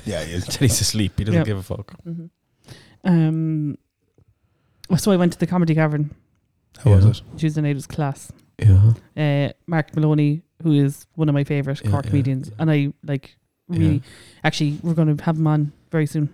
Yeah, he is.
Teddy's asleep. He doesn't
Yep.
give a fuck.
Mm-hmm.
Mhm. Um, so I went to the Comedy Cavern
How
Yeah.
was it?
Tuesday night. It was class.
Yeah.
Uh, Mark Maloney, who is one of my favorite
Yeah,
Cork
yeah,
comedians,
yeah.
and I like really.
Yeah.
Actually, we're going to have him on very soon.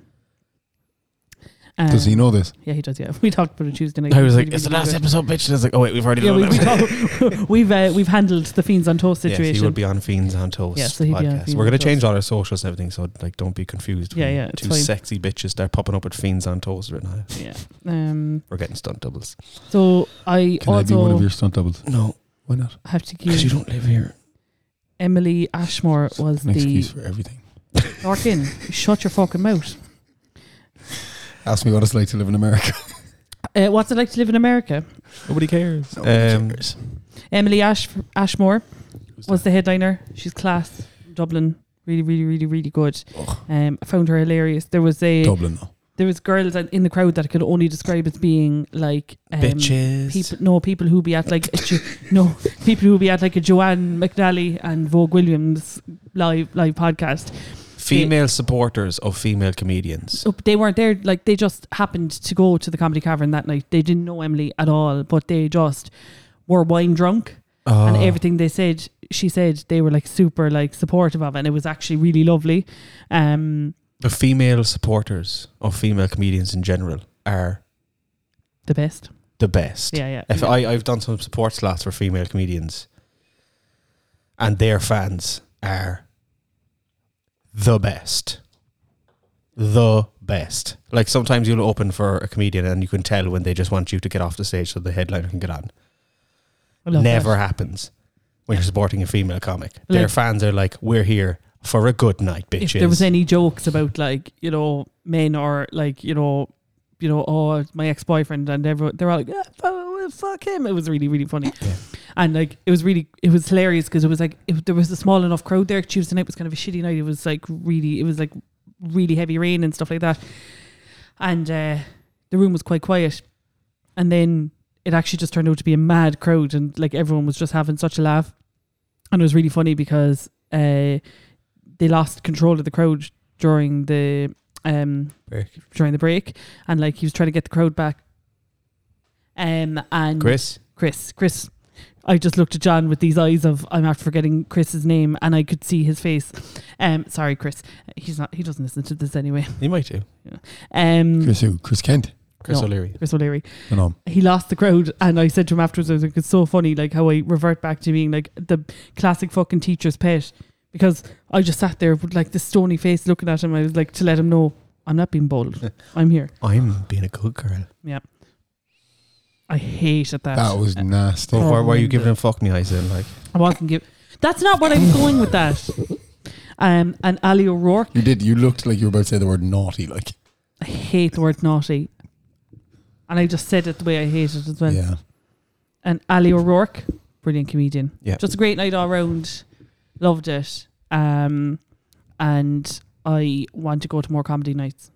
Um,
Does he know this?
Yeah, he does. Yeah, (laughs) we talked about it Tuesday night.
I was
It's
like,
really,
it's the
really
last
good.
episode, bitch. And I was like, oh, wait, we've already
Yeah,
done
we,
(laughs) it.
talk- (laughs) we've uh, we've handled the fiends on toast situation.
Yes, he will be on Fiends on Toast
Yeah, so he'll be on
podcast.
Fiends
We're
on
going to
Toast.
change all our socials and everything, so like, don't be confused.
Yeah,
when
yeah, it's
Two
fine.
sexy bitches start popping up with Fiends on Toast written on it.
yeah. Um.
We're getting stunt doubles.
So I
Can I be
also
one of your stunt doubles?
No,
Why not?
have to
because
give
you don't live here.
Emily Ashmore was
An excuse
the
for everything.
Larkin. Shut your fucking mouth.
Ask me what it's like to live in America. (laughs)
Uh, what's it like to live in America?
Nobody cares.
Nobody
um,
cares.
Emily Ash Ashmore was the headliner. She's class, Dublin. Really, really, really, really good.
Ugh.
Um, I found her hilarious. There was a
Dublin though.
there was girls in in the crowd that I could only describe as being like um,
bitches.
People, no people who be at like a jo- no people who be at like a Joanne McNally and Vogue Williams live live podcast.
Female supporters of female comedians.
So they weren't there. Like they just happened to go to the comedy cavern that night. They didn't know Emily at all, but they just were wine drunk, Oh, and
Ah. Oh.
everything they said, she said, they were like super like supportive of, it, and it was actually really lovely. Um,
The female supporters of female comedians in general are
the best.
the best.
Yeah, yeah.
If I, I've done some support slots for female comedians, and their fans are the best. The best. Like sometimes you'll open for a comedian and you can tell when they just want you to get off the stage so the headliner can get on.
I love
Never
that.
happens when you're supporting a female comic.
Like-
their fans are like, "We're here for a good night, bitches."
If there was any jokes about like you know men or like you know. You know, oh, my ex boyfriend, and everyone, they're all like, "Ah, fu- fuck him. It was really, really funny. and like it was really it was hilarious because it was like it, there was a small enough crowd there tuesday night was kind of a shitty night it was like really it was like really heavy rain and stuff like that and uh the room was quite quiet and then it actually just turned out to be a mad crowd and like everyone was just having such a laugh and it was really funny because uh they lost control of the crowd during the um
Break.
during the break and like he was trying to get the crowd back um and
Chris,
Chris, Chris. I just looked at John with these eyes of I'm after forgetting Chris's name, and I could see his face. Um, sorry, Chris. He's not. He doesn't listen to this anyway.
you might do.
Um, Chris,
Chris who? Chris Kent.
Chris
No.
O'Leary.
O'Leary.
No, no.
He lost the crowd, and I said to him afterwards, I was like, "It's so funny, like how I revert back to being like the classic fucking teacher's pet," because I just sat there with like this stony face looking at him. I was like to let him know I'm not being bold. I'm here.
I'm being a good girl.
I hated that.
That was nasty.
So why, why are you giving
Horrendous.
him fuck me eyes then? Like,
I wasn't give. That's not what I was going with that. Um, and Ali O'Rourke.
You did. You looked like you were about to say the word naughty. Like
I hate the word naughty. And I just said it the way I hate it as well.
yeah.
And Ali O'Rourke, brilliant comedian.
Yeah.
Just a great night all round. Loved it. Um, and I want to go to more comedy nights.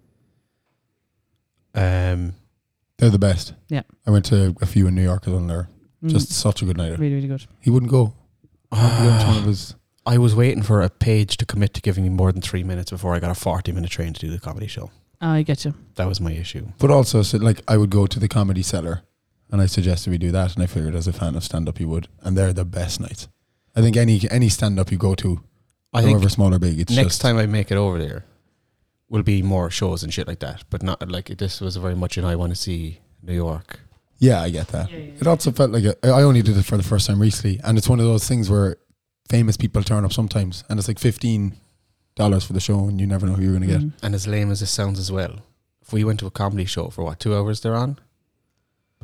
(sighs) Um,
They're the best.
Yeah.
I went to a few in New York alone there.
Mm,
Just such a good night. out.
really, really good.
He wouldn't go. He went to one of his-
I was waiting for a page to commit to giving me more than three minutes before I got a 40 minute train to do the comedy show.
I get you.
That was my issue.
But also, so like I would go to the Comedy Cellar, and I suggested we do that. And I figured, as a fan of stand up, you would, and they're the best nights. I think any any stand up you go to,
I
however
think
small or big, it's
next
just,
time I make it over there will be more shows and shit like that, but not like this was very much an I want to see New York.
Yeah, I get that. It also felt like a, I only did it for the first time recently, and it's one of those things where famous people turn up sometimes, and it's like fifteen dollars for the show, and you never know who you're going to get.
Mm.
And as lame as this sounds as well, if we went to a comedy show for what, two hours they're on?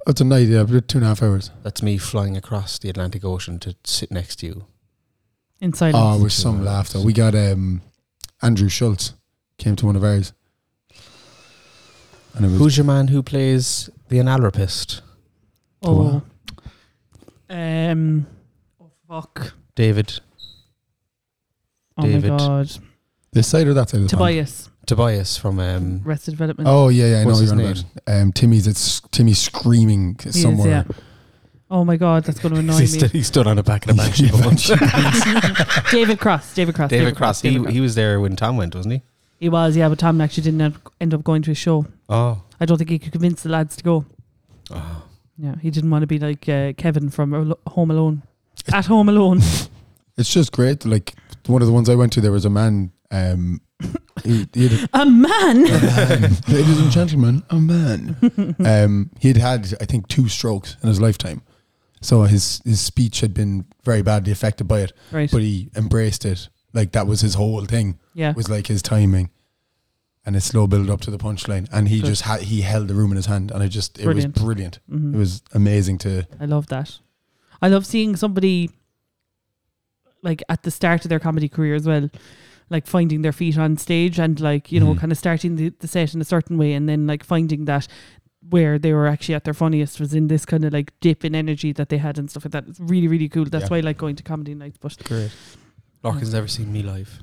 It's a night, yeah, but two and a half hours.
That's me flying across the Atlantic Ocean to sit next to you.
In silence.
Oh, with some laughter. We got um, Andrew Schultz came to one of ours, and it was
Who's your man who plays the analropist?
Oh. Um. Oh fuck.
David
Oh
David.
my god.
this side or that side of the pond?
Tobias.
Tobias from um,
Arrested Development.
Oh yeah, yeah, I know
What's
what
his
you're on about. Um, Timmy's it's Timmy screaming
He is,
somewhere.
yeah. Oh my god, that's going to annoy
he,
me.
stood, he stood on the back of (laughs) the banshee.
Yeah, (laughs)
before.
banshee.
(laughs) David Cross. David Cross.
David Cross, he,
David Cross.
he was there when Tom went, wasn't he?
He was, yeah, but Tom actually didn't end- end up going to his show.
Oh.
I don't think he could convince the lads to go.
Ah.
oh.
Yeah, he didn't want to be like uh, Kevin from Al- Home
(laughs)
Alone. At Home Alone.
It's just great. Like one of the ones I went to, there was a man. Um, he, he had (laughs) a
a man.
man, ladies and gentlemen, a man.
(laughs)
Um, he'd had, I think, two strokes in his lifetime, so his his speech had been very badly affected by it.
Right.
But he embraced it like that was his whole thing.
Yeah.
Was like his timing, and his slow build up to the punchline, and he
Good.
just had he held the room in his hand, and I just it
Brilliant.
was brilliant.
Mhm.
It was amazing to
I love that. I love seeing somebody like at the start of their comedy career as well, like finding their feet on stage and like, you know,
Mhm.
kind of starting the, the set in a certain way and then like finding that where they were actually at their funniest was in this kind of like dip in energy that they had and stuff like that. It's really, really cool. That's
Yeah.
why I like going to comedy nights. But
Great. Larkin's never seen me live.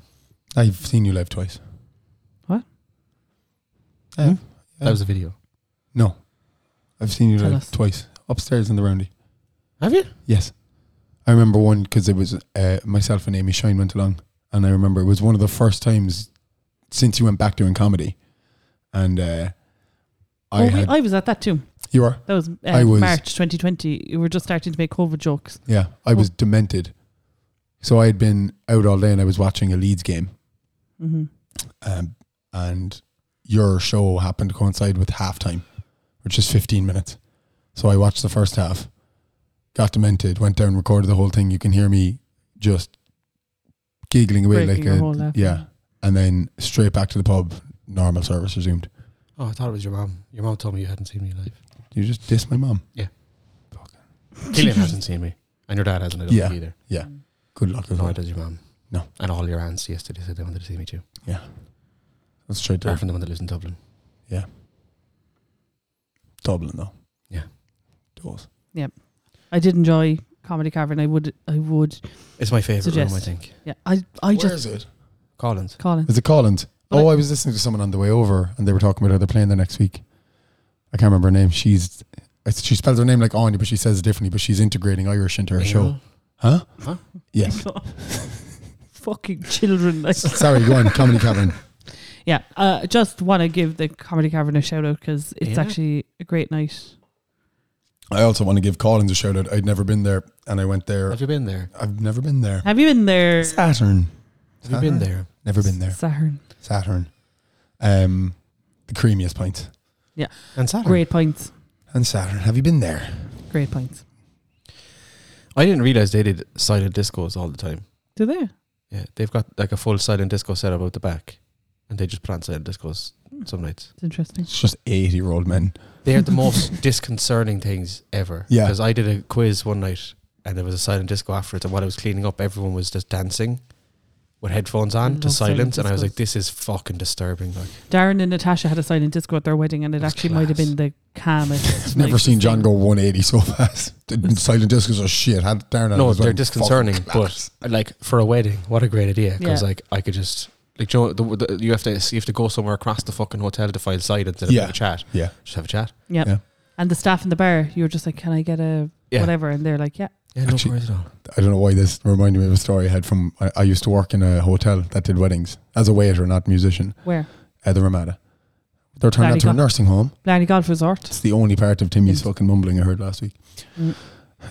I've seen you live twice.
What?
I have.
That was a video.
No, I've seen you
Tell
live
us.
twice upstairs in the roundy.
Have you?
Yes, I remember one because it was uh, myself and Amy Shine went along, and I remember it was one of the first times since you went back doing comedy, and uh, I
oh, we-
had
I was at that too.
you were
That was, uh,
I was-
March 2020. We were just starting to make COVID jokes.
yeah I was demented, so I had been out all day and I was watching a Leeds game,
hmm
um, and your show happened to coincide with halftime, which is 15 minutes. So I watched the first half, got demented, went down, recorded the whole thing. You can hear me just giggling away
Breaking your
like a
whole uh, laugh.
yeah, and then straight back to the pub. Normal service resumed.
Oh, I thought it was your mom. Your mom told me you hadn't seen me live.
You just diss my mom.
(laughs) Killian hasn't seen me. And your dad hasn't, I don't
Yeah.
think either.
Mm.
Good luck with
Nor
that.
does your mom.
No.
And all your aunts yesterday said they wanted to see me too.
That's straight
Apart
to
from the one that lives in Dublin.
Dublin though.
Yeah.
Doors.
I did enjoy Comedy Cavern. I would, I would.
It's my favourite room, I
Suggest.
think.
Yeah, I, I
Where
just
is it?
Collins.
Colin.
Is it Collins?
But
oh,
I-
I was listening to someone on the way over, and they were talking about how they're playing there next week. I can't remember her name. She's it's, she spells her name like Anya, but she says it differently. But she's integrating Irish into her show. Huh?
Huh?
Yes.
(laughs) Fucking (laughs) children. Like.
Sorry, go on. Comedy Cavern.
yeah, uh, just want to give the Comedy Cavern a shout out because it's
Yeah.
actually a great night.
I also want to give Collins a shout out. I'd never been there, and I went there.
Have you been there?
I've never been there.
Have you been there?
Saturn.
Have you
Uh-huh.
been there?
Never been there.
Saturn.
Saturn. Um, the creamiest pint.
And Saturn.
Great points.
And Saturn. Have you been there?
Great points.
I didn't realise they did silent discos all the time.
Do they?
Yeah. They've got like a full silent disco set up out the back. And they just plan silent discos some nights.
It's interesting.
It's just eighty-year-old men.
They are
(laughs)
the most disconcerting things ever.
Yeah.
Because I did a quiz one night and there was a silent disco afterwards. And while I was cleaning up, everyone was just dancing with headphones on
I
to
love silent
silence. And I was
discos.
like, this is fucking disturbing. Like,
Darren and Natasha had a silent disco at their wedding, and it
That's
actually might have
class.
been the calmest.
(laughs) Never
like,
seen John
thing.
go 180 so fast. The Silent discos are shit. Had Darren
no,
was
they're
like,
disconcerting.
fucking class.
But like for a wedding, what a great idea. Because
Yeah.
like I could just Like, do you, know, the, the, you have to you have to go somewhere across the fucking hotel to find side instead of
Yeah.
have a chat.
Yeah.
Just have a chat.
Yep.
Yeah.
And the staff in the bar, you were just like, "Can I get a
Yeah.
whatever?" And they're like, "Yeah."
Yeah, no
Actually-
worries at all.
I don't know why this reminded me of a story I had from. I, I used to work in a hotel that did weddings as a waiter, not musician,
Where?
at the Ramada. They're turning
There
that
you
to a
go.
nursing home.
Blarney Golf Resort.
It's the only part of Timmy's
Yes.
fucking mumbling I heard last week.
Mm.
Um,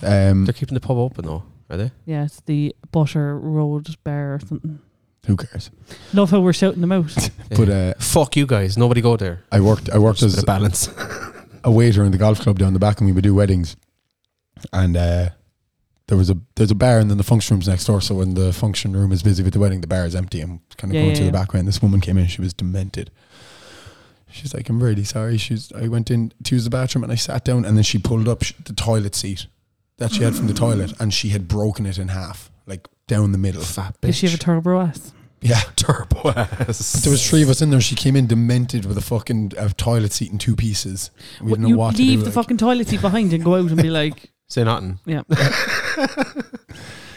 Mm. They're keeping the pub open though, are they?
Yeah, it's the Butter Road Bar or something.
who cares?
Love how we're shouting them
(laughs)
out.
But uh,
Fuck you guys. Nobody go there.
I worked. I worked
Just a
as
bit of balance.
a waiter in the golf club down the back, and we would do weddings. And uh, there was a there's a bar, and then the function room's next door. So when the function room is busy with the wedding, the bar is empty. and kind of
Yeah,
going
yeah,
through
yeah.
the back way, and this woman came in. She was demented. She's like, "I'm really sorry." She's I went in to use the bathroom, and I sat down, and then she pulled up sh- the toilet seat that she had from
(gasps)
the toilet, and she had broken it in half, like down the middle.
Fat bitch.
Does she have a turbo ass?
Yeah.
(laughs) turbo ass?
There was three of us in there. She came in demented with a fucking uh, toilet seat in two pieces. We
What-
didn't know
you leave
what to do.
the
like.
fucking toilet seat behind and go out
(laughs)
and be like,
Say nothing.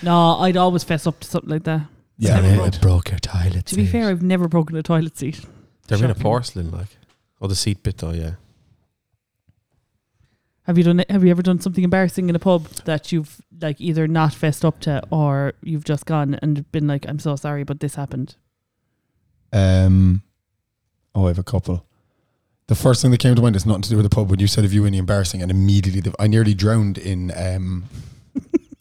"No, I'd always fess up to something like that."
yeah,
Never
we
broke.
did.
broke your toilet.
To be fair, I've never broken a toilet seat.
They're made of
Shocking.
porcelain, like. Oh, the seat bit though, yeah.
Have you done? Have you ever done something embarrassing in a pub that you've like either not fessed up to or you've just gone and been like, "I'm so sorry, but this happened."
Um, oh, I have a couple. The first thing that came to mind is nothing to do with the pub. When you said, "Have you any embarrassing?" and immediately, the, I nearly drowned in. Um,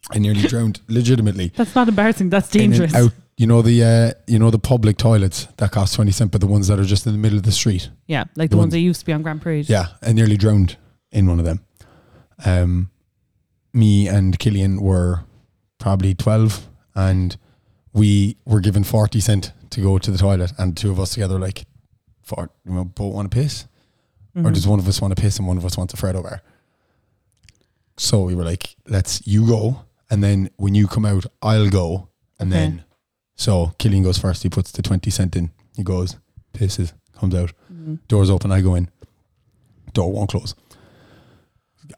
I nearly drowned, legitimately.
That's not embarrassing. That's
in an
dangerous.
out, you know the uh, you know the public toilets that cost twenty cent, but the ones that are just in the middle of the street.
Yeah, like the, ones
The ones-
that used to be on Grand Parade.
Yeah, I nearly drowned in one of them. Um, me and Killian were probably twelve, and we were given forty cent to go to the toilet, and the two of us together were like, "For you know, both want to piss, or
Mhm.
does one of us want to piss and one of us wants a Freddo bar?" So we were like, "Let's you go, and then when you come out, I'll go, and
Okay.
then." So Killian goes first. He puts the twenty cent in. He goes, pisses, comes out.
Mhm.
Doors open, I go in. Door won't close.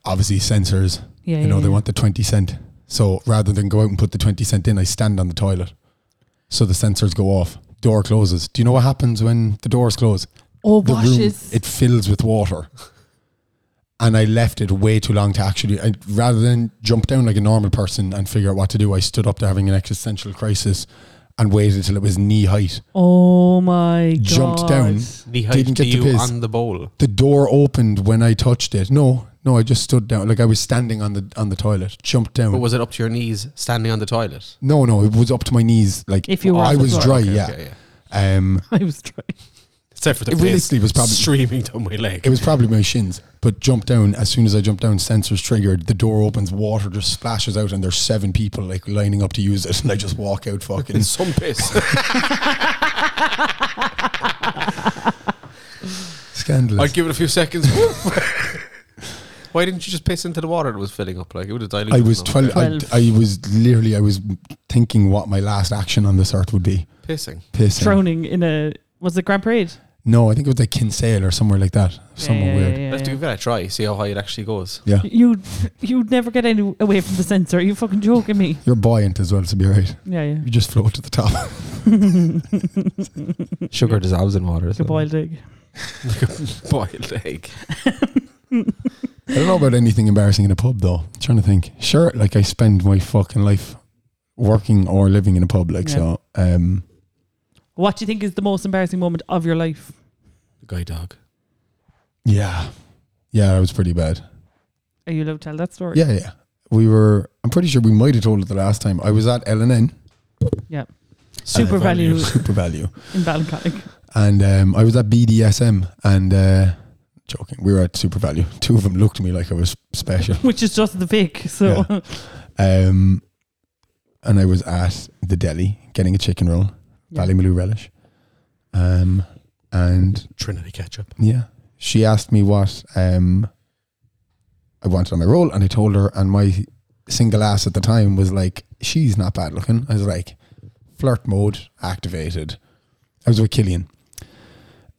Obviously, sensors,
yeah,
you know,
yeah,
they
yeah.
want the 20 cent. So rather than go out and put the 20 cent in, I stand on the toilet. So the sensors go off. Door closes. Do you know what happens when the doors close?
Oh,
The
washes.
room, it fills with water. And I left it way too long to actually, I, rather than jump down like a normal person and figure out what to do, I stood up there having an existential crisis and waited till it was knee height.
oh my god.
Jumped down,
Knee height
Didn't
to
get to
you
piss.
on the bowl.
the door opened when I touched it. No, no, I just stood down. Like I was standing on the on the toilet, jumped down.
But was it up to your knees standing on the toilet?
no, no, it was up to my knees. Like
If you were
I
off the
was
floor.
dry.
Okay,
yeah.
okay, yeah.
Um,
(laughs) I was trying.
Except for the
It
piss
realistically was probably-
streaming down my leg.
it was probably my shins, but jumped down. As soon as I jumped down, sensors triggered. The door opens, water just splashes out, and there's seven people like lining up to use it, (laughs) and I just walk out. Fucking
in some piss.
scandalous.
I'd give it a few seconds.
(laughs)
Why didn't you just piss into the water that was filling up? Like it would have diluted.
I was
them.
twelve.
Twelve.
I, I was literally. I was thinking what my last action on this earth would be.
Pissing.
Pissing.
Droning in a was it Grand Parade?
No, I think it was like Kinsale or somewhere like that. Somewhere
yeah,
weird.
yeah,
Let's
yeah,
give that a try. See how high it actually goes. (laughs)
Yeah.
yeah. You'd you'd never get any away from the sensor. Are you fucking joking me?
(laughs) You're buoyant as well, to be right.
Yeah, yeah.
You just float to the top.
(laughs) Sugar dissolves in water.
Like a boiled egg.
boiled egg.
I don't know about anything embarrassing in a pub though. I'm trying to think. Sure, like I spend my fucking life working or living in a pub, like
Yeah.
so. Um,
What do you think is the most embarrassing moment of your life?
Guy dog.
yeah, yeah, that was pretty bad.
Are you allowed to tell that story?
Yeah, yeah. We were. I'm pretty sure we might have told it the last time. I was at L and N
Super
Other
value
(laughs) Super Value,
in Ballincollig. (laughs)
and um, I was at BDSM, and uh, joking, we were at Super Value. Two of them looked at me like I was special.
Which is just the fake. So (laughs)
Um, and I was at the deli getting a chicken roll,
Yeah.
Ballymaloo relish. Um, and
Trinity ketchup.
yeah, she asked me what um I wanted on my roll, and I told her, and my single ass at the time was like, she's not bad looking. I was like, flirt mode activated. I was with Killian,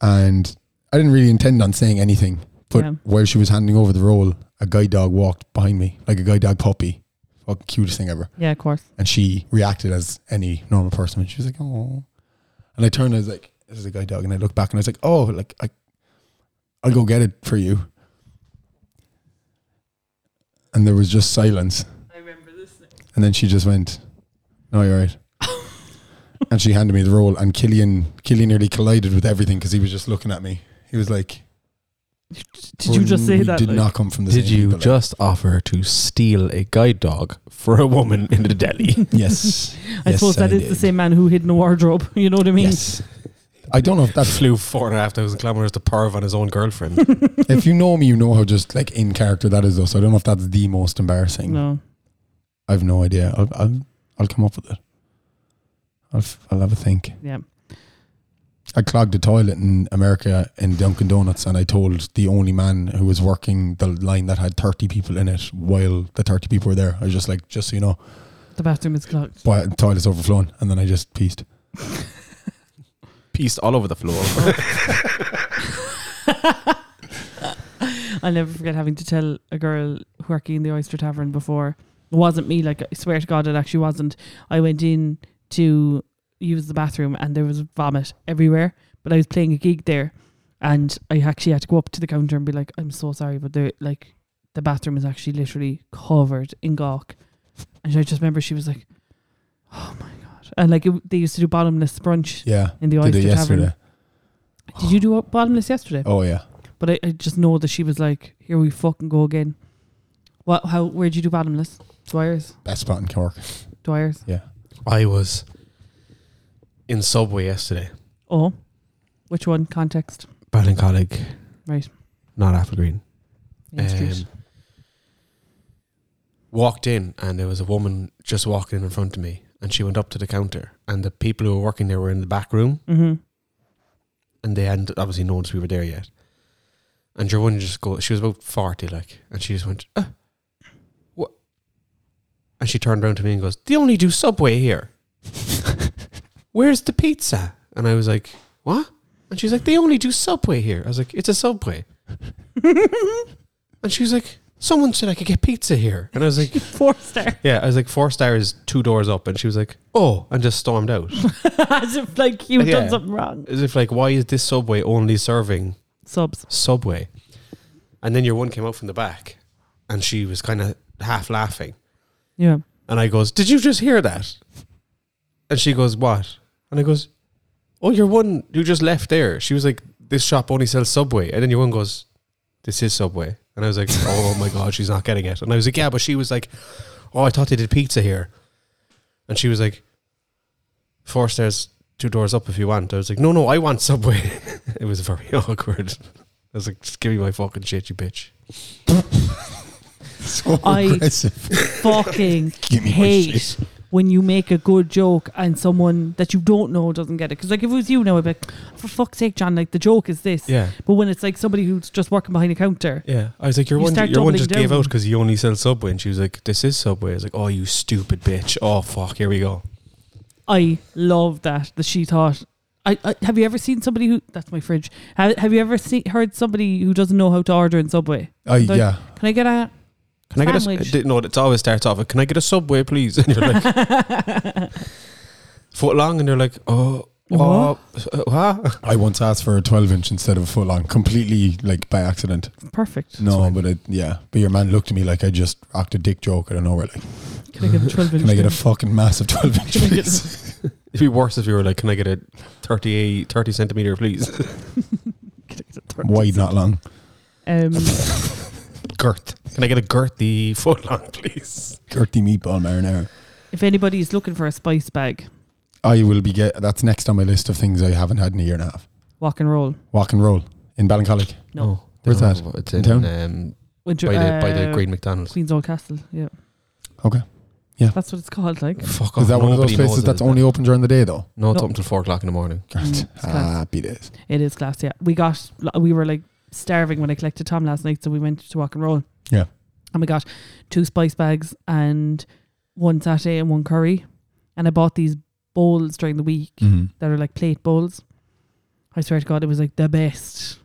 and I didn't really intend on saying anything, but
Yeah.
while she was handing over the roll, a guide dog walked behind me like a guide dog puppy. Fucking cutest thing ever.
yeah, of course.
And she reacted as any normal person. She was like, "Oh," and And I turned, I was like, this is a guy dog. And I looked back and I was like, oh, like, I, I'll go get it for you. And there was just silence.
I remember this.
And then she just went, no,
(laughs)
you're right. and she handed me the roll. And Killian, Killian nearly collided with everything because he was just looking at me. He was like,
Did you just say
"We
that?
Did
like-
not come from the
Did
same
you
people."
just offer to steal a guide dog for a woman in
(laughs)
the deli?
Yes.
I
Yes,
suppose that
I
is the
did.
same man who hid in a wardrobe. (laughs) You know what I mean?
Yes. I don't know if
Oh,
(laughs)
That
that's
flew four and a half thousand kilometers to perv on his own girlfriend.
(laughs) if you know me, you know how just like in character that is. Though, so I don't know if that's the most embarrassing.
No.
I've no idea. I'll, I'll I'll come up with it. I'll f- I'll have a think.
Yeah.
I clogged a toilet in America in Dunkin' Donuts, and I told the only man who was working the line that had thirty people in it while the thirty people were there. I was just like, just so you know,
The bathroom is
(laughs)
clogged.
boy, the toilet's overflowing, and then I just pieced.
Pieced all over the floor.
(laughs)
I'll never forget having to tell a girl working in the Oyster Tavern before. It wasn't me, like I swear to God, it actually wasn't. I went in to use the bathroom and there was vomit everywhere, but I was playing a gig there and I actually had to go up to the counter and be like, I'm so sorry, but the like the bathroom is actually literally covered in gawk. And I just remember she was like, Oh my god. And like it, they used to do bottomless brunch
Yeah,
in the
did
Oyster
it yesterday.
Tavern. Did you do a bottomless yesterday?
Oh yeah,
But I, I just know that she was like, "Here we fucking go again." What? How? Where'd you do bottomless? Dwyer's.
best spot in Cork. (laughs)
Dwyer's.
I was in Subway yesterday.
Oh, which one? Context.
Ballincollig.
Right.
Not Apple Green.
Main Street.
Um, walked in and there was a woman just walking in front of me and she went up to the counter and the people who were working there were in the back room
(laughs) Mm-hmm.
and they hadn't obviously noticed we were there yet. And your woman just go she was about forty like and she just went, uh, what and she turned around to me and goes, They only do subway here. (laughs) Where's the pizza? And I was like, What? And she's like, They only do subway here. I was like, It's a subway. and she was like, Someone said I could get pizza here. And I was like,
Four star. (laughs)
Yeah, I was like, Four stars, two doors up. And she was like, Oh, and just stormed out.
As if like you've
Yeah.
done something wrong.
As if like, why is this subway only serving
Subs.
subway. And then your one came out from the back and she was kind of half laughing.
Yeah.
And I goes, Did you just hear that? And she goes, What? And I goes, Oh, your one you just left there. She was like, This shop only sells Subway. And then your one goes, This is Subway. And I was like, Oh my God, she's not getting it. And I was like, Yeah, but she was like, Oh, I thought they did pizza here. And she was like, Four stairs, two doors up if you want. I was like, No, no, I want Subway. (laughs) it was very (laughs) awkward. I was like, Just give me my fucking shit, you bitch.
So
I-
aggressive.
(laughs)
Fucking
Give me my
hate
shit.
when you make a good joke and someone that you don't know doesn't get it. Because like if it was you now, I'd be like, for fuck's sake, John. Like the joke is this.
Yeah.
But when it's like somebody who's just working behind a counter,
Yeah, I was like, your
You
one,
start
your one
doubling
just gave
down.
out because you only sell Subway, and she was like, "This is Subway." I was like, "Oh, you stupid bitch! Oh fuck, here we go."
I love that that she thought. I, I have you ever seen somebody who that's my fridge. Have, have you ever seen heard somebody who doesn't know how to order in Subway?
I,
Like,
yeah,
Can I get a? (laughs)
Can I
Sandwich.
get a? s- No, it always starts off. with, Can I get a Subway, please? (laughs) And you're like foot long, and they're like, "Oh, oh, uh, what?" (laughs)
I once asked for a 12 inch instead of a full on, completely like by accident.
Perfect.
No, but it, yeah, but your man looked at me like I just rocked a dick joke out of nowhere. Like,
Can I get a
(laughs)
twelve inch?
can I get a
then?
fucking massive (laughs) 12 inch,
Can I get-
please?
It'd be worse if you were like, "Can I get a 38, 30 centimeter, please?"
(laughs)
(laughs)
Can I get a thirty?
Wide, not long.
Um,
girth. Can I get a girthy foot long, please?
Gertie meatball marinara.
if anybody's looking for a spice bag,
I will be get. That's next on my list of things I haven't had in a year and a half.
walk and roll.
Walk and roll in Ballincollig.
No.
Where's that?
It's
In
in,
town?
um,
Winter,
by the by the
uh,
Green McDonald's.
Queen's Old Castle. Yeah,
Okay, yeah.
that's what it's called. Like
Fuck
Is Mm. that one of those
nobody knows
places
it,
that's
is it?
only open during the day though?
No, it's
No.
up until four o'clock in the morning.
God,
it's class.
happy days.
it is class. Yeah, we got we were like starving when I collected Tom last night, so we went to walk and roll.
Yeah.
and we got two spice bags and one satay and one curry, and I bought these bowls during the week
Mm-hmm.
that are like plate bowls. I swear to God, it was like the best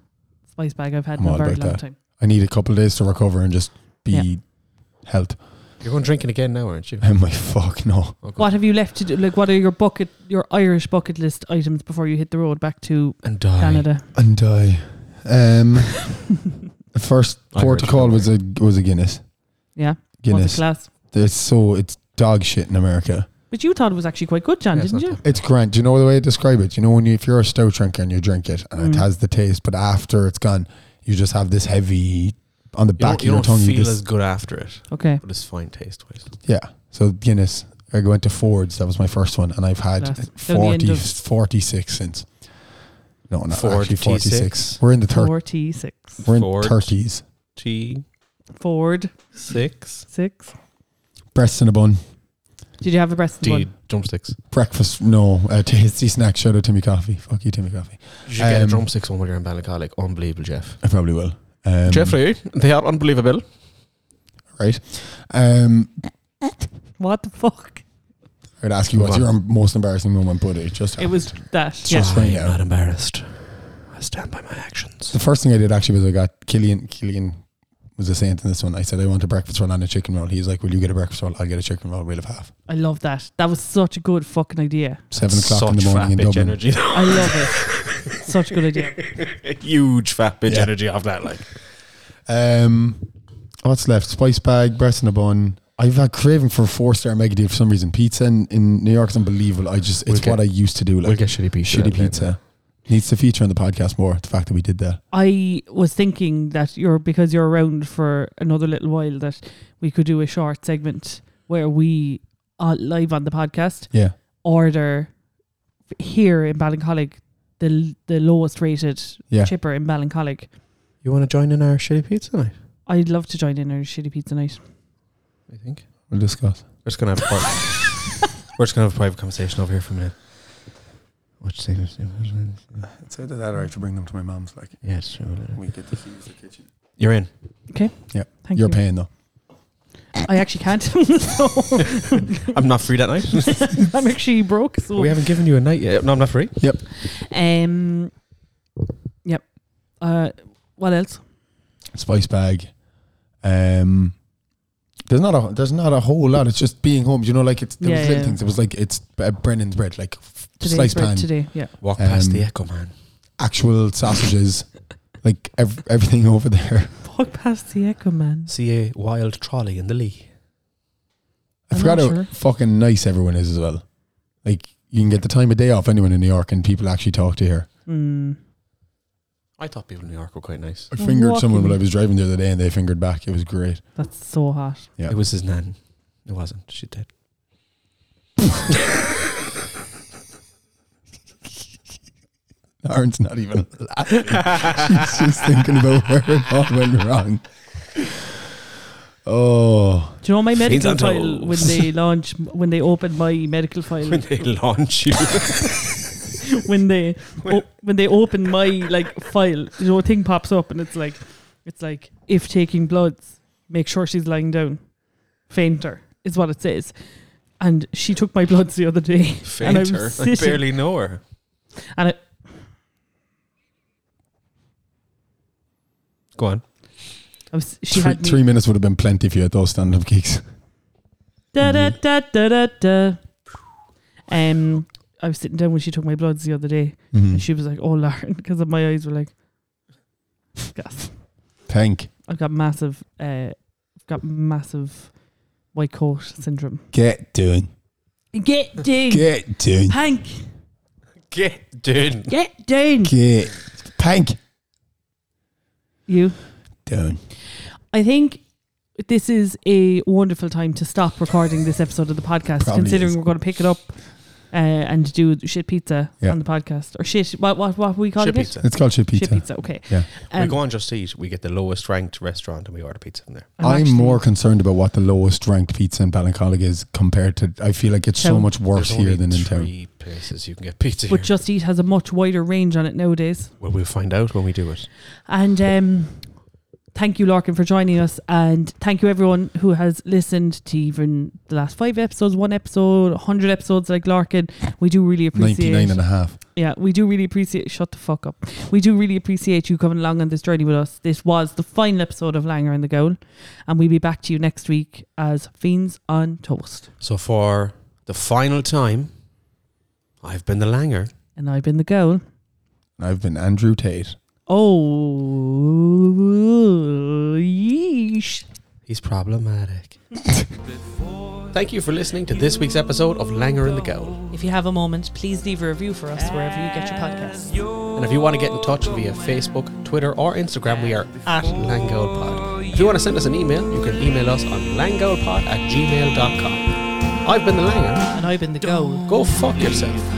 spice bag I've had
I'm
in a
all
very
about
long
that.
time.
I need a couple of days to recover and just be
Yeah.
health. (laughs)
You're going drinking again now, aren't you?
I'm like, fuck no.
Oh, God.
What have you left to do? Like, what are your bucket, your Irish bucket list items before you hit the road back to
And die.
Canada?
And die. Um, (laughs) the first
Irish
port of call was a was a Guinness.
Yeah, what's the
Guinness.
class?
It's so it's dog shit in America.
But you thought it was actually quite good, John,
Yeah, it's
didn't
not
you?
It's grand. Do you know the way I describe it? You know when you if you're a stout drinker and you drink it and
Mm.
it has the taste, but after it's gone, you just have this heavy on the
You
back
don't, you
of your
don't
tongue. You
feel
just,
as good after it,
Okay,
but it's fine taste wise.
yeah. So Guinness. I went to Ford's. That was my first one, and I've had
Class. So the end
40,
of-
46 since. No, not actually
46.
46. We're in the 30s.
forty-six,
We're in
Ford.
30s.
T
Ford
six.
six.
Breasts in a bun.
Did you have a breast
D
one?
drumsticks.
Breakfast, no. Uh, tasty snack. Shout out Timmy Coffee. Fuck you, Timmy Coffee.
You should get a
Um,
drumsticks one when you're in Ballincollig. Unbelievable, Jeff.
I probably will. Um,
Jeffrey, they are unbelievable.
Right. Um,
What the fuck?
I'd ask you what's
Move
your most embarrassing moment, but it just
It was that. Yeah.
Just
I'm
right now.
not embarrassed. I stand by my actions.
The first thing I did actually was I got Killian. Killian was a saint in this one. I said I want a breakfast roll and a chicken roll. He's like, "Will you get a breakfast roll? I'll get a chicken roll. We'll have half."
I love that. That was such a good fucking idea.
Seven
Such
o'clock in the
fat
morning in
bitch
Dublin.
(laughs) energy.
I love it. such a good idea.
(laughs)
(laughs) Huge fat bitch
Yeah.
energy off that. Like
Um, what's left? Spice bag, breast in a bun. I've had craving for a four star mega deal for some reason. Pizza in, in New York is unbelievable. I just it's
We'll get-
what I used to do. Like
get shitty pizza.
shitty pizza needs to feature on the podcast more. The fact that we did that.
I was thinking that you're because you're around for another little while that we could do a short segment where we uh, live on the podcast
Yeah.
order f- here in Ballincollig the the lowest rated
Yeah.
chipper in Ballincollig.
You want to join in our shitty pizza night?
I'd love to join in on a shitty pizza night.
I think
We'll discuss.
we're just gonna have a pri- we're just gonna have a private conversation over here for a minute. Which thing?
It's either that or I have to bring them to my mom's. Like
Yes, sure.
we get the keys to the kitchen.
you're in.
(laughs) Thank
You're
you.
paying though.
I actually can't. (laughs) so
I'm not free that night.
I'm actually broke. So
(laughs) we haven't given you a night yet. No, I'm not free.
um, yep. Uh, what else?
Spice bag. Um, there's not a there's not a whole lot. It's just being home. You know, like it's there
Yeah,
was little
yeah.
things. It was like it's uh, Brennan's bread, like f-
Today's
slice
bread
pan,
today. Yeah.
Walk
Um,
past the Echo Man.
actual sausages, like ev- everything (laughs) over there.
Walk past the Echo Man.
See a wild trolley in the lee.
I
I'm
forgot
not
how
sure.
fucking nice everyone is as well. Like you can get the time of day off anyone in New York, and people actually talk to you here.
Mm.
I thought people in New York were quite nice.
I fingered someone
Walking.
when I was driving the other day, and they fingered back. It was great.
That's so hot.
Yeah.
It was his nan. It wasn't. She did.
(laughs) Lauren's not even laughing. She's just thinking about where it all went wrong. Oh,
Do you know my medical
on
file when
toes.
they launch when they opened my medical
(laughs) When
file
they launch you,
when they o- when they opened my like file you know a thing pops up and it's like it's like if taking bloods make sure she's lying down fainter is what it says and she took my bloods the other day (laughs) And I was
fainter. I
sitting-
barely know her.
and it,
Go on.
I was she
three,
had me
three minutes would have been plenty if you had those stand up gigs.
da da da da da da um I was sitting down when she took my bloods the other day
Mhm.
And she was like, (laughs) "Oh, Lauren," because my eyes were like, "Gas."
Thank.
I've got massive, uh, I've got massive white coat syndrome.
Get doing.
Get down,
Get down.
Hank.
Get down.
Get down.
Get. Pank.
You.
Down.
I think this is a wonderful time to stop recording this episode of the podcast,
Probably
considering
is.
we're going to pick it up uh, and do shit pizza
Yeah.
on the podcast or shit. What what what we call
Shit
it?
pizza.
It's called shit
Shit
pizza.
pizza. Okay.
Yeah.
we
Um,
go on just eat. We get the lowest ranked restaurant and we order pizza from there.
I'm
actually-
more concerned about what the lowest ranked pizza in Ballincollig is compared to. I feel like it's so
Town.
much worse
There's only
here than in town.
three places you can get pizza.
But
here.
Just Eat has a much wider range on it nowadays.
well, we'll find out when we do it.
And um, thank you, Larkin, for joining us. And thank you, everyone who has listened to even the last five episodes, one episode, 100 episodes like Larkin. We do really appreciate
99 and a half.
Yeah, we do really appreciate. Shut the fuck up. We do really appreciate you coming along on this journey with us. This was the final episode of Langer and the Goal, and we'll be back to you next week as Fiends on Toast.
So for the final time, I've been the Langer.
And I've been the Goal.
And I've been Andrew Tate.
Oh, yeesh.
He's problematic. Thank you for listening to this week's episode of Langer and the Gowl.
If you have a moment, please leave a review for us wherever you get your podcasts.
And if you want to get in touch via Facebook, Twitter, or Instagram, we are at LangoldPod. If you want to send us an email, you can email us on langoldpod at gmail.com. I've been the Langer.
And I've been the Goal.
Go fuck yourself.